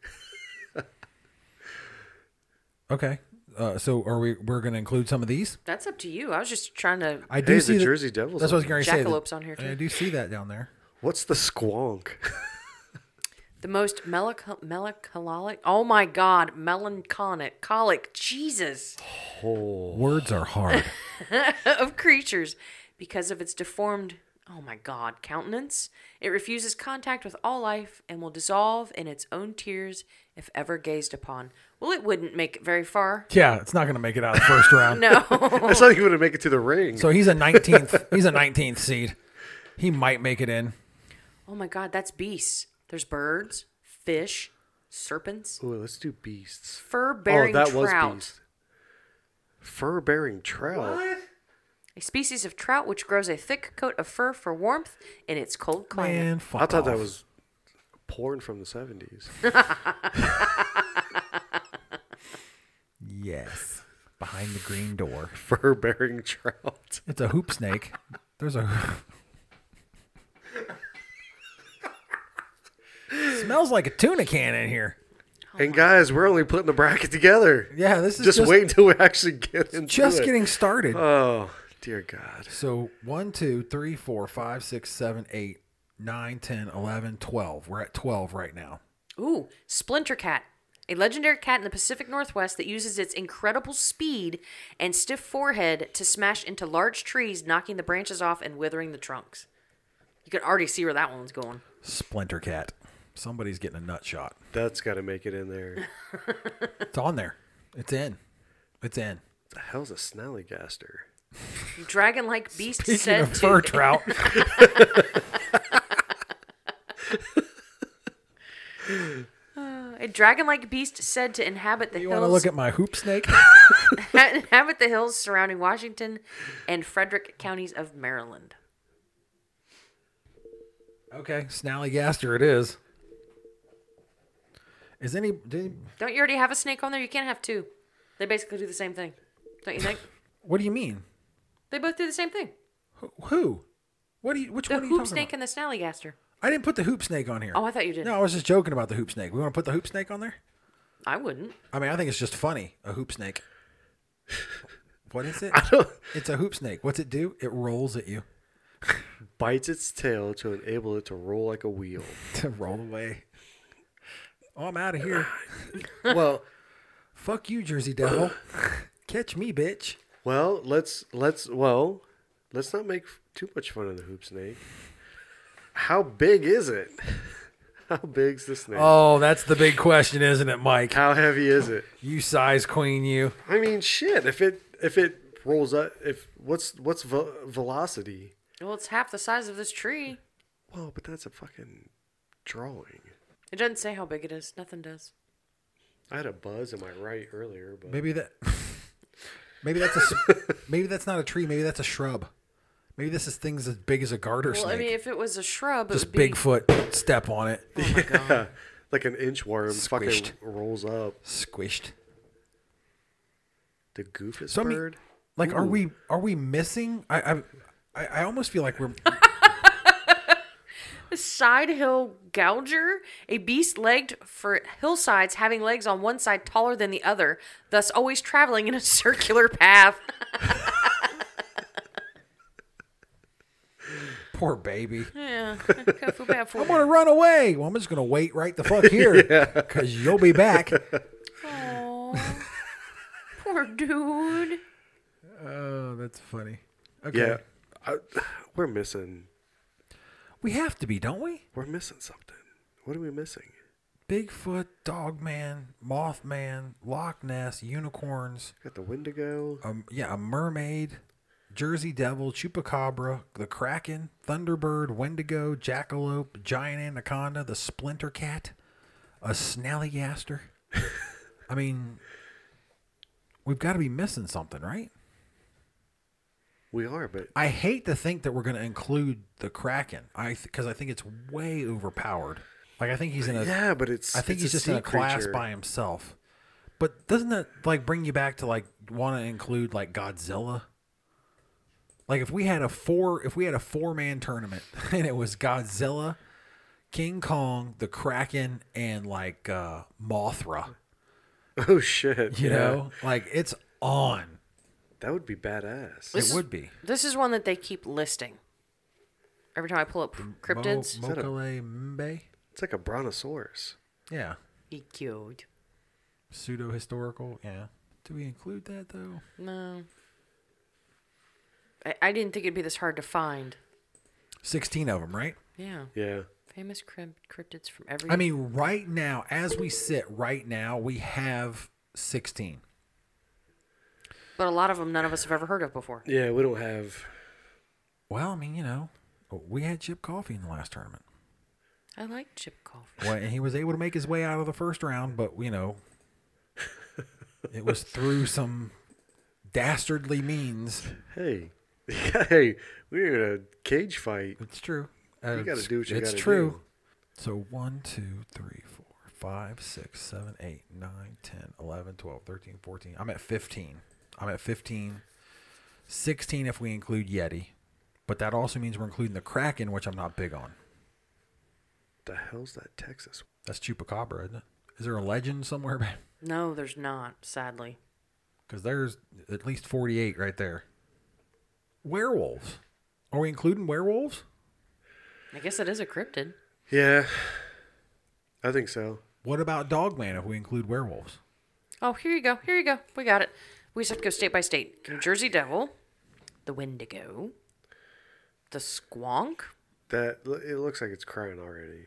Speaker 1: Okay. Uh, so are we? We're going to include some of these.
Speaker 3: That's up to you. I was just trying to.
Speaker 1: I do
Speaker 2: Hey,
Speaker 1: see
Speaker 2: the
Speaker 1: that-
Speaker 2: Jersey Devils.
Speaker 1: That's what I was
Speaker 2: on there.
Speaker 1: going to say. that-
Speaker 3: Jackalopes on here, too.
Speaker 1: I do see that down there.
Speaker 2: What's the squonk? <laughs>
Speaker 3: The most melancholic, melancholic. Oh my God, melancholic, colic, Jesus <laughs>
Speaker 1: Words are hard.
Speaker 3: of creatures, because of its deformed. Oh my God, countenance. It refuses contact with all life and will dissolve in its own tears if ever gazed upon. Well, it wouldn't make it very far.
Speaker 1: yeah, it's not going to make it out of the
Speaker 3: <laughs>
Speaker 1: first round.
Speaker 3: No,
Speaker 2: That's not even gonna make it to the ring.
Speaker 1: Oh. So he's a 19th. he's a 19th seed. He might make it in.
Speaker 3: Oh my God, that's beasts. There's birds, fish, serpents,
Speaker 2: Ooh, let's do beasts.
Speaker 3: fur-bearing
Speaker 2: oh, that
Speaker 3: trout.
Speaker 2: was beast. Fur-bearing trout.
Speaker 3: A species of trout which grows a thick coat of fur for warmth in its cold climate.
Speaker 1: Man, fuck
Speaker 2: I thought that
Speaker 1: off.
Speaker 2: was porn from
Speaker 1: <laughs>
Speaker 2: the seventies. <laughs>
Speaker 1: yes. Behind the green door.
Speaker 2: Fur-bearing trout.
Speaker 1: It's a hoop snake. There's a.
Speaker 2: <laughs>
Speaker 1: Smells like a tuna can in here.
Speaker 2: and guys, we're only putting the bracket together.
Speaker 1: Yeah, Oh this is
Speaker 2: Just,
Speaker 1: just
Speaker 2: wait until we actually get into
Speaker 1: just
Speaker 2: it.
Speaker 1: getting started.
Speaker 2: Oh dear God.
Speaker 1: So one, two, three, four, five, six, seven, eight, nine, 10, 11, 12. We're at 12 right now.
Speaker 3: Ooh, splinter cat. A legendary cat in the Pacific Northwest that uses its incredible speed and stiff forehead to smash into large trees, knocking the branches off and withering the trunks. You can already see where that one's going.
Speaker 1: Splinter Cat. Somebody's getting a nut shot.
Speaker 2: That's got to make it in
Speaker 1: <laughs>
Speaker 2: there.
Speaker 1: It's on there. It's in. It's in.
Speaker 2: the hell's a snallygaster? <laughs>
Speaker 3: Dragon like beast
Speaker 1: Speaking
Speaker 3: <laughs> said
Speaker 1: of
Speaker 3: to
Speaker 1: fur trout, <laughs>
Speaker 3: a dragon like beast said to inhabit the
Speaker 1: you want to
Speaker 3: hills
Speaker 1: look
Speaker 3: <laughs>
Speaker 1: at my hoop snake?
Speaker 3: inhabit the hills surrounding Washington and Frederick counties of Maryland.
Speaker 1: Okay, snallygaster it is. Is any did,
Speaker 3: Don't you already have a snake on there? You can't have two. They basically do the same thing. Don't
Speaker 1: <laughs>
Speaker 3: you think?
Speaker 1: what do you mean?
Speaker 3: they both do the same thing.
Speaker 1: Wh- Who? What do you? Which
Speaker 3: The
Speaker 1: one are you
Speaker 3: hoop
Speaker 1: talking
Speaker 3: snake
Speaker 1: about?
Speaker 3: and the snallygaster.
Speaker 1: I didn't put the hoop snake on here.
Speaker 3: Oh, I thought you did.
Speaker 1: No, I was just joking about the hoop snake. We want to put the hoop snake on there.
Speaker 3: I wouldn't.
Speaker 1: I mean, I think it's just funny. A hoop snake. What is it? It's a hoop snake. What's it do? It rolls at you <laughs>
Speaker 2: Bites its tail to enable it to roll like a wheel.
Speaker 1: <laughs> to roll away. Oh, I'm out of here.
Speaker 2: well,
Speaker 1: Fuck you, Jersey Devil. Catch me, bitch.
Speaker 2: well, let's let's well, let's not make too much fun of the hoop snake. How big is it? <laughs> How big's the snake?
Speaker 1: Oh, that's the big question, isn't it, <laughs> Mike?
Speaker 2: How heavy is it?
Speaker 1: You size queen, you.
Speaker 2: I mean, shit. If it if it rolls up, if what's what's ve- velocity?
Speaker 3: Well, it's half the size of this tree.
Speaker 2: Well, but that's a fucking drawing.
Speaker 3: It doesn't say how big it is. Nothing does.
Speaker 2: I had a buzz in my right earlier, but
Speaker 1: Maybe that. Maybe that's a. s- Maybe that's not a tree. Maybe that's a shrub. Maybe this is things as big as a garter
Speaker 3: Well,
Speaker 1: snake.
Speaker 3: I mean, if it was a shrub, it
Speaker 1: Just
Speaker 3: would be.
Speaker 1: Bigfoot step on it,
Speaker 3: Oh my god.
Speaker 2: like an inchworm
Speaker 1: Squished.
Speaker 2: fucking rolls up.
Speaker 1: squished.
Speaker 2: The goofus
Speaker 1: So, I mean,
Speaker 2: bird.
Speaker 1: Like, are
Speaker 2: Ooh.
Speaker 1: we are we missing? I I- I I almost feel like
Speaker 2: <laughs>
Speaker 1: we're
Speaker 3: A side hill gouger, a beast legged for hillsides, having legs on one side taller than the other, thus always traveling in a <laughs> circular path.
Speaker 1: poor baby.
Speaker 3: yeah, I feel
Speaker 1: <laughs>
Speaker 3: bad for
Speaker 1: I'm
Speaker 3: you.
Speaker 1: gonna run away. Well, I'm just gonna wait right the
Speaker 2: <laughs>
Speaker 1: fuck here because you'll be back.
Speaker 3: Aw. Poor dude.
Speaker 1: Oh, that's funny. Okay,
Speaker 2: Yeah, I, <sighs> we're missing.
Speaker 1: we have to be, don't we?
Speaker 2: We're missing something. What are we missing?
Speaker 1: Bigfoot, Dogman, Mothman, Loch Ness, unicorns.
Speaker 2: We got the Wendigo.
Speaker 1: Um, yeah, a mermaid, Jersey Devil, Chupacabra, the Kraken, Thunderbird, Wendigo, Jackalope, Giant Anaconda, the Splinter Cat, a Snallygaster. I mean, we've got to be missing something, right?
Speaker 2: We are, but
Speaker 1: I hate to think that we're going to include the Kraken, I because I think it's way overpowered. Like I think he's in a
Speaker 2: yeah, but it's.
Speaker 1: I think
Speaker 2: it's
Speaker 1: he's just
Speaker 2: sea
Speaker 1: in a class
Speaker 2: creature.
Speaker 1: by himself. But doesn't that like bring you back to like want to include like Godzilla Like if we had a four if we had a four man tournament <laughs> and it was Godzilla, King Kong, the Kraken, and like uh Mothra.
Speaker 2: <laughs> Oh shit.
Speaker 1: You
Speaker 2: yeah.
Speaker 1: know? Like it's on.
Speaker 2: That would be badass.
Speaker 3: This
Speaker 1: it
Speaker 3: is-
Speaker 1: would be.
Speaker 3: This is one that they keep listing. Every time I pull up
Speaker 1: Mo-
Speaker 3: cryptids,
Speaker 2: that a-
Speaker 1: Mokele Mbe?
Speaker 2: It's like a brontosaurus.
Speaker 1: Yeah.
Speaker 3: be cute.
Speaker 1: Pseudo historical. Yeah. Do we include that though?
Speaker 3: No. I, I didn't think it'd be this hard to find.
Speaker 1: Sixteen of them, right?
Speaker 3: Yeah.
Speaker 2: Yeah.
Speaker 3: Famous crypt- cryptids from every.
Speaker 1: I mean, right now, as we sit right now, we have sixteen.
Speaker 3: but a lot of them none of us have ever heard of before.
Speaker 2: Yeah, we don't have
Speaker 1: Well, I mean, you know, we had Chip Coffee in the last tournament.
Speaker 3: I like chip coffee.
Speaker 1: Well, and he was able to make his way out of the first round, but you know, it was through some dastardly means.
Speaker 2: hey. <laughs> hey, we're in a cage fight.
Speaker 1: It's true. Uh,
Speaker 2: gotta do what you
Speaker 1: It's
Speaker 2: gotta
Speaker 1: true.
Speaker 2: do.
Speaker 1: So one, two, three, four, five, six, seven, eight, nine, 10, 11, 12, 13, 14. I'm at 15. I'm at 15. 16 if we include Yeti, but that also means we're including the Kraken, which I'm not big on.
Speaker 2: The hell's that Texas?
Speaker 1: That's Chupacabra, isn't it? Is there a legend <laughs> somewhere?
Speaker 3: No, there's not, sadly.
Speaker 1: Because there's at least 48 right there. Werewolves. Are we including werewolves?
Speaker 3: I guess it is a cryptid.
Speaker 2: Yeah. I think so.
Speaker 1: What about Dogman if we include werewolves?
Speaker 3: Oh, here you go. Here you go. We got it. We just have to go state by state. New Jersey Devil, the Wendigo, the Squonk,
Speaker 2: That it looks like it's crying already.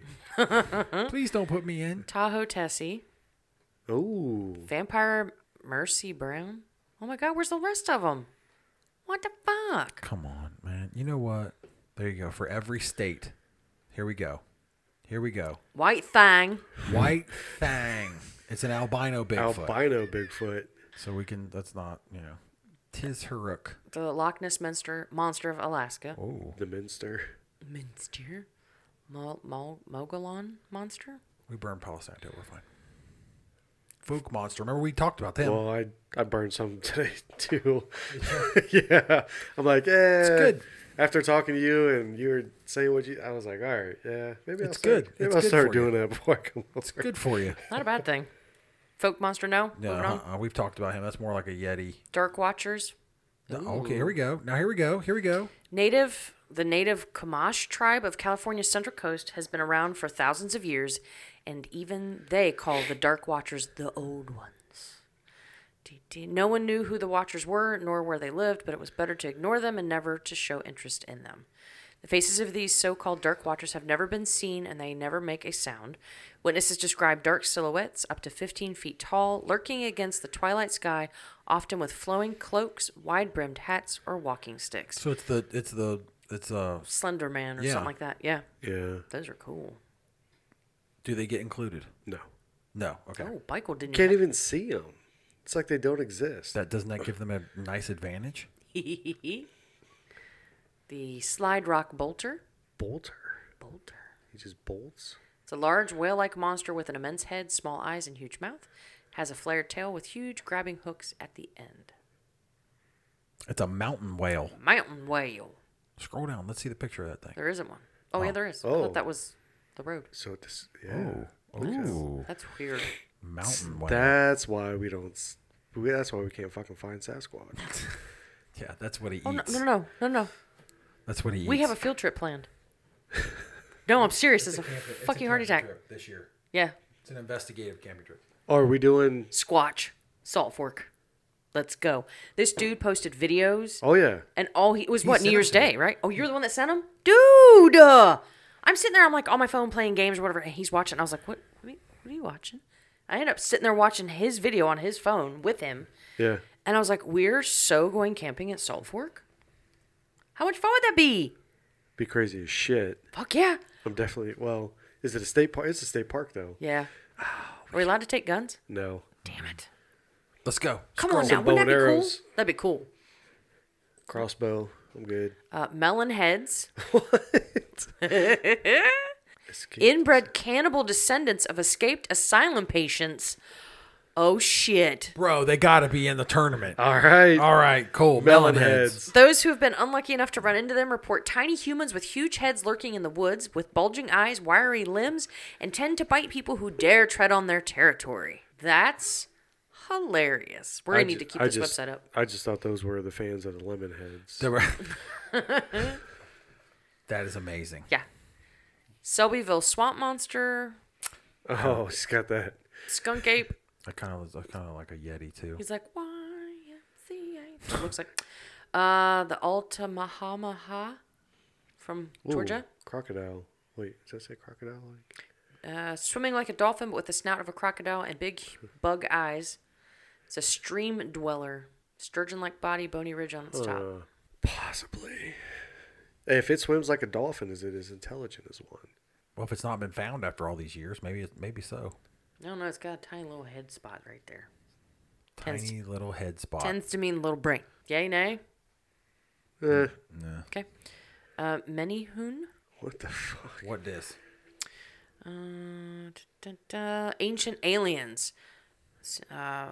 Speaker 1: Please don't put me in.
Speaker 3: Tahoe Tessie,
Speaker 2: Oh,
Speaker 3: Vampire Mercy Brown. Oh my God, where's the rest of them? What the fuck?
Speaker 1: Come on, man. You know what? There you go. For every state. Here we go. Here we go.
Speaker 3: White Thang.
Speaker 1: White Fang. It's an albino Bigfoot.
Speaker 2: albino Bigfoot.
Speaker 1: so we can, that's not, you know. Tis Huruk.
Speaker 3: the Loch Ness Monster, monster of Alaska,
Speaker 1: Oh.
Speaker 2: The Minster.
Speaker 3: Minster, Mo- Mo- Mogollon monster.
Speaker 1: We burned Palestine. Too. We're fine. Fook Monster. Remember we talked about them.
Speaker 2: Well, I I burned some <laughs> today too. <laughs> yeah, I'm like, eh. It's
Speaker 1: good.
Speaker 2: After talking to you and you were saying what you, I was like, all right, yeah, maybe I'll
Speaker 1: It's
Speaker 2: start,
Speaker 1: good.
Speaker 2: Maybe
Speaker 1: It's
Speaker 2: I'll
Speaker 1: good
Speaker 2: start
Speaker 1: for you.
Speaker 2: doing that <laughs> before I come over.
Speaker 1: Good for you.
Speaker 3: Not a bad thing. Folk monster, no.
Speaker 1: No,
Speaker 3: Moving on.
Speaker 1: uh-uh. we've talked about him. That's more like a Yeti.
Speaker 3: Dark Watchers,
Speaker 1: No, okay, here we go. Now here we go. Here we go.
Speaker 3: Native, the native Kamash tribe of California's Central Coast has been around for thousands of years, and even they call the Dark Watchers the Old Ones. Dee dee. No one knew who the Watchers were, nor where they lived, but it was better to ignore them and never to show interest in them. The faces of these so called Dark Watchers have never been seen, and they never make a sound. Witnesses describe dark silhouettes up to 15 feet tall, lurking against the twilight sky, often with flowing cloaks, wide brimmed hats, or walking sticks.
Speaker 1: So it's the it's the it's uh
Speaker 3: Slender Man or
Speaker 1: Yeah.
Speaker 3: something like that. Yeah.
Speaker 2: Yeah,
Speaker 3: Those are cool.
Speaker 1: do they get included?
Speaker 2: no,
Speaker 1: Mm-hmm. No. Okay.
Speaker 3: Oh, Michael didn't
Speaker 2: can't even see them. It's like they don't exist.
Speaker 1: That doesn't that give them a nice advantage?
Speaker 3: even. <laughs> the Slide Rock Bolter.
Speaker 2: bolter.
Speaker 3: Bolter.
Speaker 2: He just bolts.
Speaker 3: It's a large whale like monster with an immense head, small eyes, and huge mouth. Has a flared tail with huge grabbing hooks at the end.
Speaker 1: It's a mountain whale.
Speaker 3: Mountain whale.
Speaker 1: Scroll down. Let's see the picture of that thing.
Speaker 3: There isn't one. Oh, yeah, there is. I
Speaker 2: Oh.
Speaker 3: thought that was the road.
Speaker 2: So this, yeah,
Speaker 1: Oh. Ooh,
Speaker 3: That's weird.
Speaker 1: mountain whale.
Speaker 2: that's why we don't. s- we- That's why we can't fucking find Sasquatch.
Speaker 1: yeah, that's what he eats.
Speaker 3: Oh, no, no, no, no, no.
Speaker 1: That's what he eats.
Speaker 3: We have a field trip planned. No, I'm serious. It's a fucking heart attack.
Speaker 1: this year.
Speaker 3: Yeah.
Speaker 1: It's an investigative camping trip.
Speaker 2: Are we doing?
Speaker 3: Squatch, Salt Fork. Let's go. This dude posted videos,
Speaker 2: Oh yeah,
Speaker 3: and all he it was what
Speaker 1: sent
Speaker 3: New
Speaker 1: 'em
Speaker 3: Year's
Speaker 1: to me.
Speaker 3: Day, right? Oh, you're the one that sent him, dude. uh, I'm sitting there, I'm like on my phone playing games or whatever, and he's watching. I was like, what? What are you, what are you watching? I ended up sitting there watching his video on his phone with him,
Speaker 2: yeah.
Speaker 3: and I was like, we're so going camping at Salt Fork. How much fun would that be?
Speaker 2: Be crazy as shit.
Speaker 3: Fuck yeah,
Speaker 2: I'm definitely. Well, is it a state park? It's a state park though.
Speaker 3: yeah. Are we allowed to take guns?
Speaker 2: No.
Speaker 3: Damn it!
Speaker 1: Let's go.
Speaker 3: Come on now,
Speaker 2: Some bow
Speaker 3: wouldn't that be
Speaker 2: and
Speaker 3: cool?
Speaker 2: arrows.
Speaker 3: That'd be cool.
Speaker 2: Crossbow. I'm good.
Speaker 3: Uh, melon heads.
Speaker 2: Escape.
Speaker 3: inbred cannibal descendants of escaped asylum patients. oh shit.
Speaker 1: Bro, they got to be in the tournament.
Speaker 2: All right.
Speaker 1: All right, cool.
Speaker 2: Melon
Speaker 1: Melon <laughs> heads.
Speaker 3: Those who have been unlucky enough to run into them report tiny humans with huge heads lurking in the woods, with bulging eyes, wiry limbs, and tend to bite people who dare tread on their territory. That's hilarious. We're
Speaker 2: I
Speaker 3: gonna
Speaker 2: ju-
Speaker 3: need to keep
Speaker 2: I
Speaker 3: this
Speaker 2: just-
Speaker 3: website up.
Speaker 2: I just thought those were the fans of the lemon heads.
Speaker 1: They were-
Speaker 3: <laughs>
Speaker 1: that is amazing.
Speaker 3: Yeah. Selbyville Swamp Monster,
Speaker 2: Oh, he's got that.
Speaker 3: Skunk Ape.
Speaker 1: I kind of I kind of like a yeti too.
Speaker 3: He's like, YMCA. It looks like uh, the Alta Mahamaha from
Speaker 2: Ooh,
Speaker 3: Georgia.
Speaker 2: Crocodile. Wait, does that say crocodile? Like,
Speaker 3: Uh, swimming like a dolphin, but with the snout of a crocodile and big bug eyes. It's a stream dweller. Sturgeon like body, bony ridge on its top.
Speaker 2: possibly. If it swims like a dolphin, is it as intelligent as one?
Speaker 1: Well, if it's not been found after all these years, maybe it, maybe so.
Speaker 3: No, no, it's got a tiny little head spot right there.
Speaker 1: Tiny
Speaker 3: Tends-
Speaker 1: little head spot.
Speaker 3: Tends to mean little brain. Yay, nay.
Speaker 2: Eh,
Speaker 3: Okay. Uh, many hoon.
Speaker 2: what the fuck?
Speaker 1: What this?
Speaker 3: Uh, da, da, da. Ancient aliens. S- Uh,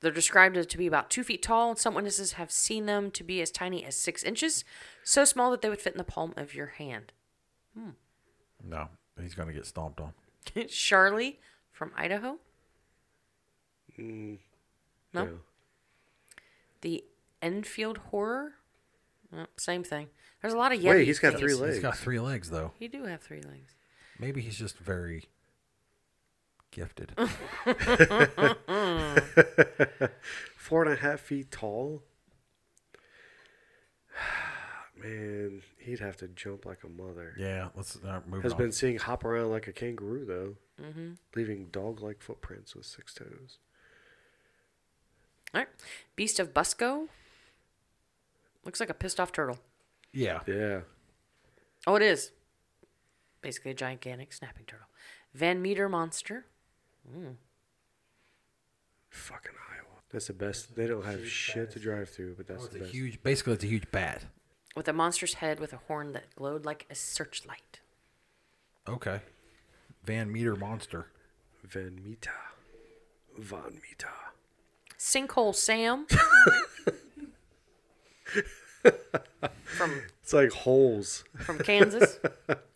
Speaker 3: they're described as to be about two feet tall. Some witnesses have seen them to be as tiny as six inches, so small that they would fit in the palm of your hand. <laughs>
Speaker 1: No, he's gonna get stomped on.
Speaker 3: Charlie from Idaho. No.
Speaker 2: Mm, Yeah.
Speaker 3: The Enfield Horror. No, same thing. There's a lot of Yeti.
Speaker 2: Wait, he's got
Speaker 3: things.
Speaker 2: three legs.
Speaker 1: He's got three legs though.
Speaker 3: He do have three legs.
Speaker 1: Maybe he's just very gifted.
Speaker 2: Four and a half feet tall. <sighs> Man, he'd have to jump like a mother.
Speaker 1: yeah, let's not move
Speaker 2: Has
Speaker 1: on.
Speaker 2: been seeing hop around like a kangaroo though, leaving dog-like footprints with six toes.
Speaker 3: All right. Beast of Busco. Looks like a pissed off turtle.
Speaker 1: yeah,
Speaker 2: Yeah.
Speaker 3: Oh, it is. Basically, a gigantic snapping turtle. Van Meter monster.
Speaker 2: Fucking Iowa. That's the best. They don't have shit to drive through, but that's
Speaker 1: Oh, it's
Speaker 2: the
Speaker 1: a
Speaker 2: best.
Speaker 1: huge. Basically, it's a huge bat.
Speaker 3: With a monster's head with a horn that glowed like a searchlight.
Speaker 1: Okay. Van Meter monster.
Speaker 2: Van Mita. Van Mita.
Speaker 1: <laughs>
Speaker 3: Sinkhole Sam. from
Speaker 2: It's like holes. <laughs>
Speaker 3: from Kansas.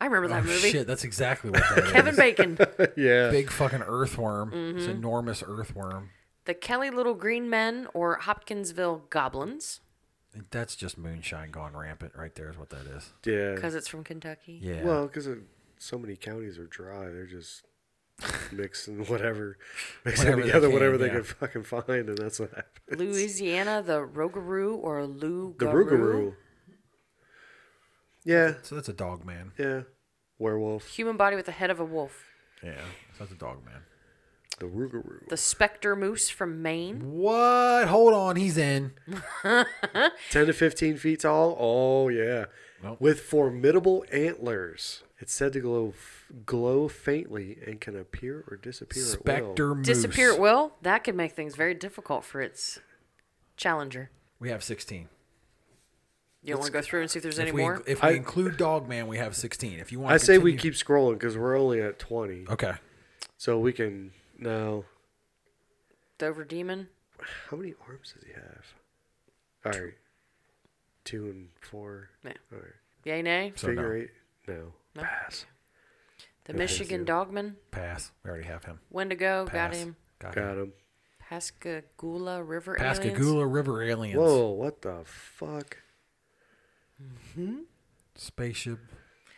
Speaker 3: I remember that
Speaker 1: Oh,
Speaker 3: movie.
Speaker 1: shit, that's exactly what that is.
Speaker 3: Kevin
Speaker 1: <laughs>
Speaker 3: Bacon.
Speaker 2: yeah.
Speaker 1: Big fucking earthworm. It's an enormous earthworm.
Speaker 3: The Kelly Little Green Men or Hopkinsville Goblins.
Speaker 1: That's just moonshine gone rampant right there is what that is.
Speaker 2: Yeah.
Speaker 3: Because it's from Kentucky.
Speaker 1: Yeah.
Speaker 2: Well, because so many counties are dry,
Speaker 1: <laughs>
Speaker 2: they're just mixing whatever, mixing
Speaker 1: Whatever they
Speaker 2: together
Speaker 1: can,
Speaker 2: whatever they
Speaker 1: yeah.
Speaker 2: can fucking find, and that's what happened.
Speaker 3: Louisiana, the Rougarou or Lou
Speaker 2: The Rougarou. Yeah.
Speaker 1: so that's a dog man.
Speaker 2: Yeah. Werewolf.
Speaker 3: Human body with the head of a wolf.
Speaker 1: Yeah. So that's a dog man.
Speaker 2: The Rougarou.
Speaker 3: The Spectre Moose from Maine.
Speaker 1: What? Hold on, he's in.
Speaker 2: 10 to 15 feet tall. Oh, yeah.
Speaker 1: Nope.
Speaker 2: With formidable antlers. It's said to glow, glow faintly and can appear or disappear at will.
Speaker 1: Spectre moose.
Speaker 3: Disappear at will? That could make things very difficult for its challenger.
Speaker 1: We have 16.
Speaker 3: You don't want to go through and see if there's any
Speaker 1: if we,
Speaker 3: more?
Speaker 1: If we
Speaker 2: I-
Speaker 1: include dog man, we have 16. If you want
Speaker 2: I
Speaker 1: to
Speaker 2: say we
Speaker 1: continue-
Speaker 2: keep scrolling because we're only at 20.
Speaker 1: Okay.
Speaker 2: So we can. No.
Speaker 3: Dover Demon.
Speaker 2: How many arms does he have? All right. Two and four.
Speaker 3: Yeah.
Speaker 2: All right.
Speaker 3: Yay, nay.
Speaker 1: So
Speaker 2: Figure
Speaker 1: no.
Speaker 2: eight. No.
Speaker 3: No.
Speaker 2: Pass.
Speaker 3: The Michigan Dogman.
Speaker 1: Pass. We already have him.
Speaker 3: Wendigo. Oh, Got
Speaker 1: Pass.
Speaker 3: him.
Speaker 1: Got him.
Speaker 2: Got him.
Speaker 3: Pascagoula River aliens.
Speaker 1: Pascagoula River aliens.
Speaker 2: Whoa, what the fuck?
Speaker 1: Spaceship.
Speaker 2: <laughs>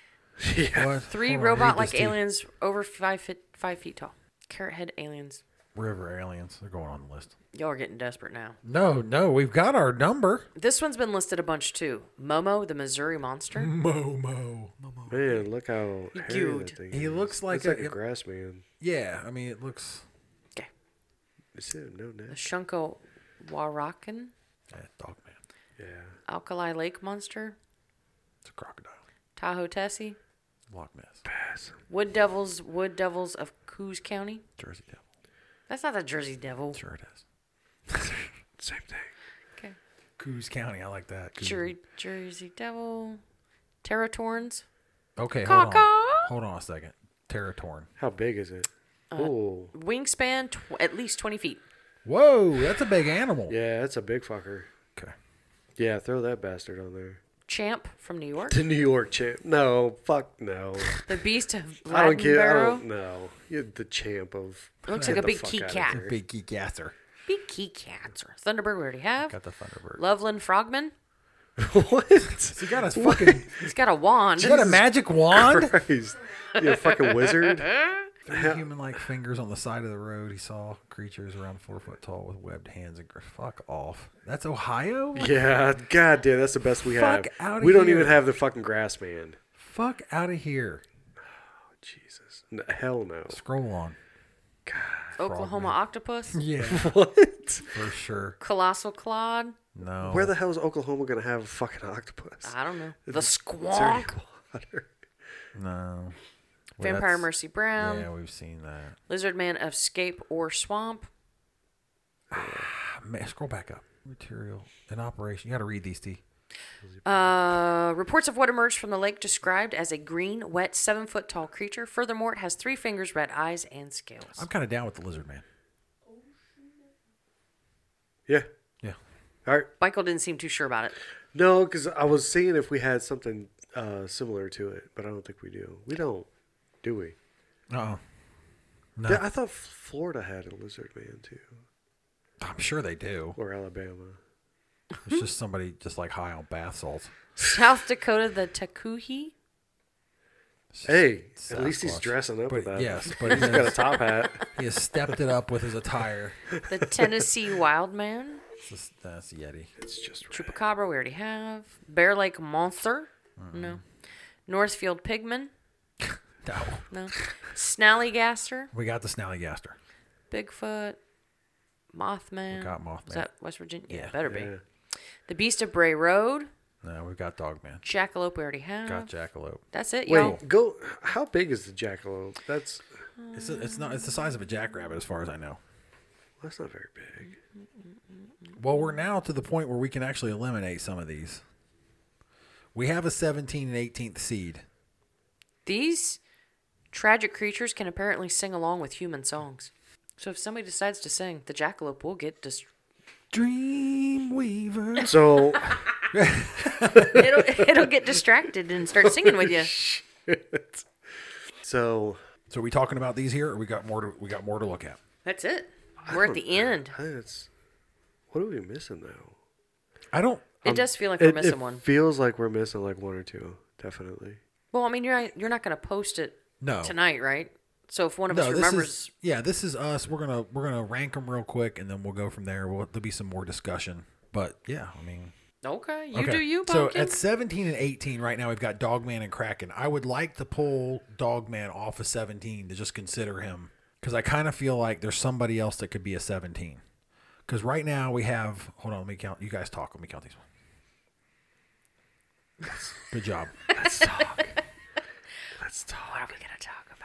Speaker 2: yeah.
Speaker 1: What?
Speaker 3: Three
Speaker 1: Hold on, read
Speaker 3: robot-like
Speaker 1: this to you.
Speaker 3: aliens over five feet, five feet tall. Carrot head aliens.
Speaker 1: River aliens. They're going on the list.
Speaker 3: Y'all are getting desperate now.
Speaker 1: No, no, we've got our number.
Speaker 3: This one's been listed a bunch too. Momo, the Missouri monster.
Speaker 1: Momo.
Speaker 2: Man, look how hairy
Speaker 3: Dude.
Speaker 2: that thing
Speaker 1: He
Speaker 2: is.
Speaker 1: looks like
Speaker 2: Looks
Speaker 1: a-
Speaker 2: like a grass man.
Speaker 1: Yeah, I mean it looks
Speaker 3: Okay.
Speaker 2: Is it no
Speaker 3: The
Speaker 2: neck?
Speaker 3: Shunko Warakan,
Speaker 1: eh, dog man.
Speaker 2: Yeah.
Speaker 3: Alkali Lake monster.
Speaker 1: It's a crocodile.
Speaker 3: Tahoe Tessie.
Speaker 1: Loch Ness.
Speaker 2: Pass.
Speaker 3: Wood Devils, Wood Devils of Coos County.
Speaker 1: Jersey Devil.
Speaker 3: That's not the Jersey Devil.
Speaker 1: Sure it is.
Speaker 2: Same thing.
Speaker 3: Okay.
Speaker 1: Coos County, I like that. Coos.
Speaker 3: Jersey, Jersey Devil. Terratorns.
Speaker 1: Okay, hold
Speaker 3: Caw-caw.
Speaker 1: on. Hold on a second. Territorn.
Speaker 2: How big is it?
Speaker 3: Uh,
Speaker 2: oh,
Speaker 3: Wingspan tw- at least 20 feet.
Speaker 1: Whoa, that's a big animal.
Speaker 2: yeah, that's a big fucker.
Speaker 1: Okay.
Speaker 2: Yeah, throw that bastard on there.
Speaker 3: Champ from New
Speaker 2: <laughs>
Speaker 3: York.
Speaker 2: The New York champ. No, fuck no.
Speaker 3: The Beast of
Speaker 2: I don't care. I
Speaker 3: Ladenborough.
Speaker 2: don't know. You're the champ of.
Speaker 3: Looks
Speaker 2: Get
Speaker 3: like a
Speaker 2: the
Speaker 3: big
Speaker 2: fuck
Speaker 3: kitty
Speaker 2: outta
Speaker 3: cat.
Speaker 2: here.
Speaker 1: Big geek gasser.
Speaker 3: Big key cats. Thunderbird we already have.
Speaker 1: Got the Thunderbird.
Speaker 3: Loveland Frogman.
Speaker 2: <laughs> what?
Speaker 1: He got his fucking.
Speaker 3: He's got a wand.
Speaker 1: He got a magic wand.
Speaker 2: Christ. You a fucking wizard?
Speaker 3: <laughs>
Speaker 1: Three human-like fingers on the side of the road. He saw creatures around four foot tall with webbed hands and gr- fuck off. That's Ohio.
Speaker 2: Yeah, god damn, that's the best we
Speaker 1: Fuck
Speaker 2: have.
Speaker 1: outta
Speaker 2: We don't
Speaker 1: here.
Speaker 2: even have the fucking grass man.
Speaker 1: Fuck out of here.
Speaker 2: Jesus. N- hell
Speaker 3: <laughs>
Speaker 2: no.
Speaker 1: Scroll on.
Speaker 3: <laughs> Oklahoma octopus.
Speaker 1: Yeah,
Speaker 2: What?
Speaker 1: <laughs> for sure.
Speaker 3: Colossal Clod.
Speaker 1: No.
Speaker 3: Oh.
Speaker 2: Where the hell is Oklahoma going to have a fucking octopus?
Speaker 3: I don't know. The
Speaker 2: It's already
Speaker 3: Squonk.
Speaker 2: water.
Speaker 1: no. Well,
Speaker 3: Vampire
Speaker 1: that's-
Speaker 3: Mercy Brown.
Speaker 1: Yeah, we've seen that.
Speaker 3: Lizard Man of Scape or Swamp.
Speaker 1: Ah, man, scroll back up. Material in operation. You got to read these, T.
Speaker 3: Uh, reports of what emerged from the lake described as a green, wet, seven foot tall creature. Furthermore, it has three fingers, red eyes, and scales.
Speaker 1: I'm kind of down with the lizard man.
Speaker 2: Yeah.
Speaker 1: Yeah.
Speaker 2: All right.
Speaker 3: Michael didn't seem too sure about it.
Speaker 2: No, because I was seeing if we had something uh, similar to it, but I don't think we do. We don't, do we?
Speaker 1: Uh-oh.
Speaker 2: Yeah, I thought Florida had a lizard man too,
Speaker 1: I'm sure they do.
Speaker 2: or Alabama.
Speaker 1: It's just somebody just like high on bath salts.
Speaker 3: South Dakota, the Takuhi.
Speaker 2: Hey, at least he's
Speaker 1: Sasquatch.
Speaker 2: dressing up
Speaker 1: But
Speaker 2: with that.
Speaker 1: yes,
Speaker 2: <laughs>
Speaker 1: but he
Speaker 2: he's got a
Speaker 1: has,
Speaker 2: top hat.
Speaker 1: he has stepped it up with his attire.
Speaker 3: The Tennessee Wild Man.
Speaker 1: It's just- that's Yeti.
Speaker 2: It's just
Speaker 3: Chupacabra, we already have. Bear Lake Monster. No. Northfield Pigman.
Speaker 1: No,
Speaker 3: No. Snallygaster.
Speaker 1: we got the snallygaster.
Speaker 3: Bigfoot. Mothman.
Speaker 1: We got
Speaker 3: Is
Speaker 1: Mothman.
Speaker 3: that West Virginia? Yeah,
Speaker 1: Yeah.
Speaker 3: better
Speaker 2: yeah.
Speaker 3: be. The Beast of Bray Road.
Speaker 1: No, we got dogman.
Speaker 3: Jackalope, we already have.
Speaker 1: Got jackalope.
Speaker 3: That's it, y'all.
Speaker 2: Wait, go. How big is the jackalope? That's
Speaker 1: It's a, it's not it's the size of a jackrabbit as far as I know.
Speaker 2: that's not very big.
Speaker 1: Well, we're now to the point where we can actually eliminate some of these. We have a 17 and 18th seed.
Speaker 3: These tragic creatures can apparently sing along with human songs. So if somebody decides to sing, the jackalope will get dis- <laughs>
Speaker 1: Dream Weaver.
Speaker 2: So <laughs>
Speaker 3: it'll, it'll get distracted and start singing with you.
Speaker 2: so
Speaker 1: So are we talking about these here or we got more to we got more to look at?
Speaker 3: That's it. We're at the end.
Speaker 2: that's what are we missing though? Um,
Speaker 1: I don't
Speaker 3: It does feel like we're missing one.
Speaker 2: Feels like we're missing like one or two, definitely.
Speaker 3: Well, I mean, you're not, you're not going to post it
Speaker 1: No.
Speaker 3: tonight, right? So if one of us
Speaker 1: No, this
Speaker 3: remembers,
Speaker 1: is yeah. This is us. We're gonna we're gonna rank them real quick, and then we'll go from there. We'll, there'll be some more discussion, but yeah, I mean,
Speaker 3: okay, you
Speaker 1: okay.
Speaker 3: do you,
Speaker 1: So
Speaker 3: pumpkin.
Speaker 1: at seventeen and eighteen, right now we've got Dogman and Kraken. I would like to pull Dogman off of seventeen to just consider him because I kind of feel like there's somebody else that could be a seventeen. Because right now we have hold on, let me count. You guys talk. Let me count these. One. Good job.
Speaker 2: Let's
Speaker 3: what
Speaker 2: talk.
Speaker 3: are we going to talk about?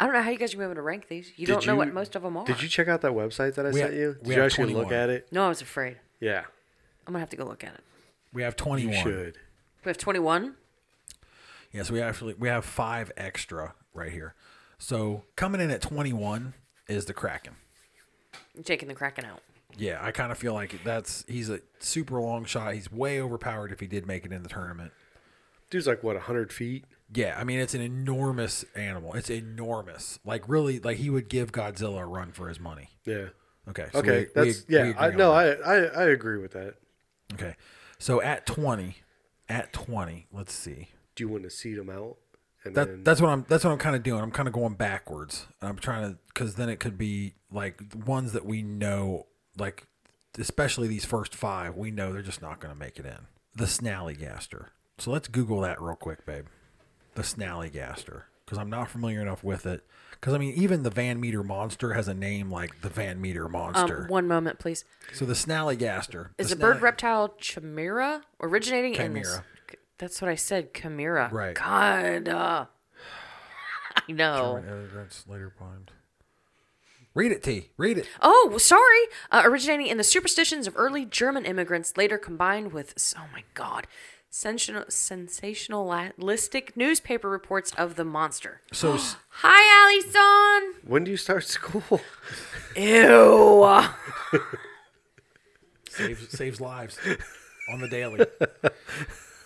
Speaker 3: I don't know how you guys are going to be able to rank these. You don't know what most of them are.
Speaker 2: Did you check out that website that I
Speaker 1: We
Speaker 2: sent
Speaker 1: have-
Speaker 2: you?
Speaker 1: we
Speaker 2: Did you
Speaker 1: have
Speaker 2: actually look
Speaker 1: 21.
Speaker 2: at it?
Speaker 3: No, I was afraid.
Speaker 2: Yeah,
Speaker 3: I'm going to have to go look at it.
Speaker 1: We have twenty
Speaker 2: <laughs> you
Speaker 1: one.
Speaker 2: should.
Speaker 3: We have 21.
Speaker 1: Yes, we actually we have five extra right here. So coming in at twenty one is the Kraken.
Speaker 3: I'm taking the Kraken out.
Speaker 1: Yeah, I kind of feel like that's he's a super long shot. He's way overpowered if he did make it in the tournament.
Speaker 2: Dude's like what hundred feet.
Speaker 1: Yeah, I mean it's an enormous animal. It's enormous. Like really, like he would give Godzilla a run for his money.
Speaker 2: Yeah.
Speaker 1: Okay. so
Speaker 2: Okay,
Speaker 1: we- we-
Speaker 2: that's
Speaker 1: we
Speaker 2: yeah.
Speaker 1: agree
Speaker 2: I
Speaker 1: on
Speaker 2: no,
Speaker 1: that.
Speaker 2: I, I I agree with that.
Speaker 1: Okay. So at twenty, at twenty, let's see.
Speaker 2: Do you want to seed them out? And
Speaker 1: That
Speaker 2: then
Speaker 1: that's what I'm that's what I'm kind of doing. I'm kind of going backwards. I'm trying to because then it could be like ones that we know, like especially these first five, we know they're just not going to make it in. The snallygaster. So let's Google that real quick, babe. The snallygaster, because I'm not familiar enough with it. Because I mean, even the Van Meter monster has a name like the Van Meter
Speaker 3: Um,
Speaker 1: monster.
Speaker 3: one moment, please.
Speaker 1: so the snallygaster
Speaker 3: Is
Speaker 1: the
Speaker 3: the bird
Speaker 1: snally-
Speaker 3: reptile chimera originating in this?
Speaker 1: Chimera.
Speaker 3: That's what I said, chimera.
Speaker 1: Right.
Speaker 3: God. uh, I know.
Speaker 1: Uh, that's later blind. Read it, T. Read it.
Speaker 3: Oh, sorry. Uh, originating in the superstitions of early German immigrants, later combined with, oh my God, sensational, sensationalistic newspaper reports of the monster. <gasps>
Speaker 1: So s-
Speaker 3: Hi, Allison.
Speaker 2: When do you
Speaker 1: <laughs>
Speaker 2: start <laughs> school?
Speaker 3: Ew.
Speaker 1: saves saves lives on the daily.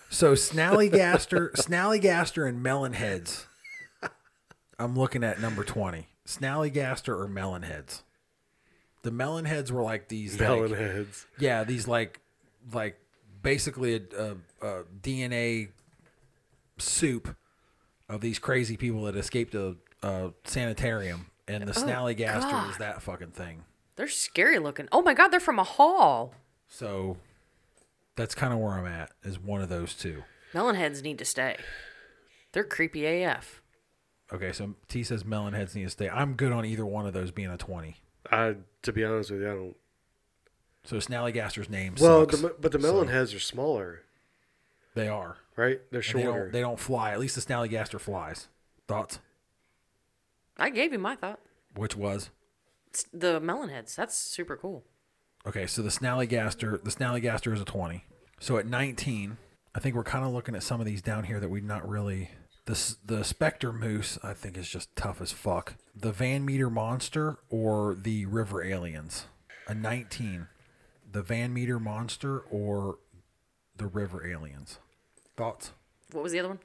Speaker 1: So Snallygaster, Snallygaster, and Melonheads. I'm looking at number twenty. Snallygaster or Melonheads. The Melonheads were like these. like-
Speaker 2: Melon heads.
Speaker 1: yeah, these like like basically a, a, a DNA soup of these crazy people that escaped a, a sanitarium, and the Snallygaster was that fucking thing.
Speaker 3: They're scary looking. Oh my god, they're from a hall.
Speaker 1: So that's kind of where I'm at. Is one of those two.
Speaker 3: Melonheads need to stay. They're creepy AF.
Speaker 1: Okay, so T says melon heads need to stay. I'm good on either one of those being a 20.
Speaker 2: I, to be honest with you, I don't.
Speaker 1: So Snallygaster's name
Speaker 2: Well,
Speaker 1: sucks.
Speaker 2: the, me- but the melon heads are smaller,
Speaker 1: they are.
Speaker 2: right? They're
Speaker 1: And They
Speaker 2: shorter.
Speaker 1: don't, they don't fly. At least the Snallygaster flies. Thoughts?
Speaker 3: I gave you my thought.
Speaker 1: Which was?
Speaker 3: It's the melonheads. That's super cool.
Speaker 1: Okay, so the Snallygaster, the Snallygaster is a 20. So at 19, I think we're kind of looking at some of these down here that we've not really. The, s- the Spectre Moose, I think, is just tough as fuck. The Van Meter Monster or the River Aliens? A 19. The Van Meter Monster or the River Aliens? Thoughts?
Speaker 3: What was the other one?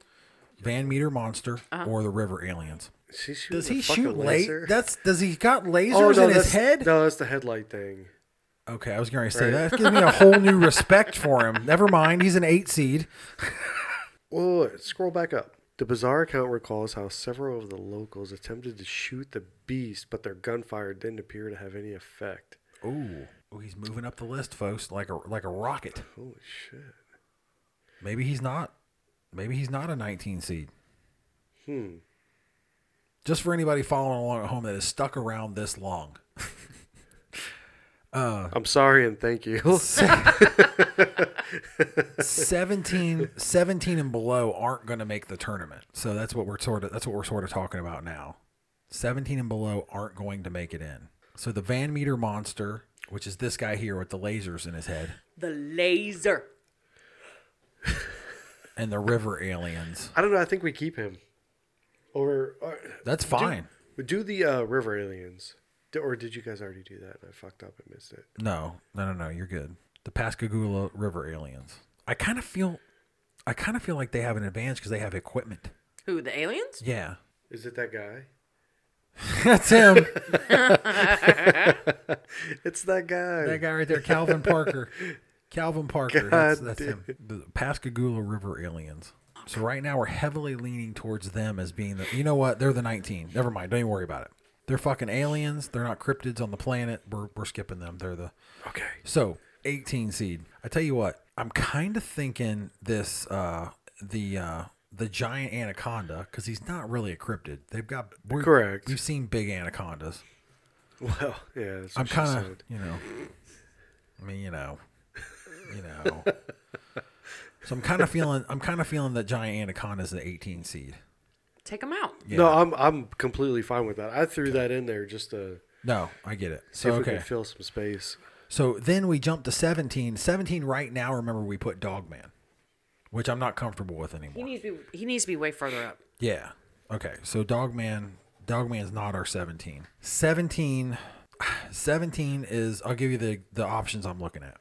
Speaker 1: Van Meter Monster or the River Aliens?
Speaker 2: Is he shooting
Speaker 1: Does
Speaker 2: a
Speaker 1: he
Speaker 2: fucking
Speaker 1: shoot
Speaker 2: laser?
Speaker 1: laser? That's does he got lasers
Speaker 2: Oh, no,
Speaker 1: in his
Speaker 2: that's-
Speaker 1: head?
Speaker 2: No, that's the headlight thing.
Speaker 1: Okay, I was going to say that gives me a whole new respect for
Speaker 2: <laughs>
Speaker 1: him. Never mind, he's an eight seed.
Speaker 2: Whoa, wait, scroll back up. The bizarre account recalls how several of the locals attempted to shoot the beast, but their gunfire didn't appear to have any effect.
Speaker 1: Ooh, oh, he's moving up the list, folks, like a like a rocket.
Speaker 2: Holy shit.
Speaker 1: Maybe he's not. Maybe he's not a 19 seed.
Speaker 2: Hmm.
Speaker 1: Just for anybody following along at home that has stuck around this long. Uh.
Speaker 2: I'm sorry and thank you. <laughs>
Speaker 1: 17, 17 and below aren't going to make the tournament. So that's what we're sort of that's what we're sort of talking about now. 17 and below aren't going to make it in. So the Van Meter monster, which is this guy here with the lasers in his head,
Speaker 3: The laser.
Speaker 1: and the river aliens.
Speaker 2: I don't know. I think we keep him. Or, or
Speaker 1: That's fine.
Speaker 2: we do the uh, river aliens. D- Or did you guys already do that? And I fucked up and missed it.
Speaker 1: No, no, no, no. You're good. The Pascagoula River aliens. I kind of feel, I kind of feel like they have an advantage because they have equipment.
Speaker 3: Who? The aliens?
Speaker 1: Yeah,
Speaker 2: Is it that guy?
Speaker 1: <laughs>
Speaker 2: <laughs>
Speaker 1: that's him.
Speaker 2: It's that guy.
Speaker 1: that guy right there, Calvin
Speaker 2: <laughs>
Speaker 1: Parker. Calvin Parker.
Speaker 2: God
Speaker 1: That's, that's
Speaker 2: damn
Speaker 1: him. The Pascagoula River aliens. So right now we're heavily leaning towards them as being the. You know what? They're the 19. Never mind. Don't even worry about it. They're fucking aliens. They're not cryptids on the planet. We're, we're skipping them. They're the
Speaker 2: Okay.
Speaker 1: So 18 seed. I tell you what, I'm kind of thinking this uh the uh the giant anaconda because he's not really a cryptid. They've got we're,
Speaker 2: Correct.
Speaker 1: We've seen big anacondas.
Speaker 2: Well, yeah. That's what
Speaker 1: I'm
Speaker 2: she
Speaker 1: kind of
Speaker 2: said.
Speaker 1: you know. I mean you know, you know. so I'm kind of feeling I'm kind of feeling that giant anaconda is the 18 seed.
Speaker 3: Take them out.
Speaker 2: No, I'm I'm completely fine with that. I threw that in there just to
Speaker 1: No, I get it.
Speaker 2: see
Speaker 1: So
Speaker 2: if we
Speaker 1: okay.
Speaker 2: could fill some space.
Speaker 1: So then we jump to 17. 17 right now. Remember we put Dogman, which I'm not comfortable with anymore.
Speaker 3: He needs to be. He needs to be way further up.
Speaker 1: Yeah. Okay. So Dogman Dogman's not our 17. 17 17 is I'll give you the the options I'm looking at.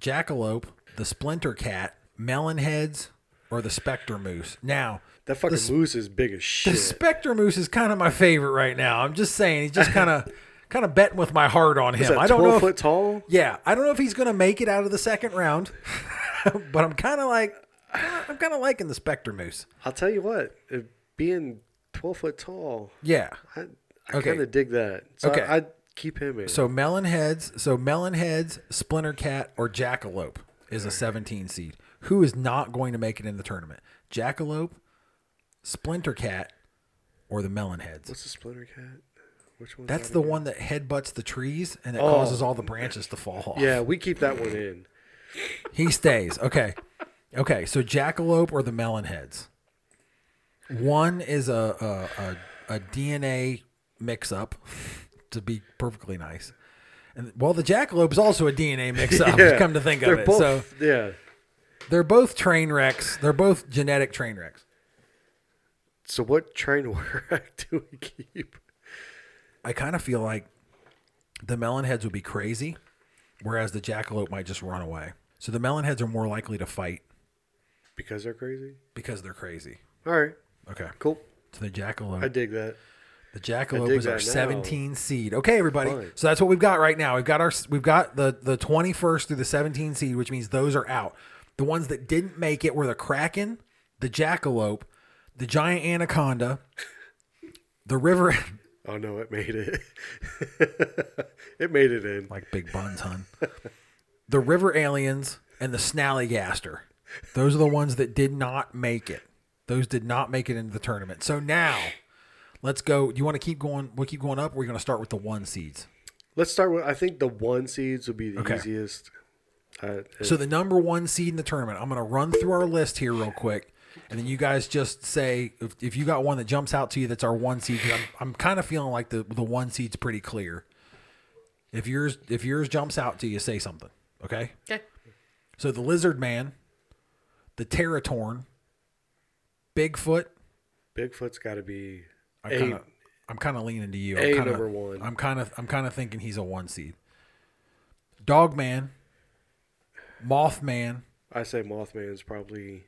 Speaker 1: Jackalope, the Splinter Cat, Melonheads, or the Spectre Moose. Now,
Speaker 2: That fucking moose is big as
Speaker 1: the
Speaker 2: shit.
Speaker 1: Spectre Moose is kind of my favorite right now. I'm just saying, he's just kind
Speaker 2: <laughs>
Speaker 1: of kind of betting with my heart on him.
Speaker 2: Is that
Speaker 1: I don't
Speaker 2: 12
Speaker 1: know if-
Speaker 2: foot tall?
Speaker 1: yeah, I don't know if he's going to make it out of the second round, <laughs> but I'm kind of like I'm kind of liking the Spectre Moose.
Speaker 2: I'll tell you what, it, being 12 foot tall,
Speaker 1: Yeah.
Speaker 2: I, I
Speaker 1: Okay.
Speaker 2: kind of dig that. So
Speaker 1: Okay.
Speaker 2: I, I'd keep him in.
Speaker 1: So melon heads, so melon heads, splinter cat, or jackalope is a 17 seed. Who is not going to make it in the tournament? Jackalope, splinter cat, or the melon heads?
Speaker 2: What's the splinter cat? Which one?
Speaker 1: That's the one that headbutts the trees and it causes all the branches to fall off.
Speaker 2: Yeah, we keep that
Speaker 1: <laughs>
Speaker 2: one in.
Speaker 1: He stays. Okay. Okay. So jackalope or the melon heads? One is a a, a, a DNA mix up, to be perfectly nice. And well, the jackalope is also a DNA mix up,
Speaker 2: <laughs> Yeah.
Speaker 1: come to think of
Speaker 2: They're
Speaker 1: it.
Speaker 2: both,
Speaker 1: So
Speaker 2: yeah.
Speaker 1: They're both train wrecks. They're both genetic train wrecks.
Speaker 2: So what train <laughs> wreck do we keep?
Speaker 1: I kind of feel like the melon heads would be crazy, whereas the jackalope might just run away. So the melon heads are more likely to fight
Speaker 2: Because they're crazy.
Speaker 1: because they're crazy.
Speaker 2: All right,
Speaker 1: Okay.
Speaker 2: cool.
Speaker 1: So the
Speaker 2: I
Speaker 1: jackalope.
Speaker 2: dig that.
Speaker 1: The
Speaker 2: I
Speaker 1: jackalope
Speaker 2: dig
Speaker 1: is our
Speaker 2: that now.
Speaker 1: 17 seed. Okay, everybody.
Speaker 2: Fine.
Speaker 1: So that's what we've got right now. We've got our we've got the the 21st through the 17 seed, which means those are out. The ones that didn't make it were the kraken, the jackalope, the giant anaconda, the river <laughs>
Speaker 2: Oh no, it made it. <laughs> it made it in.
Speaker 1: like big buns, hun. the river aliens and the snallygaster. Those are the ones that did not make it. Those did not make it into the tournament. So now, let's go. Do you want to keep going? We'll keep going up. Or we're going to start with the one seeds.
Speaker 2: Let's start with. I think the one seeds would be the
Speaker 1: Okay.
Speaker 2: easiest. Uh,
Speaker 1: So the number one seed in the tournament. I'm going to run through our list here real quick, and then you guys just say if, if you got one that jumps out to you that's our one seed. 'cause I'm, I'm kind of feeling like the the one seed's pretty clear. If yours if yours jumps out to you, say something. Okay.
Speaker 3: Okay.
Speaker 1: So the lizard man, the Territorn, Bigfoot.
Speaker 2: Bigfoot's got to be
Speaker 1: I
Speaker 2: eight.
Speaker 1: kinda, I'm kind of leaning to you. I'm
Speaker 2: A
Speaker 1: kinda,
Speaker 2: number one.
Speaker 1: I'm kind of I'm kind of thinking he's a one seed. Dog man, Mothman.
Speaker 2: I say Mothman's probably.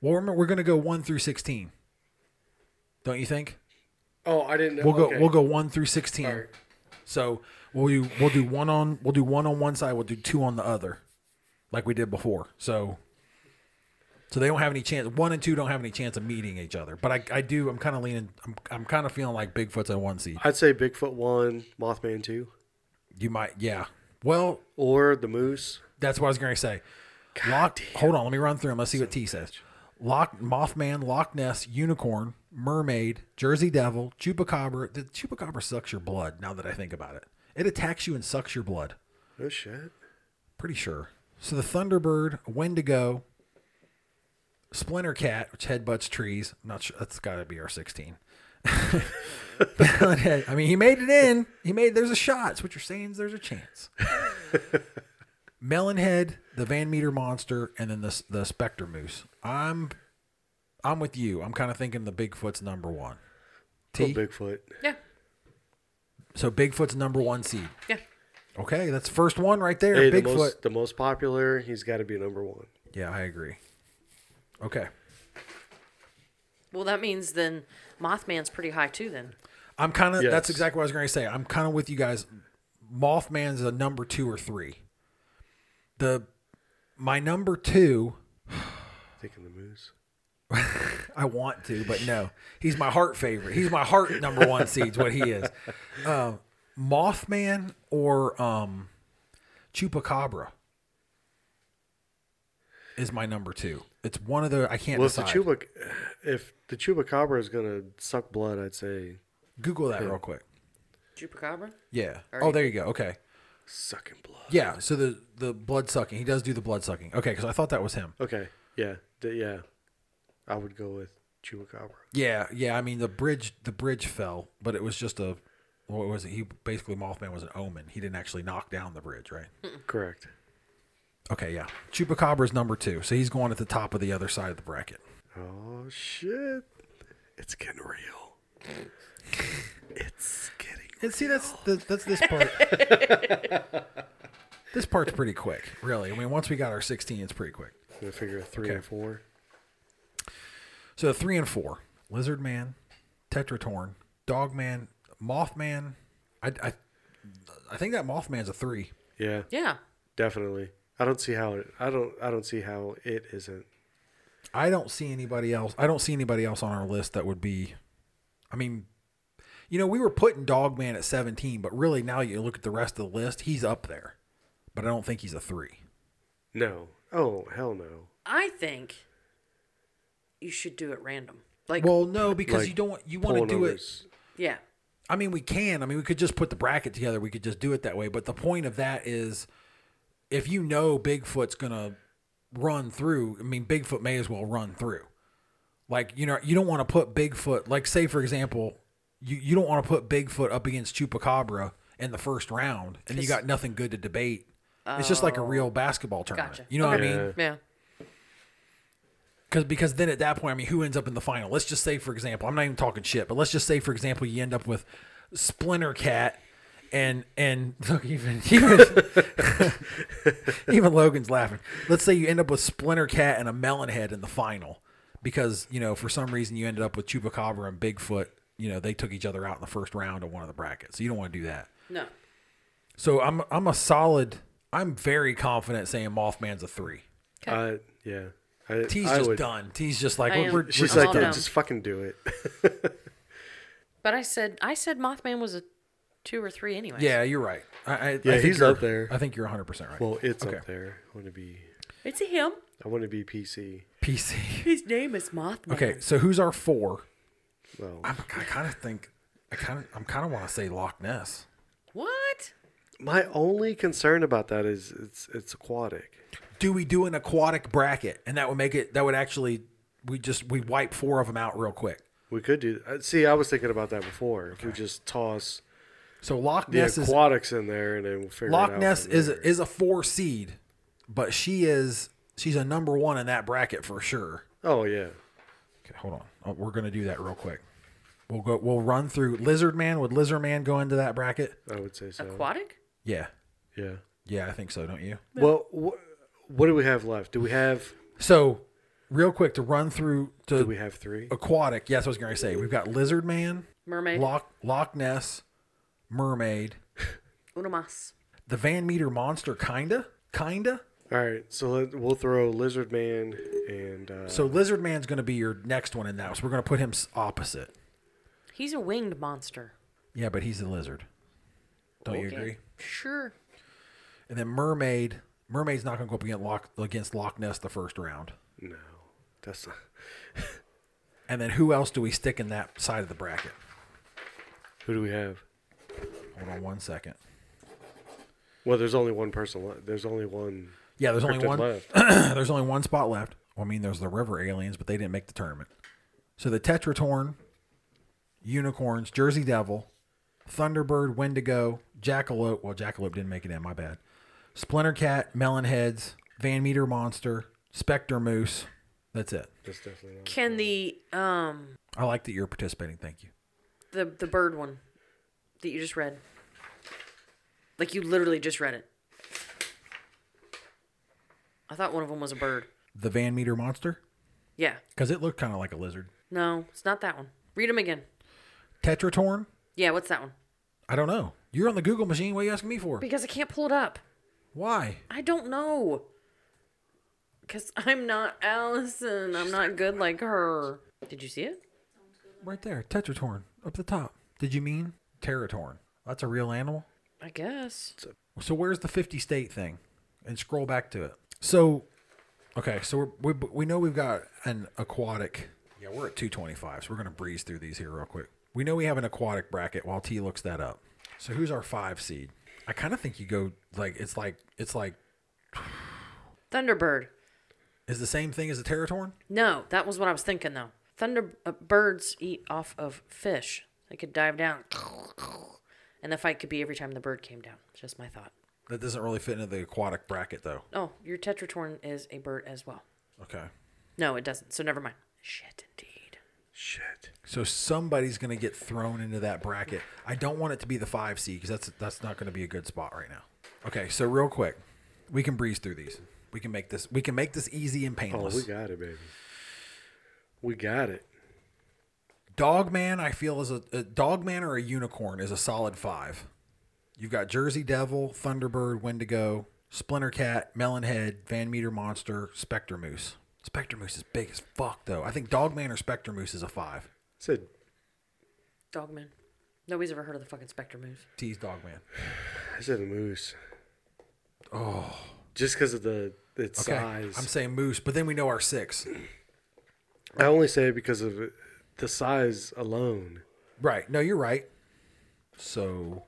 Speaker 1: Well, remember, we're gonna go one through sixteen. Don't you think?
Speaker 2: Oh, I didn't know.
Speaker 1: We'll go
Speaker 2: okay.
Speaker 1: we'll go one through sixteen.
Speaker 2: All right.
Speaker 1: So we'll do we'll do one on we'll do one on one side, we'll do two on the other, like we did before. So so they don't have any chance. One and two don't have any chance of meeting each other. But I, I do. I'm kind of leaning. I'm, I'm kind of feeling like Bigfoot's a one seed.
Speaker 2: I'd say Bigfoot one, Mothman two,
Speaker 1: You might. Yeah. Well,
Speaker 2: or the Moose.
Speaker 1: that's what I was going to say. Lock. Hold on. Let me run through them. Let's see what T says. Lock, Mothman, Loch Ness, Unicorn, Mermaid, Jersey Devil, Chupacabra. The Chupacabra sucks your blood. Now that I think about it, it attacks you and sucks your blood.
Speaker 2: Oh shit.
Speaker 1: Pretty sure. So the Thunderbird, Wendigo, Splinter Cat, which headbutts trees. I'm not sure. That's got to be our 16. <laughs> I mean, he made it in. He made. There's a shot. So what you're saying is there's a chance. Melonhead, the Van Meter Monster, and then the the Spectre Moose. I'm, I'm with you. I'm kind of thinking the Bigfoot's number one.
Speaker 2: Oh,
Speaker 1: T.
Speaker 2: Bigfoot.
Speaker 3: Yeah.
Speaker 1: So Bigfoot's number one seed.
Speaker 3: Yeah.
Speaker 1: Okay, that's the first one right there.
Speaker 2: Hey, the
Speaker 1: Bigfoot.
Speaker 2: most the most popular. He's got to be number one.
Speaker 1: Yeah, I agree. Okay.
Speaker 3: Well, that means then Mothman's pretty high too. Then.
Speaker 1: I'm kind of, that's
Speaker 2: Yes.
Speaker 1: exactly what I was going to say. I'm kind of with you guys. Mothman's a number two or three. The, my number two,
Speaker 2: Thinking the Moose.
Speaker 1: I want to, but no, he's my heart favorite. He's my heart number one seed's what he is. <laughs> Uh, Mothman or, um, Chupacabra is my number two. It's one of the, I can't
Speaker 2: Well, if the
Speaker 1: decide.
Speaker 2: Chubac, if the Chupacabra is gonna suck blood, I'd say
Speaker 1: Google that real quick.
Speaker 3: Chupacabra.
Speaker 1: Yeah. Oh, there you go. Okay.
Speaker 2: sucking blood.
Speaker 1: Yeah, so the the blood sucking, he does do the blood sucking. Okay, because I thought that was him.
Speaker 2: Okay. Yeah. D- yeah. I would go with Chupacabra.
Speaker 1: Yeah, yeah. I mean the bridge the bridge fell, but it was just a what was it? He basically Mothman was an omen. He didn't actually knock down the bridge, right?
Speaker 2: Correct.
Speaker 1: Okay, yeah. Chupacabra's number two, so he's going at the top of the other side of the bracket.
Speaker 2: Oh shit! It's getting real. it's getting.
Speaker 1: And see, that's the, that's this <laughs> part. this part's pretty quick, really. I mean, once we got our sixteen, it's pretty quick.
Speaker 2: I'm gonna figure a three and four.
Speaker 1: So the three and four: Lizard Man, Tetratorn, Dogman, Mothman. I, I, I think that Mothman's a three.
Speaker 2: Yeah,
Speaker 3: Yeah.
Speaker 2: definitely. I don't see how it. I don't. I don't see how it isn't.
Speaker 1: I don't see anybody else. I don't see anybody else on our list that would be. I mean, you know, we were putting Dogman at seventeen, but really now you look at the rest of the list, he's up there. But I don't think he's a three.
Speaker 2: No. Oh hell no.
Speaker 3: I think you should do it random. Like.
Speaker 1: Well, no, because
Speaker 2: Like,
Speaker 1: you don't want you want to
Speaker 2: Pulling
Speaker 1: do it.
Speaker 2: numbers.
Speaker 3: yeah.
Speaker 1: I mean, we can. I mean, we could just put the bracket together. We could just do it that way. But the point of that is, if you know Bigfoot's gonna run through, I mean, Bigfoot may as well run through. Like you know, you don't want to put Bigfoot. Like say for example, you you don't want to put Bigfoot up against Chupacabra in the first round, and you got nothing good to debate. It's just like a real basketball tournament.
Speaker 3: Gotcha.
Speaker 1: You know what I mean?
Speaker 3: Yeah.
Speaker 1: Cause, because then at that point, I mean, who ends up in the final? Let's just say, for example, I'm not even talking shit, but let's just say, for example, you end up with Splinter Cat and and look even <laughs> even even Logan's laughing. Let's say you end up with Splinter Cat and a melon head in the final because you know for some reason you ended up with Chupacabra and Bigfoot. You know they took each other out in the first round of one of the brackets, so you don't want to do that.
Speaker 3: No.
Speaker 1: So I'm I'm a solid. I'm very confident saying Mothman's a three.
Speaker 2: I, yeah. I,
Speaker 1: T's
Speaker 2: I
Speaker 1: just
Speaker 2: would,
Speaker 1: done. T's just like
Speaker 3: I
Speaker 1: we're,
Speaker 3: am-
Speaker 1: we're,
Speaker 2: She's
Speaker 3: I'm
Speaker 2: like,
Speaker 3: all
Speaker 2: "Dude,
Speaker 3: down."
Speaker 2: just fucking do
Speaker 1: <laughs>
Speaker 2: it.
Speaker 3: But I said I said Mothman was a two or three anyway.
Speaker 1: yeah, you're right. I, I,
Speaker 2: Yeah,
Speaker 1: I think
Speaker 2: he's
Speaker 1: you're-
Speaker 2: up there.
Speaker 1: I think you're 100 percent right.
Speaker 2: Well, it's
Speaker 1: Okay.
Speaker 2: up there. I want to be.
Speaker 3: It's a him.
Speaker 2: I want to be PC. <laughs>
Speaker 1: PC.
Speaker 3: His name is Mothman.
Speaker 1: Okay, so who's our four?
Speaker 2: Well,
Speaker 1: I'm, I kind of think I kind of I'm kind of want to say Loch Ness.
Speaker 3: What?
Speaker 2: my only concern about that is it's it's aquatic.
Speaker 1: do we do an aquatic bracket and that would make it that would actually we just we wipe four of them out real quick
Speaker 2: We could do. uh, See, I was thinking about that before. If we just toss
Speaker 1: so loch
Speaker 2: the
Speaker 1: ness is
Speaker 2: aquatics in there, and then we'll figure it
Speaker 1: loch
Speaker 2: out.
Speaker 1: ness
Speaker 2: from
Speaker 1: is
Speaker 2: there.
Speaker 1: is a four seed but she is she's a number one in that bracket for sure
Speaker 2: Oh yeah.
Speaker 1: okay hold on Oh, we're gonna do that real quick we'll go we'll run through lizard man would lizard man go into that bracket
Speaker 2: I would say so.
Speaker 3: Aquatic?
Speaker 1: yeah
Speaker 2: yeah.
Speaker 1: yeah i think so don't you
Speaker 2: Well, wh- what do we have left? Do we have
Speaker 1: so real quick to run through
Speaker 2: do
Speaker 1: to
Speaker 2: we have three?
Speaker 1: aquatic yes i was gonna say we've got lizard man
Speaker 3: Mermaid.
Speaker 1: loch loch ness mermaid
Speaker 3: Uno mas.
Speaker 1: the Van Meter monster, kinda, kinda.
Speaker 2: All right, so let, we'll throw Lizard Man and uh,
Speaker 1: So Lizard Man's gonna be your next one in that. So we're gonna put him s- opposite.
Speaker 3: He's a winged monster.
Speaker 1: Yeah, but he's a lizard. Don't you
Speaker 3: Okay.
Speaker 1: agree?
Speaker 3: Sure.
Speaker 1: And then Mermaid. Mermaid's not gonna go up against Loch against Loch Ness the first round.
Speaker 2: no, that's not,
Speaker 1: And then who else do we stick in that side of the bracket?
Speaker 2: who do we have?
Speaker 1: Hold on one second.
Speaker 2: Well, there's only one person left. There's only one.
Speaker 1: Yeah, there's only
Speaker 2: cryptid
Speaker 1: one.
Speaker 2: left.
Speaker 1: <clears throat> there's only one spot left. Well, I mean, there's the river aliens, but they didn't make the tournament. So the Tetratorn, Unicorns, Jersey Devil, Thunderbird, Wendigo, Jackalope. Well, Jackalope didn't make it in, my bad. Splinter Cat, Melonheads, Van Meter Monster, Spectre Moose. That's it.
Speaker 2: That's definitely not.
Speaker 3: Can the um
Speaker 1: I like that you're participating. Thank you.
Speaker 3: the the bird one that you just read? Like you literally just read it. I thought one of them was a bird.
Speaker 1: The Van Meter Monster,
Speaker 3: Yeah.
Speaker 1: because it looked kind of like a lizard.
Speaker 3: No, it's not that one. Read them again.
Speaker 1: Tetratorn,
Speaker 3: Yeah, what's that one?
Speaker 1: I don't know. You're on the Google machine. What are you asking me for?
Speaker 3: Because I can't pull it up.
Speaker 1: Why?
Speaker 3: I don't know. Because I'm not Allison. I'm not good like her. Did you see it?
Speaker 1: Right there, Tetratorn up the top. Did you mean Territorn? That's a real animal.
Speaker 3: I guess.
Speaker 1: So where's the 50 state thing? And scroll back to it. So, okay, so we're, we we know we've got an aquatic. Yeah, we're at 225, so we're gonna breeze through these here real quick. We know we have an aquatic bracket while T looks that up. So who's our five seed? I kind of think you go like it's like it's like
Speaker 3: Thunderbird.
Speaker 1: is the same thing as a Territorn.
Speaker 3: No, that was what I was thinking though. Thunder uh, birds eat off of fish. They could dive down, and the fight could be every time the bird came down. Just my thought.
Speaker 1: That doesn't really fit into the aquatic bracket though.
Speaker 3: Oh, your tetratorn is a bird as well.
Speaker 1: Okay.
Speaker 3: No, it doesn't. So never mind. Shit, indeed.
Speaker 2: Shit.
Speaker 1: So somebody's going to get thrown into that bracket. I don't want it to be the five seed because that's that's not going to be a good spot right now. Okay, so real quick, we can breeze through these. We can make this. We can make this easy and
Speaker 2: Oh,
Speaker 1: painless.
Speaker 2: we got it, baby. We got it.
Speaker 1: Dogman, I feel is a, a Dogman or a unicorn is a solid five. You've got Jersey Devil, Thunderbird, Wendigo, Splinter Cat, Melonhead, Van Meter Monster, Spectre Moose. Spectre Moose is big as fuck though. I think Dogman or Spectre Moose is a five.
Speaker 2: said
Speaker 3: Dogman. Nobody's ever heard of the fucking Spectre moves.
Speaker 1: Tease Dogman.
Speaker 2: I said a moose. Oh. Just because of the its
Speaker 1: Okay,
Speaker 2: size.
Speaker 1: I'm saying Moose, but then we know our six.
Speaker 2: I only say it because of it- the size alone.
Speaker 1: Right. No, you're right. So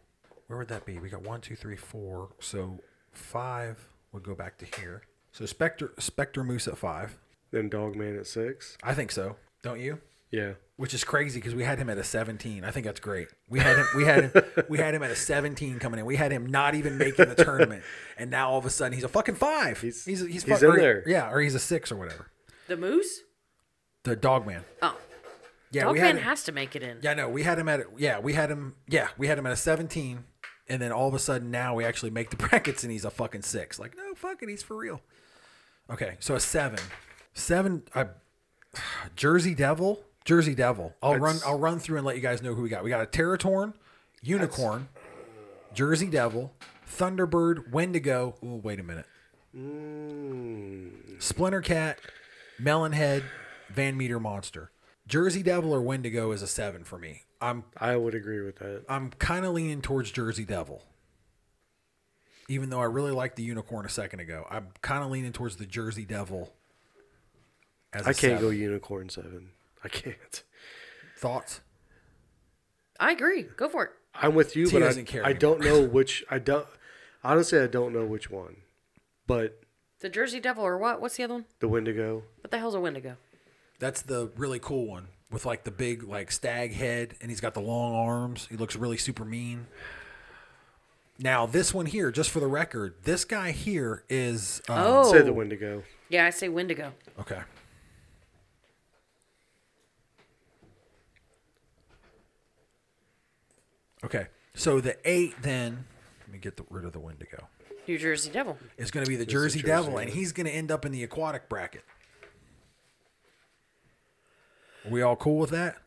Speaker 1: where would that be? We got one, two, three, four. So five would go back to here. So Spectre Spectre Moose at five.
Speaker 2: Then Dogman at six.
Speaker 1: I think so. Don't you?
Speaker 2: Yeah.
Speaker 1: Which is crazy because we had him at a 17. I think that's great. We had him. We had him. <laughs> we had him at a 17 coming in. We had him not even making the tournament, and now all of a sudden he's a fucking five. He's he's he's,
Speaker 2: he's
Speaker 1: fuck-
Speaker 2: in
Speaker 1: or-
Speaker 2: there.
Speaker 1: Yeah, or he's a six or whatever.
Speaker 3: The moose?
Speaker 1: the Dogman.
Speaker 3: Oh,
Speaker 1: Yeah, we had
Speaker 3: Dogman
Speaker 1: him,
Speaker 3: has to make it in.
Speaker 1: Yeah, no, we had him at yeah, we had him yeah, we had him at a 17 and then all of a sudden now we actually make the <laughs> brackets and he's a fucking 6. Like, no, fuck it, he's for real. Okay, so a 7. 7 I <sighs> Jersey Devil, Jersey Devil. I'll run I'll run through and let you guys know who we got. We got a Territorn, Unicorn, Jersey Devil, Thunderbird, Wendigo. Oh, wait a minute.
Speaker 2: Hmm.
Speaker 1: Splinter Cat, Melonhead, Van Meter Monster. Jersey Devil or Wendigo is a seven for me. I'm
Speaker 2: I would agree with that.
Speaker 1: I'm kind of leaning towards Jersey Devil. Even though I really liked the unicorn a second ago, I'm kind of leaning towards the Jersey Devil. As
Speaker 2: I can't go
Speaker 1: seven.
Speaker 2: unicorn seven. I can't. <laughs>
Speaker 1: Thoughts?
Speaker 3: I agree. Go for it.
Speaker 2: I'm with you,
Speaker 1: T
Speaker 2: but I,
Speaker 1: doesn't care
Speaker 2: I don't know which. I don't. Honestly, I don't know which one. But
Speaker 3: The Jersey Devil or what? What's the other one?
Speaker 2: the Wendigo.
Speaker 3: What the hell's a Wendigo?
Speaker 1: That's the really cool one with like the big like stag head, and he's got the long arms. He looks really super mean. Now this one here, just for the record, this guy here is um,
Speaker 3: Oh,
Speaker 2: Uh, Say the Wendigo.
Speaker 3: yeah, I say Wendigo.
Speaker 1: Okay. Okay. So the eight then, let me get the, rid of the Wendigo,
Speaker 3: New Jersey Devil.
Speaker 1: is going to be the Jersey,
Speaker 2: Jersey
Speaker 1: Devil, and
Speaker 2: Devil.
Speaker 1: he's going to end up in the aquatic bracket. Are we all cool with that?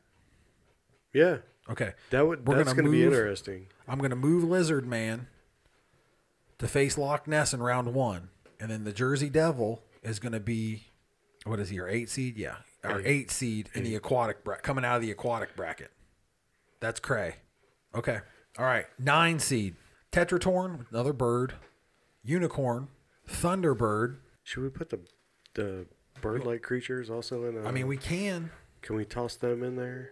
Speaker 2: Yeah,
Speaker 1: Okay.
Speaker 2: that would.
Speaker 1: We're
Speaker 2: that's
Speaker 1: gonna
Speaker 2: going to be
Speaker 1: move-
Speaker 2: interesting.
Speaker 1: I'm going to move Lizard Man to face Loch Ness in round one. And then the Jersey Devil is going to be, what is he, your eight seed? Yeah. Our eight, seed in the aquatic bracket, coming out of the aquatic bracket. That's Cray. Okay. All right. Nine seed. Tetratorn, another bird. Unicorn. Thunderbird.
Speaker 2: Should we put the the bird-like creatures also in? I
Speaker 1: I mean, we can.
Speaker 2: can we toss them in there?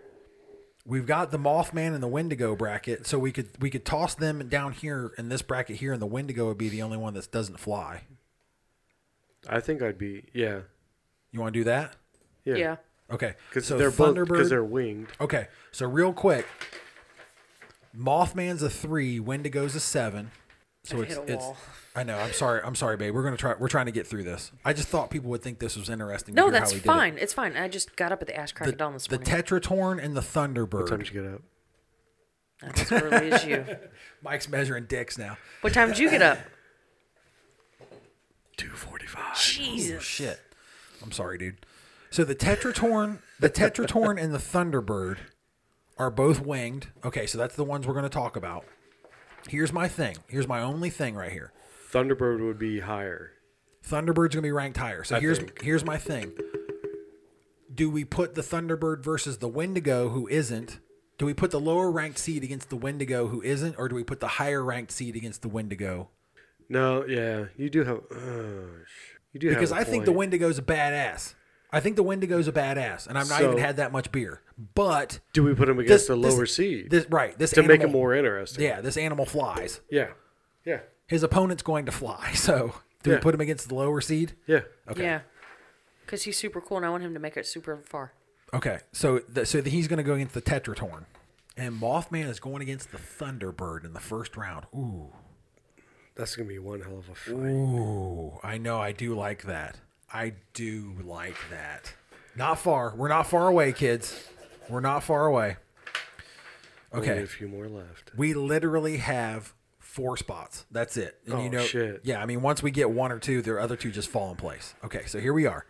Speaker 1: We've got the Mothman and the Wendigo bracket, so we could we could toss them down here in this bracket here, and the Wendigo would be the only one that doesn't fly.
Speaker 2: I think I'd be. Yeah,
Speaker 1: You want to do that?
Speaker 2: yeah.
Speaker 3: Yeah.
Speaker 1: Okay.
Speaker 2: Because
Speaker 1: so
Speaker 2: they're both.
Speaker 1: Thunderbird.
Speaker 2: Because they're winged.
Speaker 1: okay. So real quick, Mothman's a three, Wendigo's a seven. So
Speaker 3: I've
Speaker 1: it's
Speaker 3: hit a
Speaker 1: it's.
Speaker 3: wall.
Speaker 1: I know. I'm sorry. I'm sorry, babe. We're gonna try. We're trying to get through this. I just thought people would think this was interesting. to
Speaker 3: No,
Speaker 1: hear how
Speaker 3: that's
Speaker 1: we did it.
Speaker 3: fine. It's fine. I just got up at the ass crack of dawn this
Speaker 1: The
Speaker 3: morning.
Speaker 1: Tetratorn and the
Speaker 2: What time did
Speaker 1: Thunderbird.
Speaker 2: you get up?
Speaker 3: Not as early as you.
Speaker 1: <laughs> Mike's measuring dicks now.
Speaker 3: What time did you get up?
Speaker 2: Two forty-five.
Speaker 1: Oh,
Speaker 3: Jesus.
Speaker 1: shit. I'm sorry, dude. So the Tetratorn, the Tetratorn and the Thunderbird are both winged. Okay, so that's the ones we're going to talk about. Here's my thing. Here's my only thing right here.
Speaker 2: Thunderbird would be higher.
Speaker 1: Thunderbird's going to be ranked higher. So here's
Speaker 2: think.
Speaker 1: here's my thing. Do we put the Thunderbird versus the Wendigo who isn't? Do we put the lower ranked seed against the Wendigo who isn't or do we put the higher ranked seed against the Wendigo?
Speaker 2: No, yeah, you do have. Oh, sh- you do
Speaker 1: Because
Speaker 2: have a
Speaker 1: I think the
Speaker 2: point.
Speaker 1: Wendigo's a badass. I think the Wendigo's a badass and I've not
Speaker 2: So-
Speaker 1: even had that much beer. But
Speaker 2: Do we put them against the lower seed
Speaker 1: This, right. This
Speaker 2: to make it
Speaker 1: animal-
Speaker 2: more interesting?
Speaker 1: Yeah, this animal flies.
Speaker 2: yeah, yeah,
Speaker 1: His opponent's going to fly. <laughs> So do
Speaker 2: Yeah.
Speaker 1: we put him against the lower seed?
Speaker 2: yeah.
Speaker 1: Okay.
Speaker 3: Yeah. Because he's super cool and I want him to make it super far.
Speaker 1: Okay. So th- so he's going to go against the Tetratorn, and Mothman is going against the Thunderbird in the first round. Ooh,
Speaker 2: That's gonna be one hell of a fight.
Speaker 1: ooh. I know. I do like that. I do like that. Not far. We're not far away, kids. We're not far away.
Speaker 2: Only
Speaker 1: Okay.
Speaker 2: a few more left.
Speaker 1: We literally have four spots. That's it. And
Speaker 2: Oh,
Speaker 1: you know,
Speaker 2: shit.
Speaker 1: Yeah, I mean, once we get one or two, the other two just fall in place. Okay, so here we are.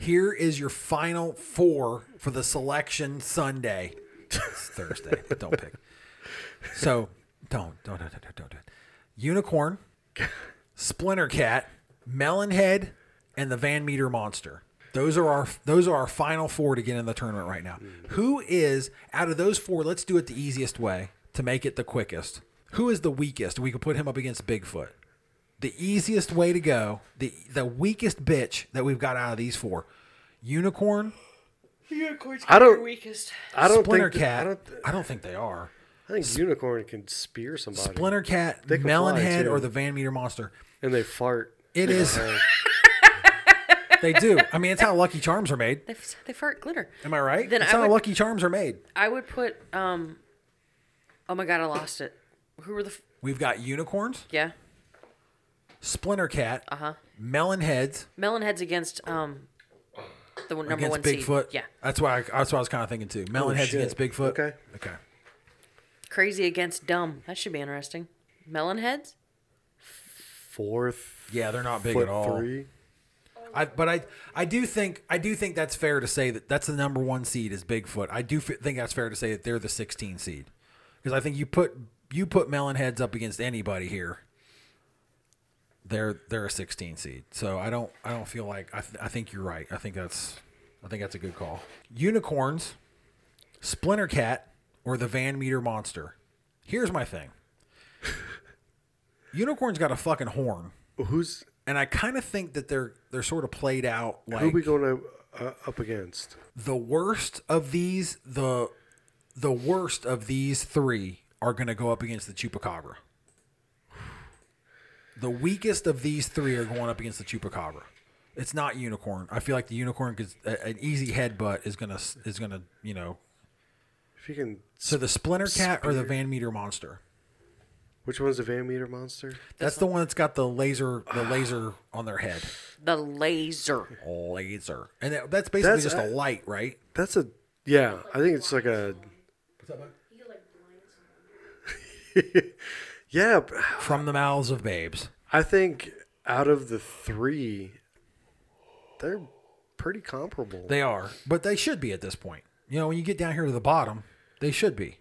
Speaker 1: Here is your final four for the selection Sunday. It's Thursday, but don't pick. So don't, don't, don't, don't, don't do it. Unicorn, Splinter Cat, Melonhead, and the Van Meter Monster. Those are our those are our final four to get in the tournament right now. Who is out of those four? Let's do it the easiest way to make it the quickest. Who is the weakest? We could put him up against Bigfoot. The easiest way to go, the the weakest bitch that we've got out of these four, Unicorn,
Speaker 2: I don't.
Speaker 3: Weakest.
Speaker 2: I don't
Speaker 1: Splinter
Speaker 2: think.
Speaker 1: Cat.
Speaker 2: I don't. th-
Speaker 1: I don't think they are.
Speaker 2: I think unicorn can spear somebody.
Speaker 1: Splinter Cat,
Speaker 2: They can fly,
Speaker 1: Melonhead,
Speaker 2: too.
Speaker 1: or the Van Meter Monster.
Speaker 2: and they fart.
Speaker 1: It is. <laughs> they do. I mean, it's how Lucky Charms are made.
Speaker 3: They, f- they fart glitter.
Speaker 1: Am I right?
Speaker 3: Then
Speaker 1: it's
Speaker 3: I
Speaker 1: how
Speaker 3: would-
Speaker 1: Lucky Charms are made.
Speaker 3: I would put, um, oh my God, I lost it. Who were the, f-
Speaker 1: We've got unicorns,
Speaker 3: yeah. Uh-huh.
Speaker 1: Splinter Cat, melon heads,
Speaker 3: Melonhead's against, um, the number
Speaker 1: against
Speaker 3: one seed.
Speaker 1: Bigfoot.
Speaker 3: Yeah,
Speaker 1: that's why. I, that's what I was kind of thinking too. Melonheads
Speaker 2: shit.
Speaker 1: against Bigfoot.
Speaker 2: Okay.
Speaker 1: Oh, Okay.
Speaker 3: crazy against dumb. That should be interesting. Melonheads.
Speaker 2: Fourth.
Speaker 1: Yeah, they're not big
Speaker 2: foot
Speaker 1: at all.
Speaker 2: Three.
Speaker 1: I, but I, I do think, I do think that's fair to say that that's the number one seed is Bigfoot. I do f- think that's fair to say that they're the 16 seed, because I think you put you put Melonheads up against anybody here. They're they're a 16 seed, so I don't I don't feel like I, th- I think you're right. I think that's I think that's a good call. Unicorns, Splinter Cat, or the Van Meter Monster. Here's my thing. <laughs> Unicorn's got a fucking horn
Speaker 2: Who's
Speaker 1: and I kind of think that they're they're sort of played out
Speaker 2: who
Speaker 1: like
Speaker 2: we going to, uh, up against?
Speaker 1: the worst of these the the worst of these three are going to go up against the chupacabra. The weakest of these three are going up against the chupacabra. It's not unicorn. I feel like the unicorn because an easy headbutt is gonna is gonna you know.
Speaker 2: If you can,
Speaker 1: So the splinter cat or the van meter monster.
Speaker 2: which one's the Van Meter monster?
Speaker 1: That's the one that's got the laser the laser on their head.
Speaker 3: The laser.
Speaker 1: Laser, and that, that's basically
Speaker 2: That's- uh,
Speaker 1: just a light, right?
Speaker 2: That's a yeah. I think it's like a <laughs> yeah. but
Speaker 1: From the mouths of babes.
Speaker 2: I think out of the three, they're pretty comparable.
Speaker 1: They are, but they should be at this point. You know, when you get down here to the bottom, they should be.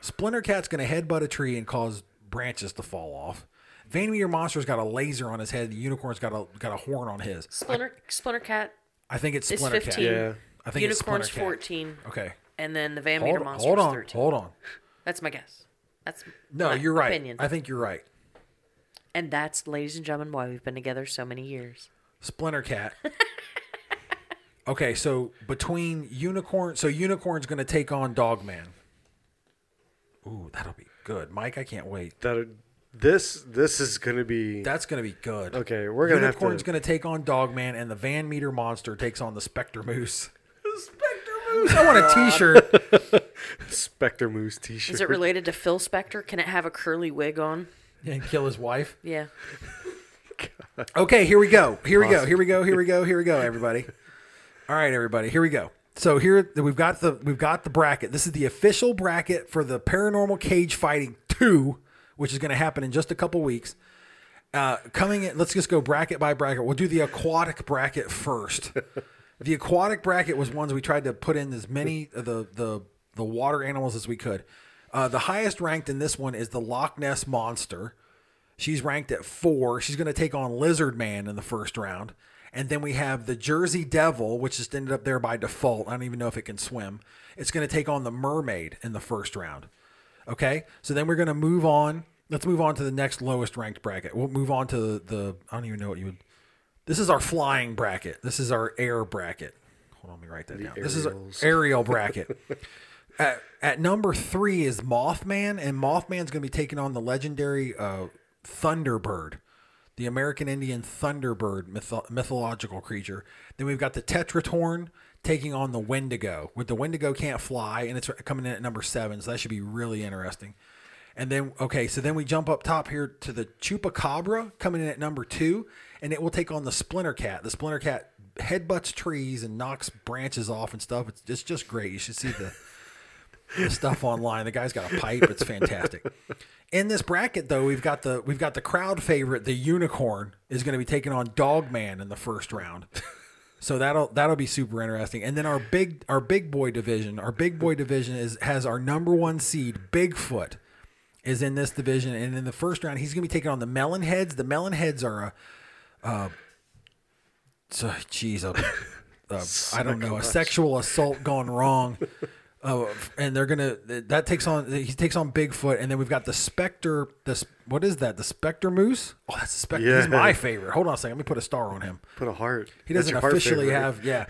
Speaker 1: Splinter Cat's going to headbutt a tree and cause branches to fall off. Vanmeter Monster's got a laser on his head. The unicorn's got a got a horn on his.
Speaker 3: Splinter Splinter Cat
Speaker 1: I think it's
Speaker 3: is
Speaker 1: Splinter Cat.
Speaker 3: fifteen.
Speaker 2: Yeah.
Speaker 1: I think it's Splinter
Speaker 3: Unicorns
Speaker 1: Cat.
Speaker 3: fourteen,
Speaker 1: Okay.
Speaker 3: and then the Van Meter
Speaker 1: Hold,
Speaker 3: Monster
Speaker 1: hold on.
Speaker 3: thirteen.
Speaker 1: Hold on.
Speaker 3: That's my guess. That's
Speaker 1: No,
Speaker 3: my
Speaker 1: you're right.
Speaker 3: Opinion.
Speaker 1: I think you're right.
Speaker 3: And that's, ladies and gentlemen, why we've been together so
Speaker 1: <laughs>
Speaker 3: many years.
Speaker 1: Splinter Cat. <laughs> okay, so between unicorn, so unicorn's going to take on Dogman. Ooh, that'll be good, Mike. I can't wait.
Speaker 2: That this this is gonna be
Speaker 1: That's gonna be good.
Speaker 2: Okay, we're gonna have
Speaker 1: Unicorn's
Speaker 2: to-
Speaker 1: gonna take on Dogman, and the Van Meter Monster takes on the Spectre Moose. Spectre Moose. I want <laughs> a T-shirt.
Speaker 2: Spectre Moose T-shirt.
Speaker 3: Is it related to Phil Spector? Can it have a curly wig on?
Speaker 1: and kill his wife.
Speaker 3: Yeah.
Speaker 1: Okay, here we go. Here we go. Here we go. Here we go. Here we go. Everybody. All right, everybody. Here we go. So here we've got the we've got the bracket. This is the official bracket for the Paranormal Cage Fighting Two, which is going to happen in just a couple weeks. Uh, coming in, let's just go bracket by bracket. We'll do the aquatic bracket first. the aquatic bracket was ones we tried to put in as many of the the the water animals as we could. Uh, the highest ranked in this one is the Loch Ness monster. She's ranked at four. She's going to take on Lizard Man in the first round. And then we have the Jersey Devil, which just ended up there by default. I don't even know if it can swim. It's going to take on the Mermaid in the first round. Okay. So then we're going to move on. Let's move on to the next lowest ranked bracket. We'll move on to the, the I don't even know what you would. This is our flying bracket. This is our air bracket. Hold on, let me write that down. This is our
Speaker 2: aerials.
Speaker 1: aerial bracket. at, at number three is Mothman, and Mothman's going to be taking on the legendary uh, Thunderbird, the American Indian Thunderbird mytho- mythological creature. Then we've got the Tetratorn taking on the Wendigo. With the Wendigo can't fly, and it's coming in at number seven, so that should be really interesting. And then, okay, so then we jump up top here to the Chupacabra coming in at number two, and it will take on the Splinter Cat. The Splinter Cat headbutts trees and knocks branches off and stuff. It's, it's just great. You should see the the stuff online. The guy's got a pipe. It's fantastic. In this bracket, though, we've got the we've got the crowd favorite, the unicorn, is going to be taking on Dogman in the first round. So that'll that'll be super interesting. And then our big our big boy division, our big boy division is has our number one seed, Bigfoot, is in this division. And in the first round, he's going to be taking on the Melonheads. The Melonheads are a, uh, so jeez, a, a, I don't know, a sexual assault gone wrong. Uh, and they're gonna that takes on he takes on Bigfoot, and then we've got the Spectre. This what is that? The Spectre Moose? Oh, that's the Spectre. He's
Speaker 2: Yeah.
Speaker 1: my favorite. Hold on a second. Let me put a star on him.
Speaker 2: Put a heart.
Speaker 1: He
Speaker 2: That's
Speaker 1: doesn't
Speaker 2: your heart
Speaker 1: officially
Speaker 2: favorite.
Speaker 1: have,
Speaker 2: <laughs>
Speaker 1: yeah.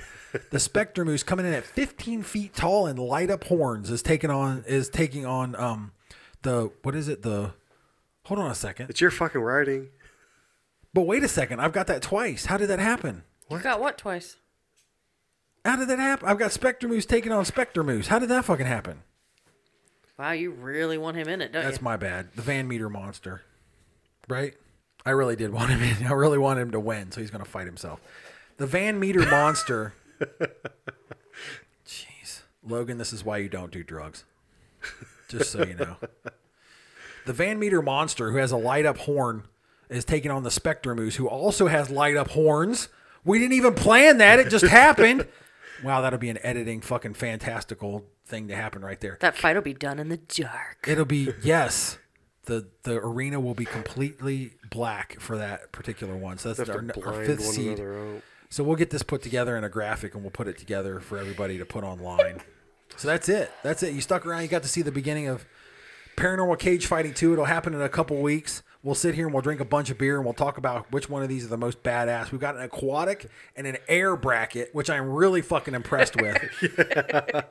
Speaker 1: The Spectre Moose coming in at 15 feet tall and light up horns is taking on is taking on um the what is it the hold on a second.
Speaker 2: It's your fucking writing.
Speaker 1: But wait a second, I've got that twice. How did that happen?
Speaker 3: You got what twice?
Speaker 1: How did that happen? I've got Spectre Moose taking on Spectre Moose. How did that fucking happen?
Speaker 3: Wow, you really want him in it, don't
Speaker 1: That's
Speaker 3: you?
Speaker 1: my bad. The Van Meter monster, <laughs> right? I really did want him in. I really want him to win, so he's going to fight himself. The The Van Meter monster. Jeez, Logan, this is why you don't do drugs. Just so you know, the Van Meter monster, who has a light up horn, is taking on the Spectre Moose, who also has light up horns. We didn't even plan that; it just happened. Wow, that'll be an editing fucking fantastical thing to happen right there.
Speaker 3: That fight will be done in the dark.
Speaker 1: It'll be yes. The the arena will be completely black for that particular one. So that's
Speaker 2: Have
Speaker 1: our,
Speaker 2: to
Speaker 1: our
Speaker 2: blind
Speaker 1: fifth
Speaker 2: one
Speaker 1: seed.
Speaker 2: another out.
Speaker 1: So we'll get this put together in a graphic and we'll put it together for everybody to put online. So that's it. That's it. You stuck around. You got to see the beginning of Paranormal Cage Fighting 2. It'll happen in a couple weeks. We'll sit here and we'll drink a bunch of beer and we'll talk about which one of these are the most badass. We've got an aquatic and an air bracket, which I'm really fucking impressed with.
Speaker 2: <laughs>
Speaker 1: I'm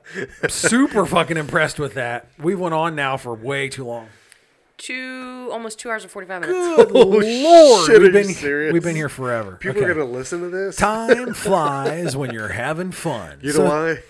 Speaker 1: super fucking impressed with that. We went on now for way too long.
Speaker 3: Two almost two hours and forty five minutes.
Speaker 1: Good lord,
Speaker 2: Oh, shit, are
Speaker 1: we've
Speaker 2: you
Speaker 1: been
Speaker 2: serious?
Speaker 1: we've been here forever.
Speaker 2: People
Speaker 1: Okay.
Speaker 2: are gonna listen to this.
Speaker 1: Time flies when you're having fun.
Speaker 2: you know why? <laughs>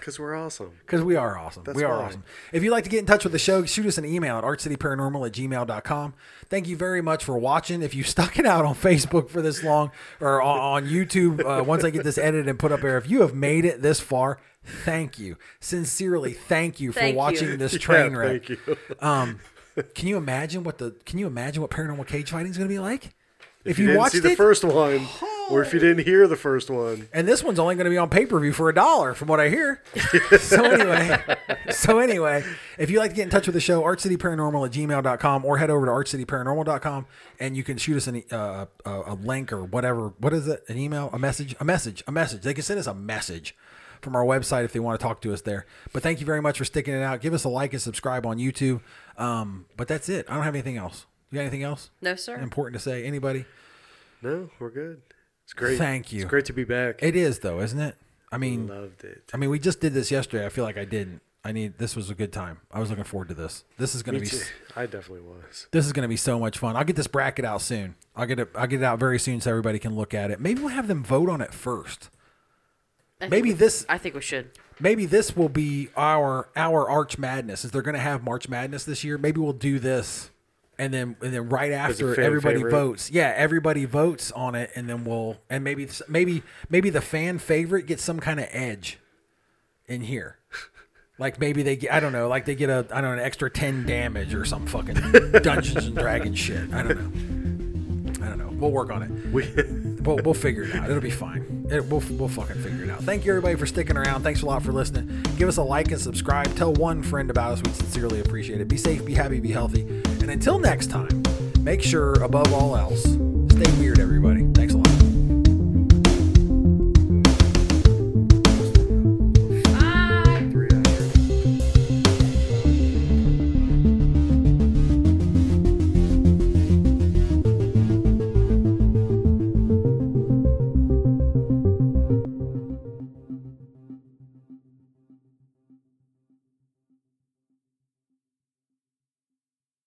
Speaker 2: Because we're awesome.
Speaker 1: Because we are awesome. we are
Speaker 2: why.
Speaker 1: awesome. If you'd like to get in touch with the show, shoot us an email at artcityparanormal at gmail.com. Thank you very much for watching. If you <laughs> stuck it out on Facebook for this long or on, on YouTube, uh, once I get this edited and put up there, if you have made it this far, thank you. Sincerely, thank you for
Speaker 3: Thank you.
Speaker 1: watching this train
Speaker 2: <laughs> yeah,
Speaker 1: wreck.
Speaker 2: Thank you.
Speaker 1: Um, can you imagine what the can you imagine what paranormal cage fighting is going to be like? If,
Speaker 2: you, didn't
Speaker 1: watched
Speaker 2: see the
Speaker 1: it,
Speaker 2: first one, or if you didn't hear the first one,
Speaker 1: And this one's only going to be on pay per view for a dollar, from what I hear. <laughs> so anyway, so anyway, if you'd like to get in touch with the show, artcityparanormal at gmail.com or head over to artcityparanormal.com and you can shoot us an, e- uh, a, a link or whatever. What is it? An email? A message? A message? A message. They can send us a message from our website if they want to talk to us there. But thank you very much for sticking it out. Give us a like and subscribe on YouTube. Um, but that's it. I don't have anything else. You got anything else?
Speaker 3: No, sir.
Speaker 1: Important to say. Anybody?
Speaker 2: no, we're good. It's great.
Speaker 1: Thank you.
Speaker 2: It's great to be back.
Speaker 1: It is though, isn't it? I mean,
Speaker 2: Loved it.
Speaker 1: I mean, we just did this yesterday. I feel like I didn't. I need this was a good time. I was looking forward to this. This is gonna
Speaker 2: Me
Speaker 1: be
Speaker 2: too.
Speaker 1: s-
Speaker 2: I definitely was.
Speaker 1: this is gonna be so much fun. I'll get this bracket out soon. I'll get it I'll get it out very soon so everybody can look at it. Maybe we'll have them vote on it first.
Speaker 3: I think
Speaker 1: Maybe
Speaker 3: we-
Speaker 1: this
Speaker 3: I think we should.
Speaker 1: maybe this will be our our Arch Madness. Is they're gonna have March Madness this year? Maybe we'll do this and then and then right after
Speaker 2: fan
Speaker 1: everybody
Speaker 2: favorite.
Speaker 1: votes. Yeah, everybody votes on it and then we'll and maybe maybe maybe the fan favorite gets some kind of edge in here. Like maybe they get, I don't know, like they get a, I don't know, an extra 10 damage or some fucking Dungeons and Dragons shit. I don't know. I don't know. We'll work on it.
Speaker 2: We
Speaker 1: We'll, we'll figure it out. It'll be fine. It, we'll, we'll fucking figure it out. Thank you everybody for sticking around. Thanks a lot for listening. Give us a like and subscribe. Tell one friend about us. We sincerely appreciate it. Be safe, be happy, be healthy. And until next time, make sure above all else, stay weird, everybody.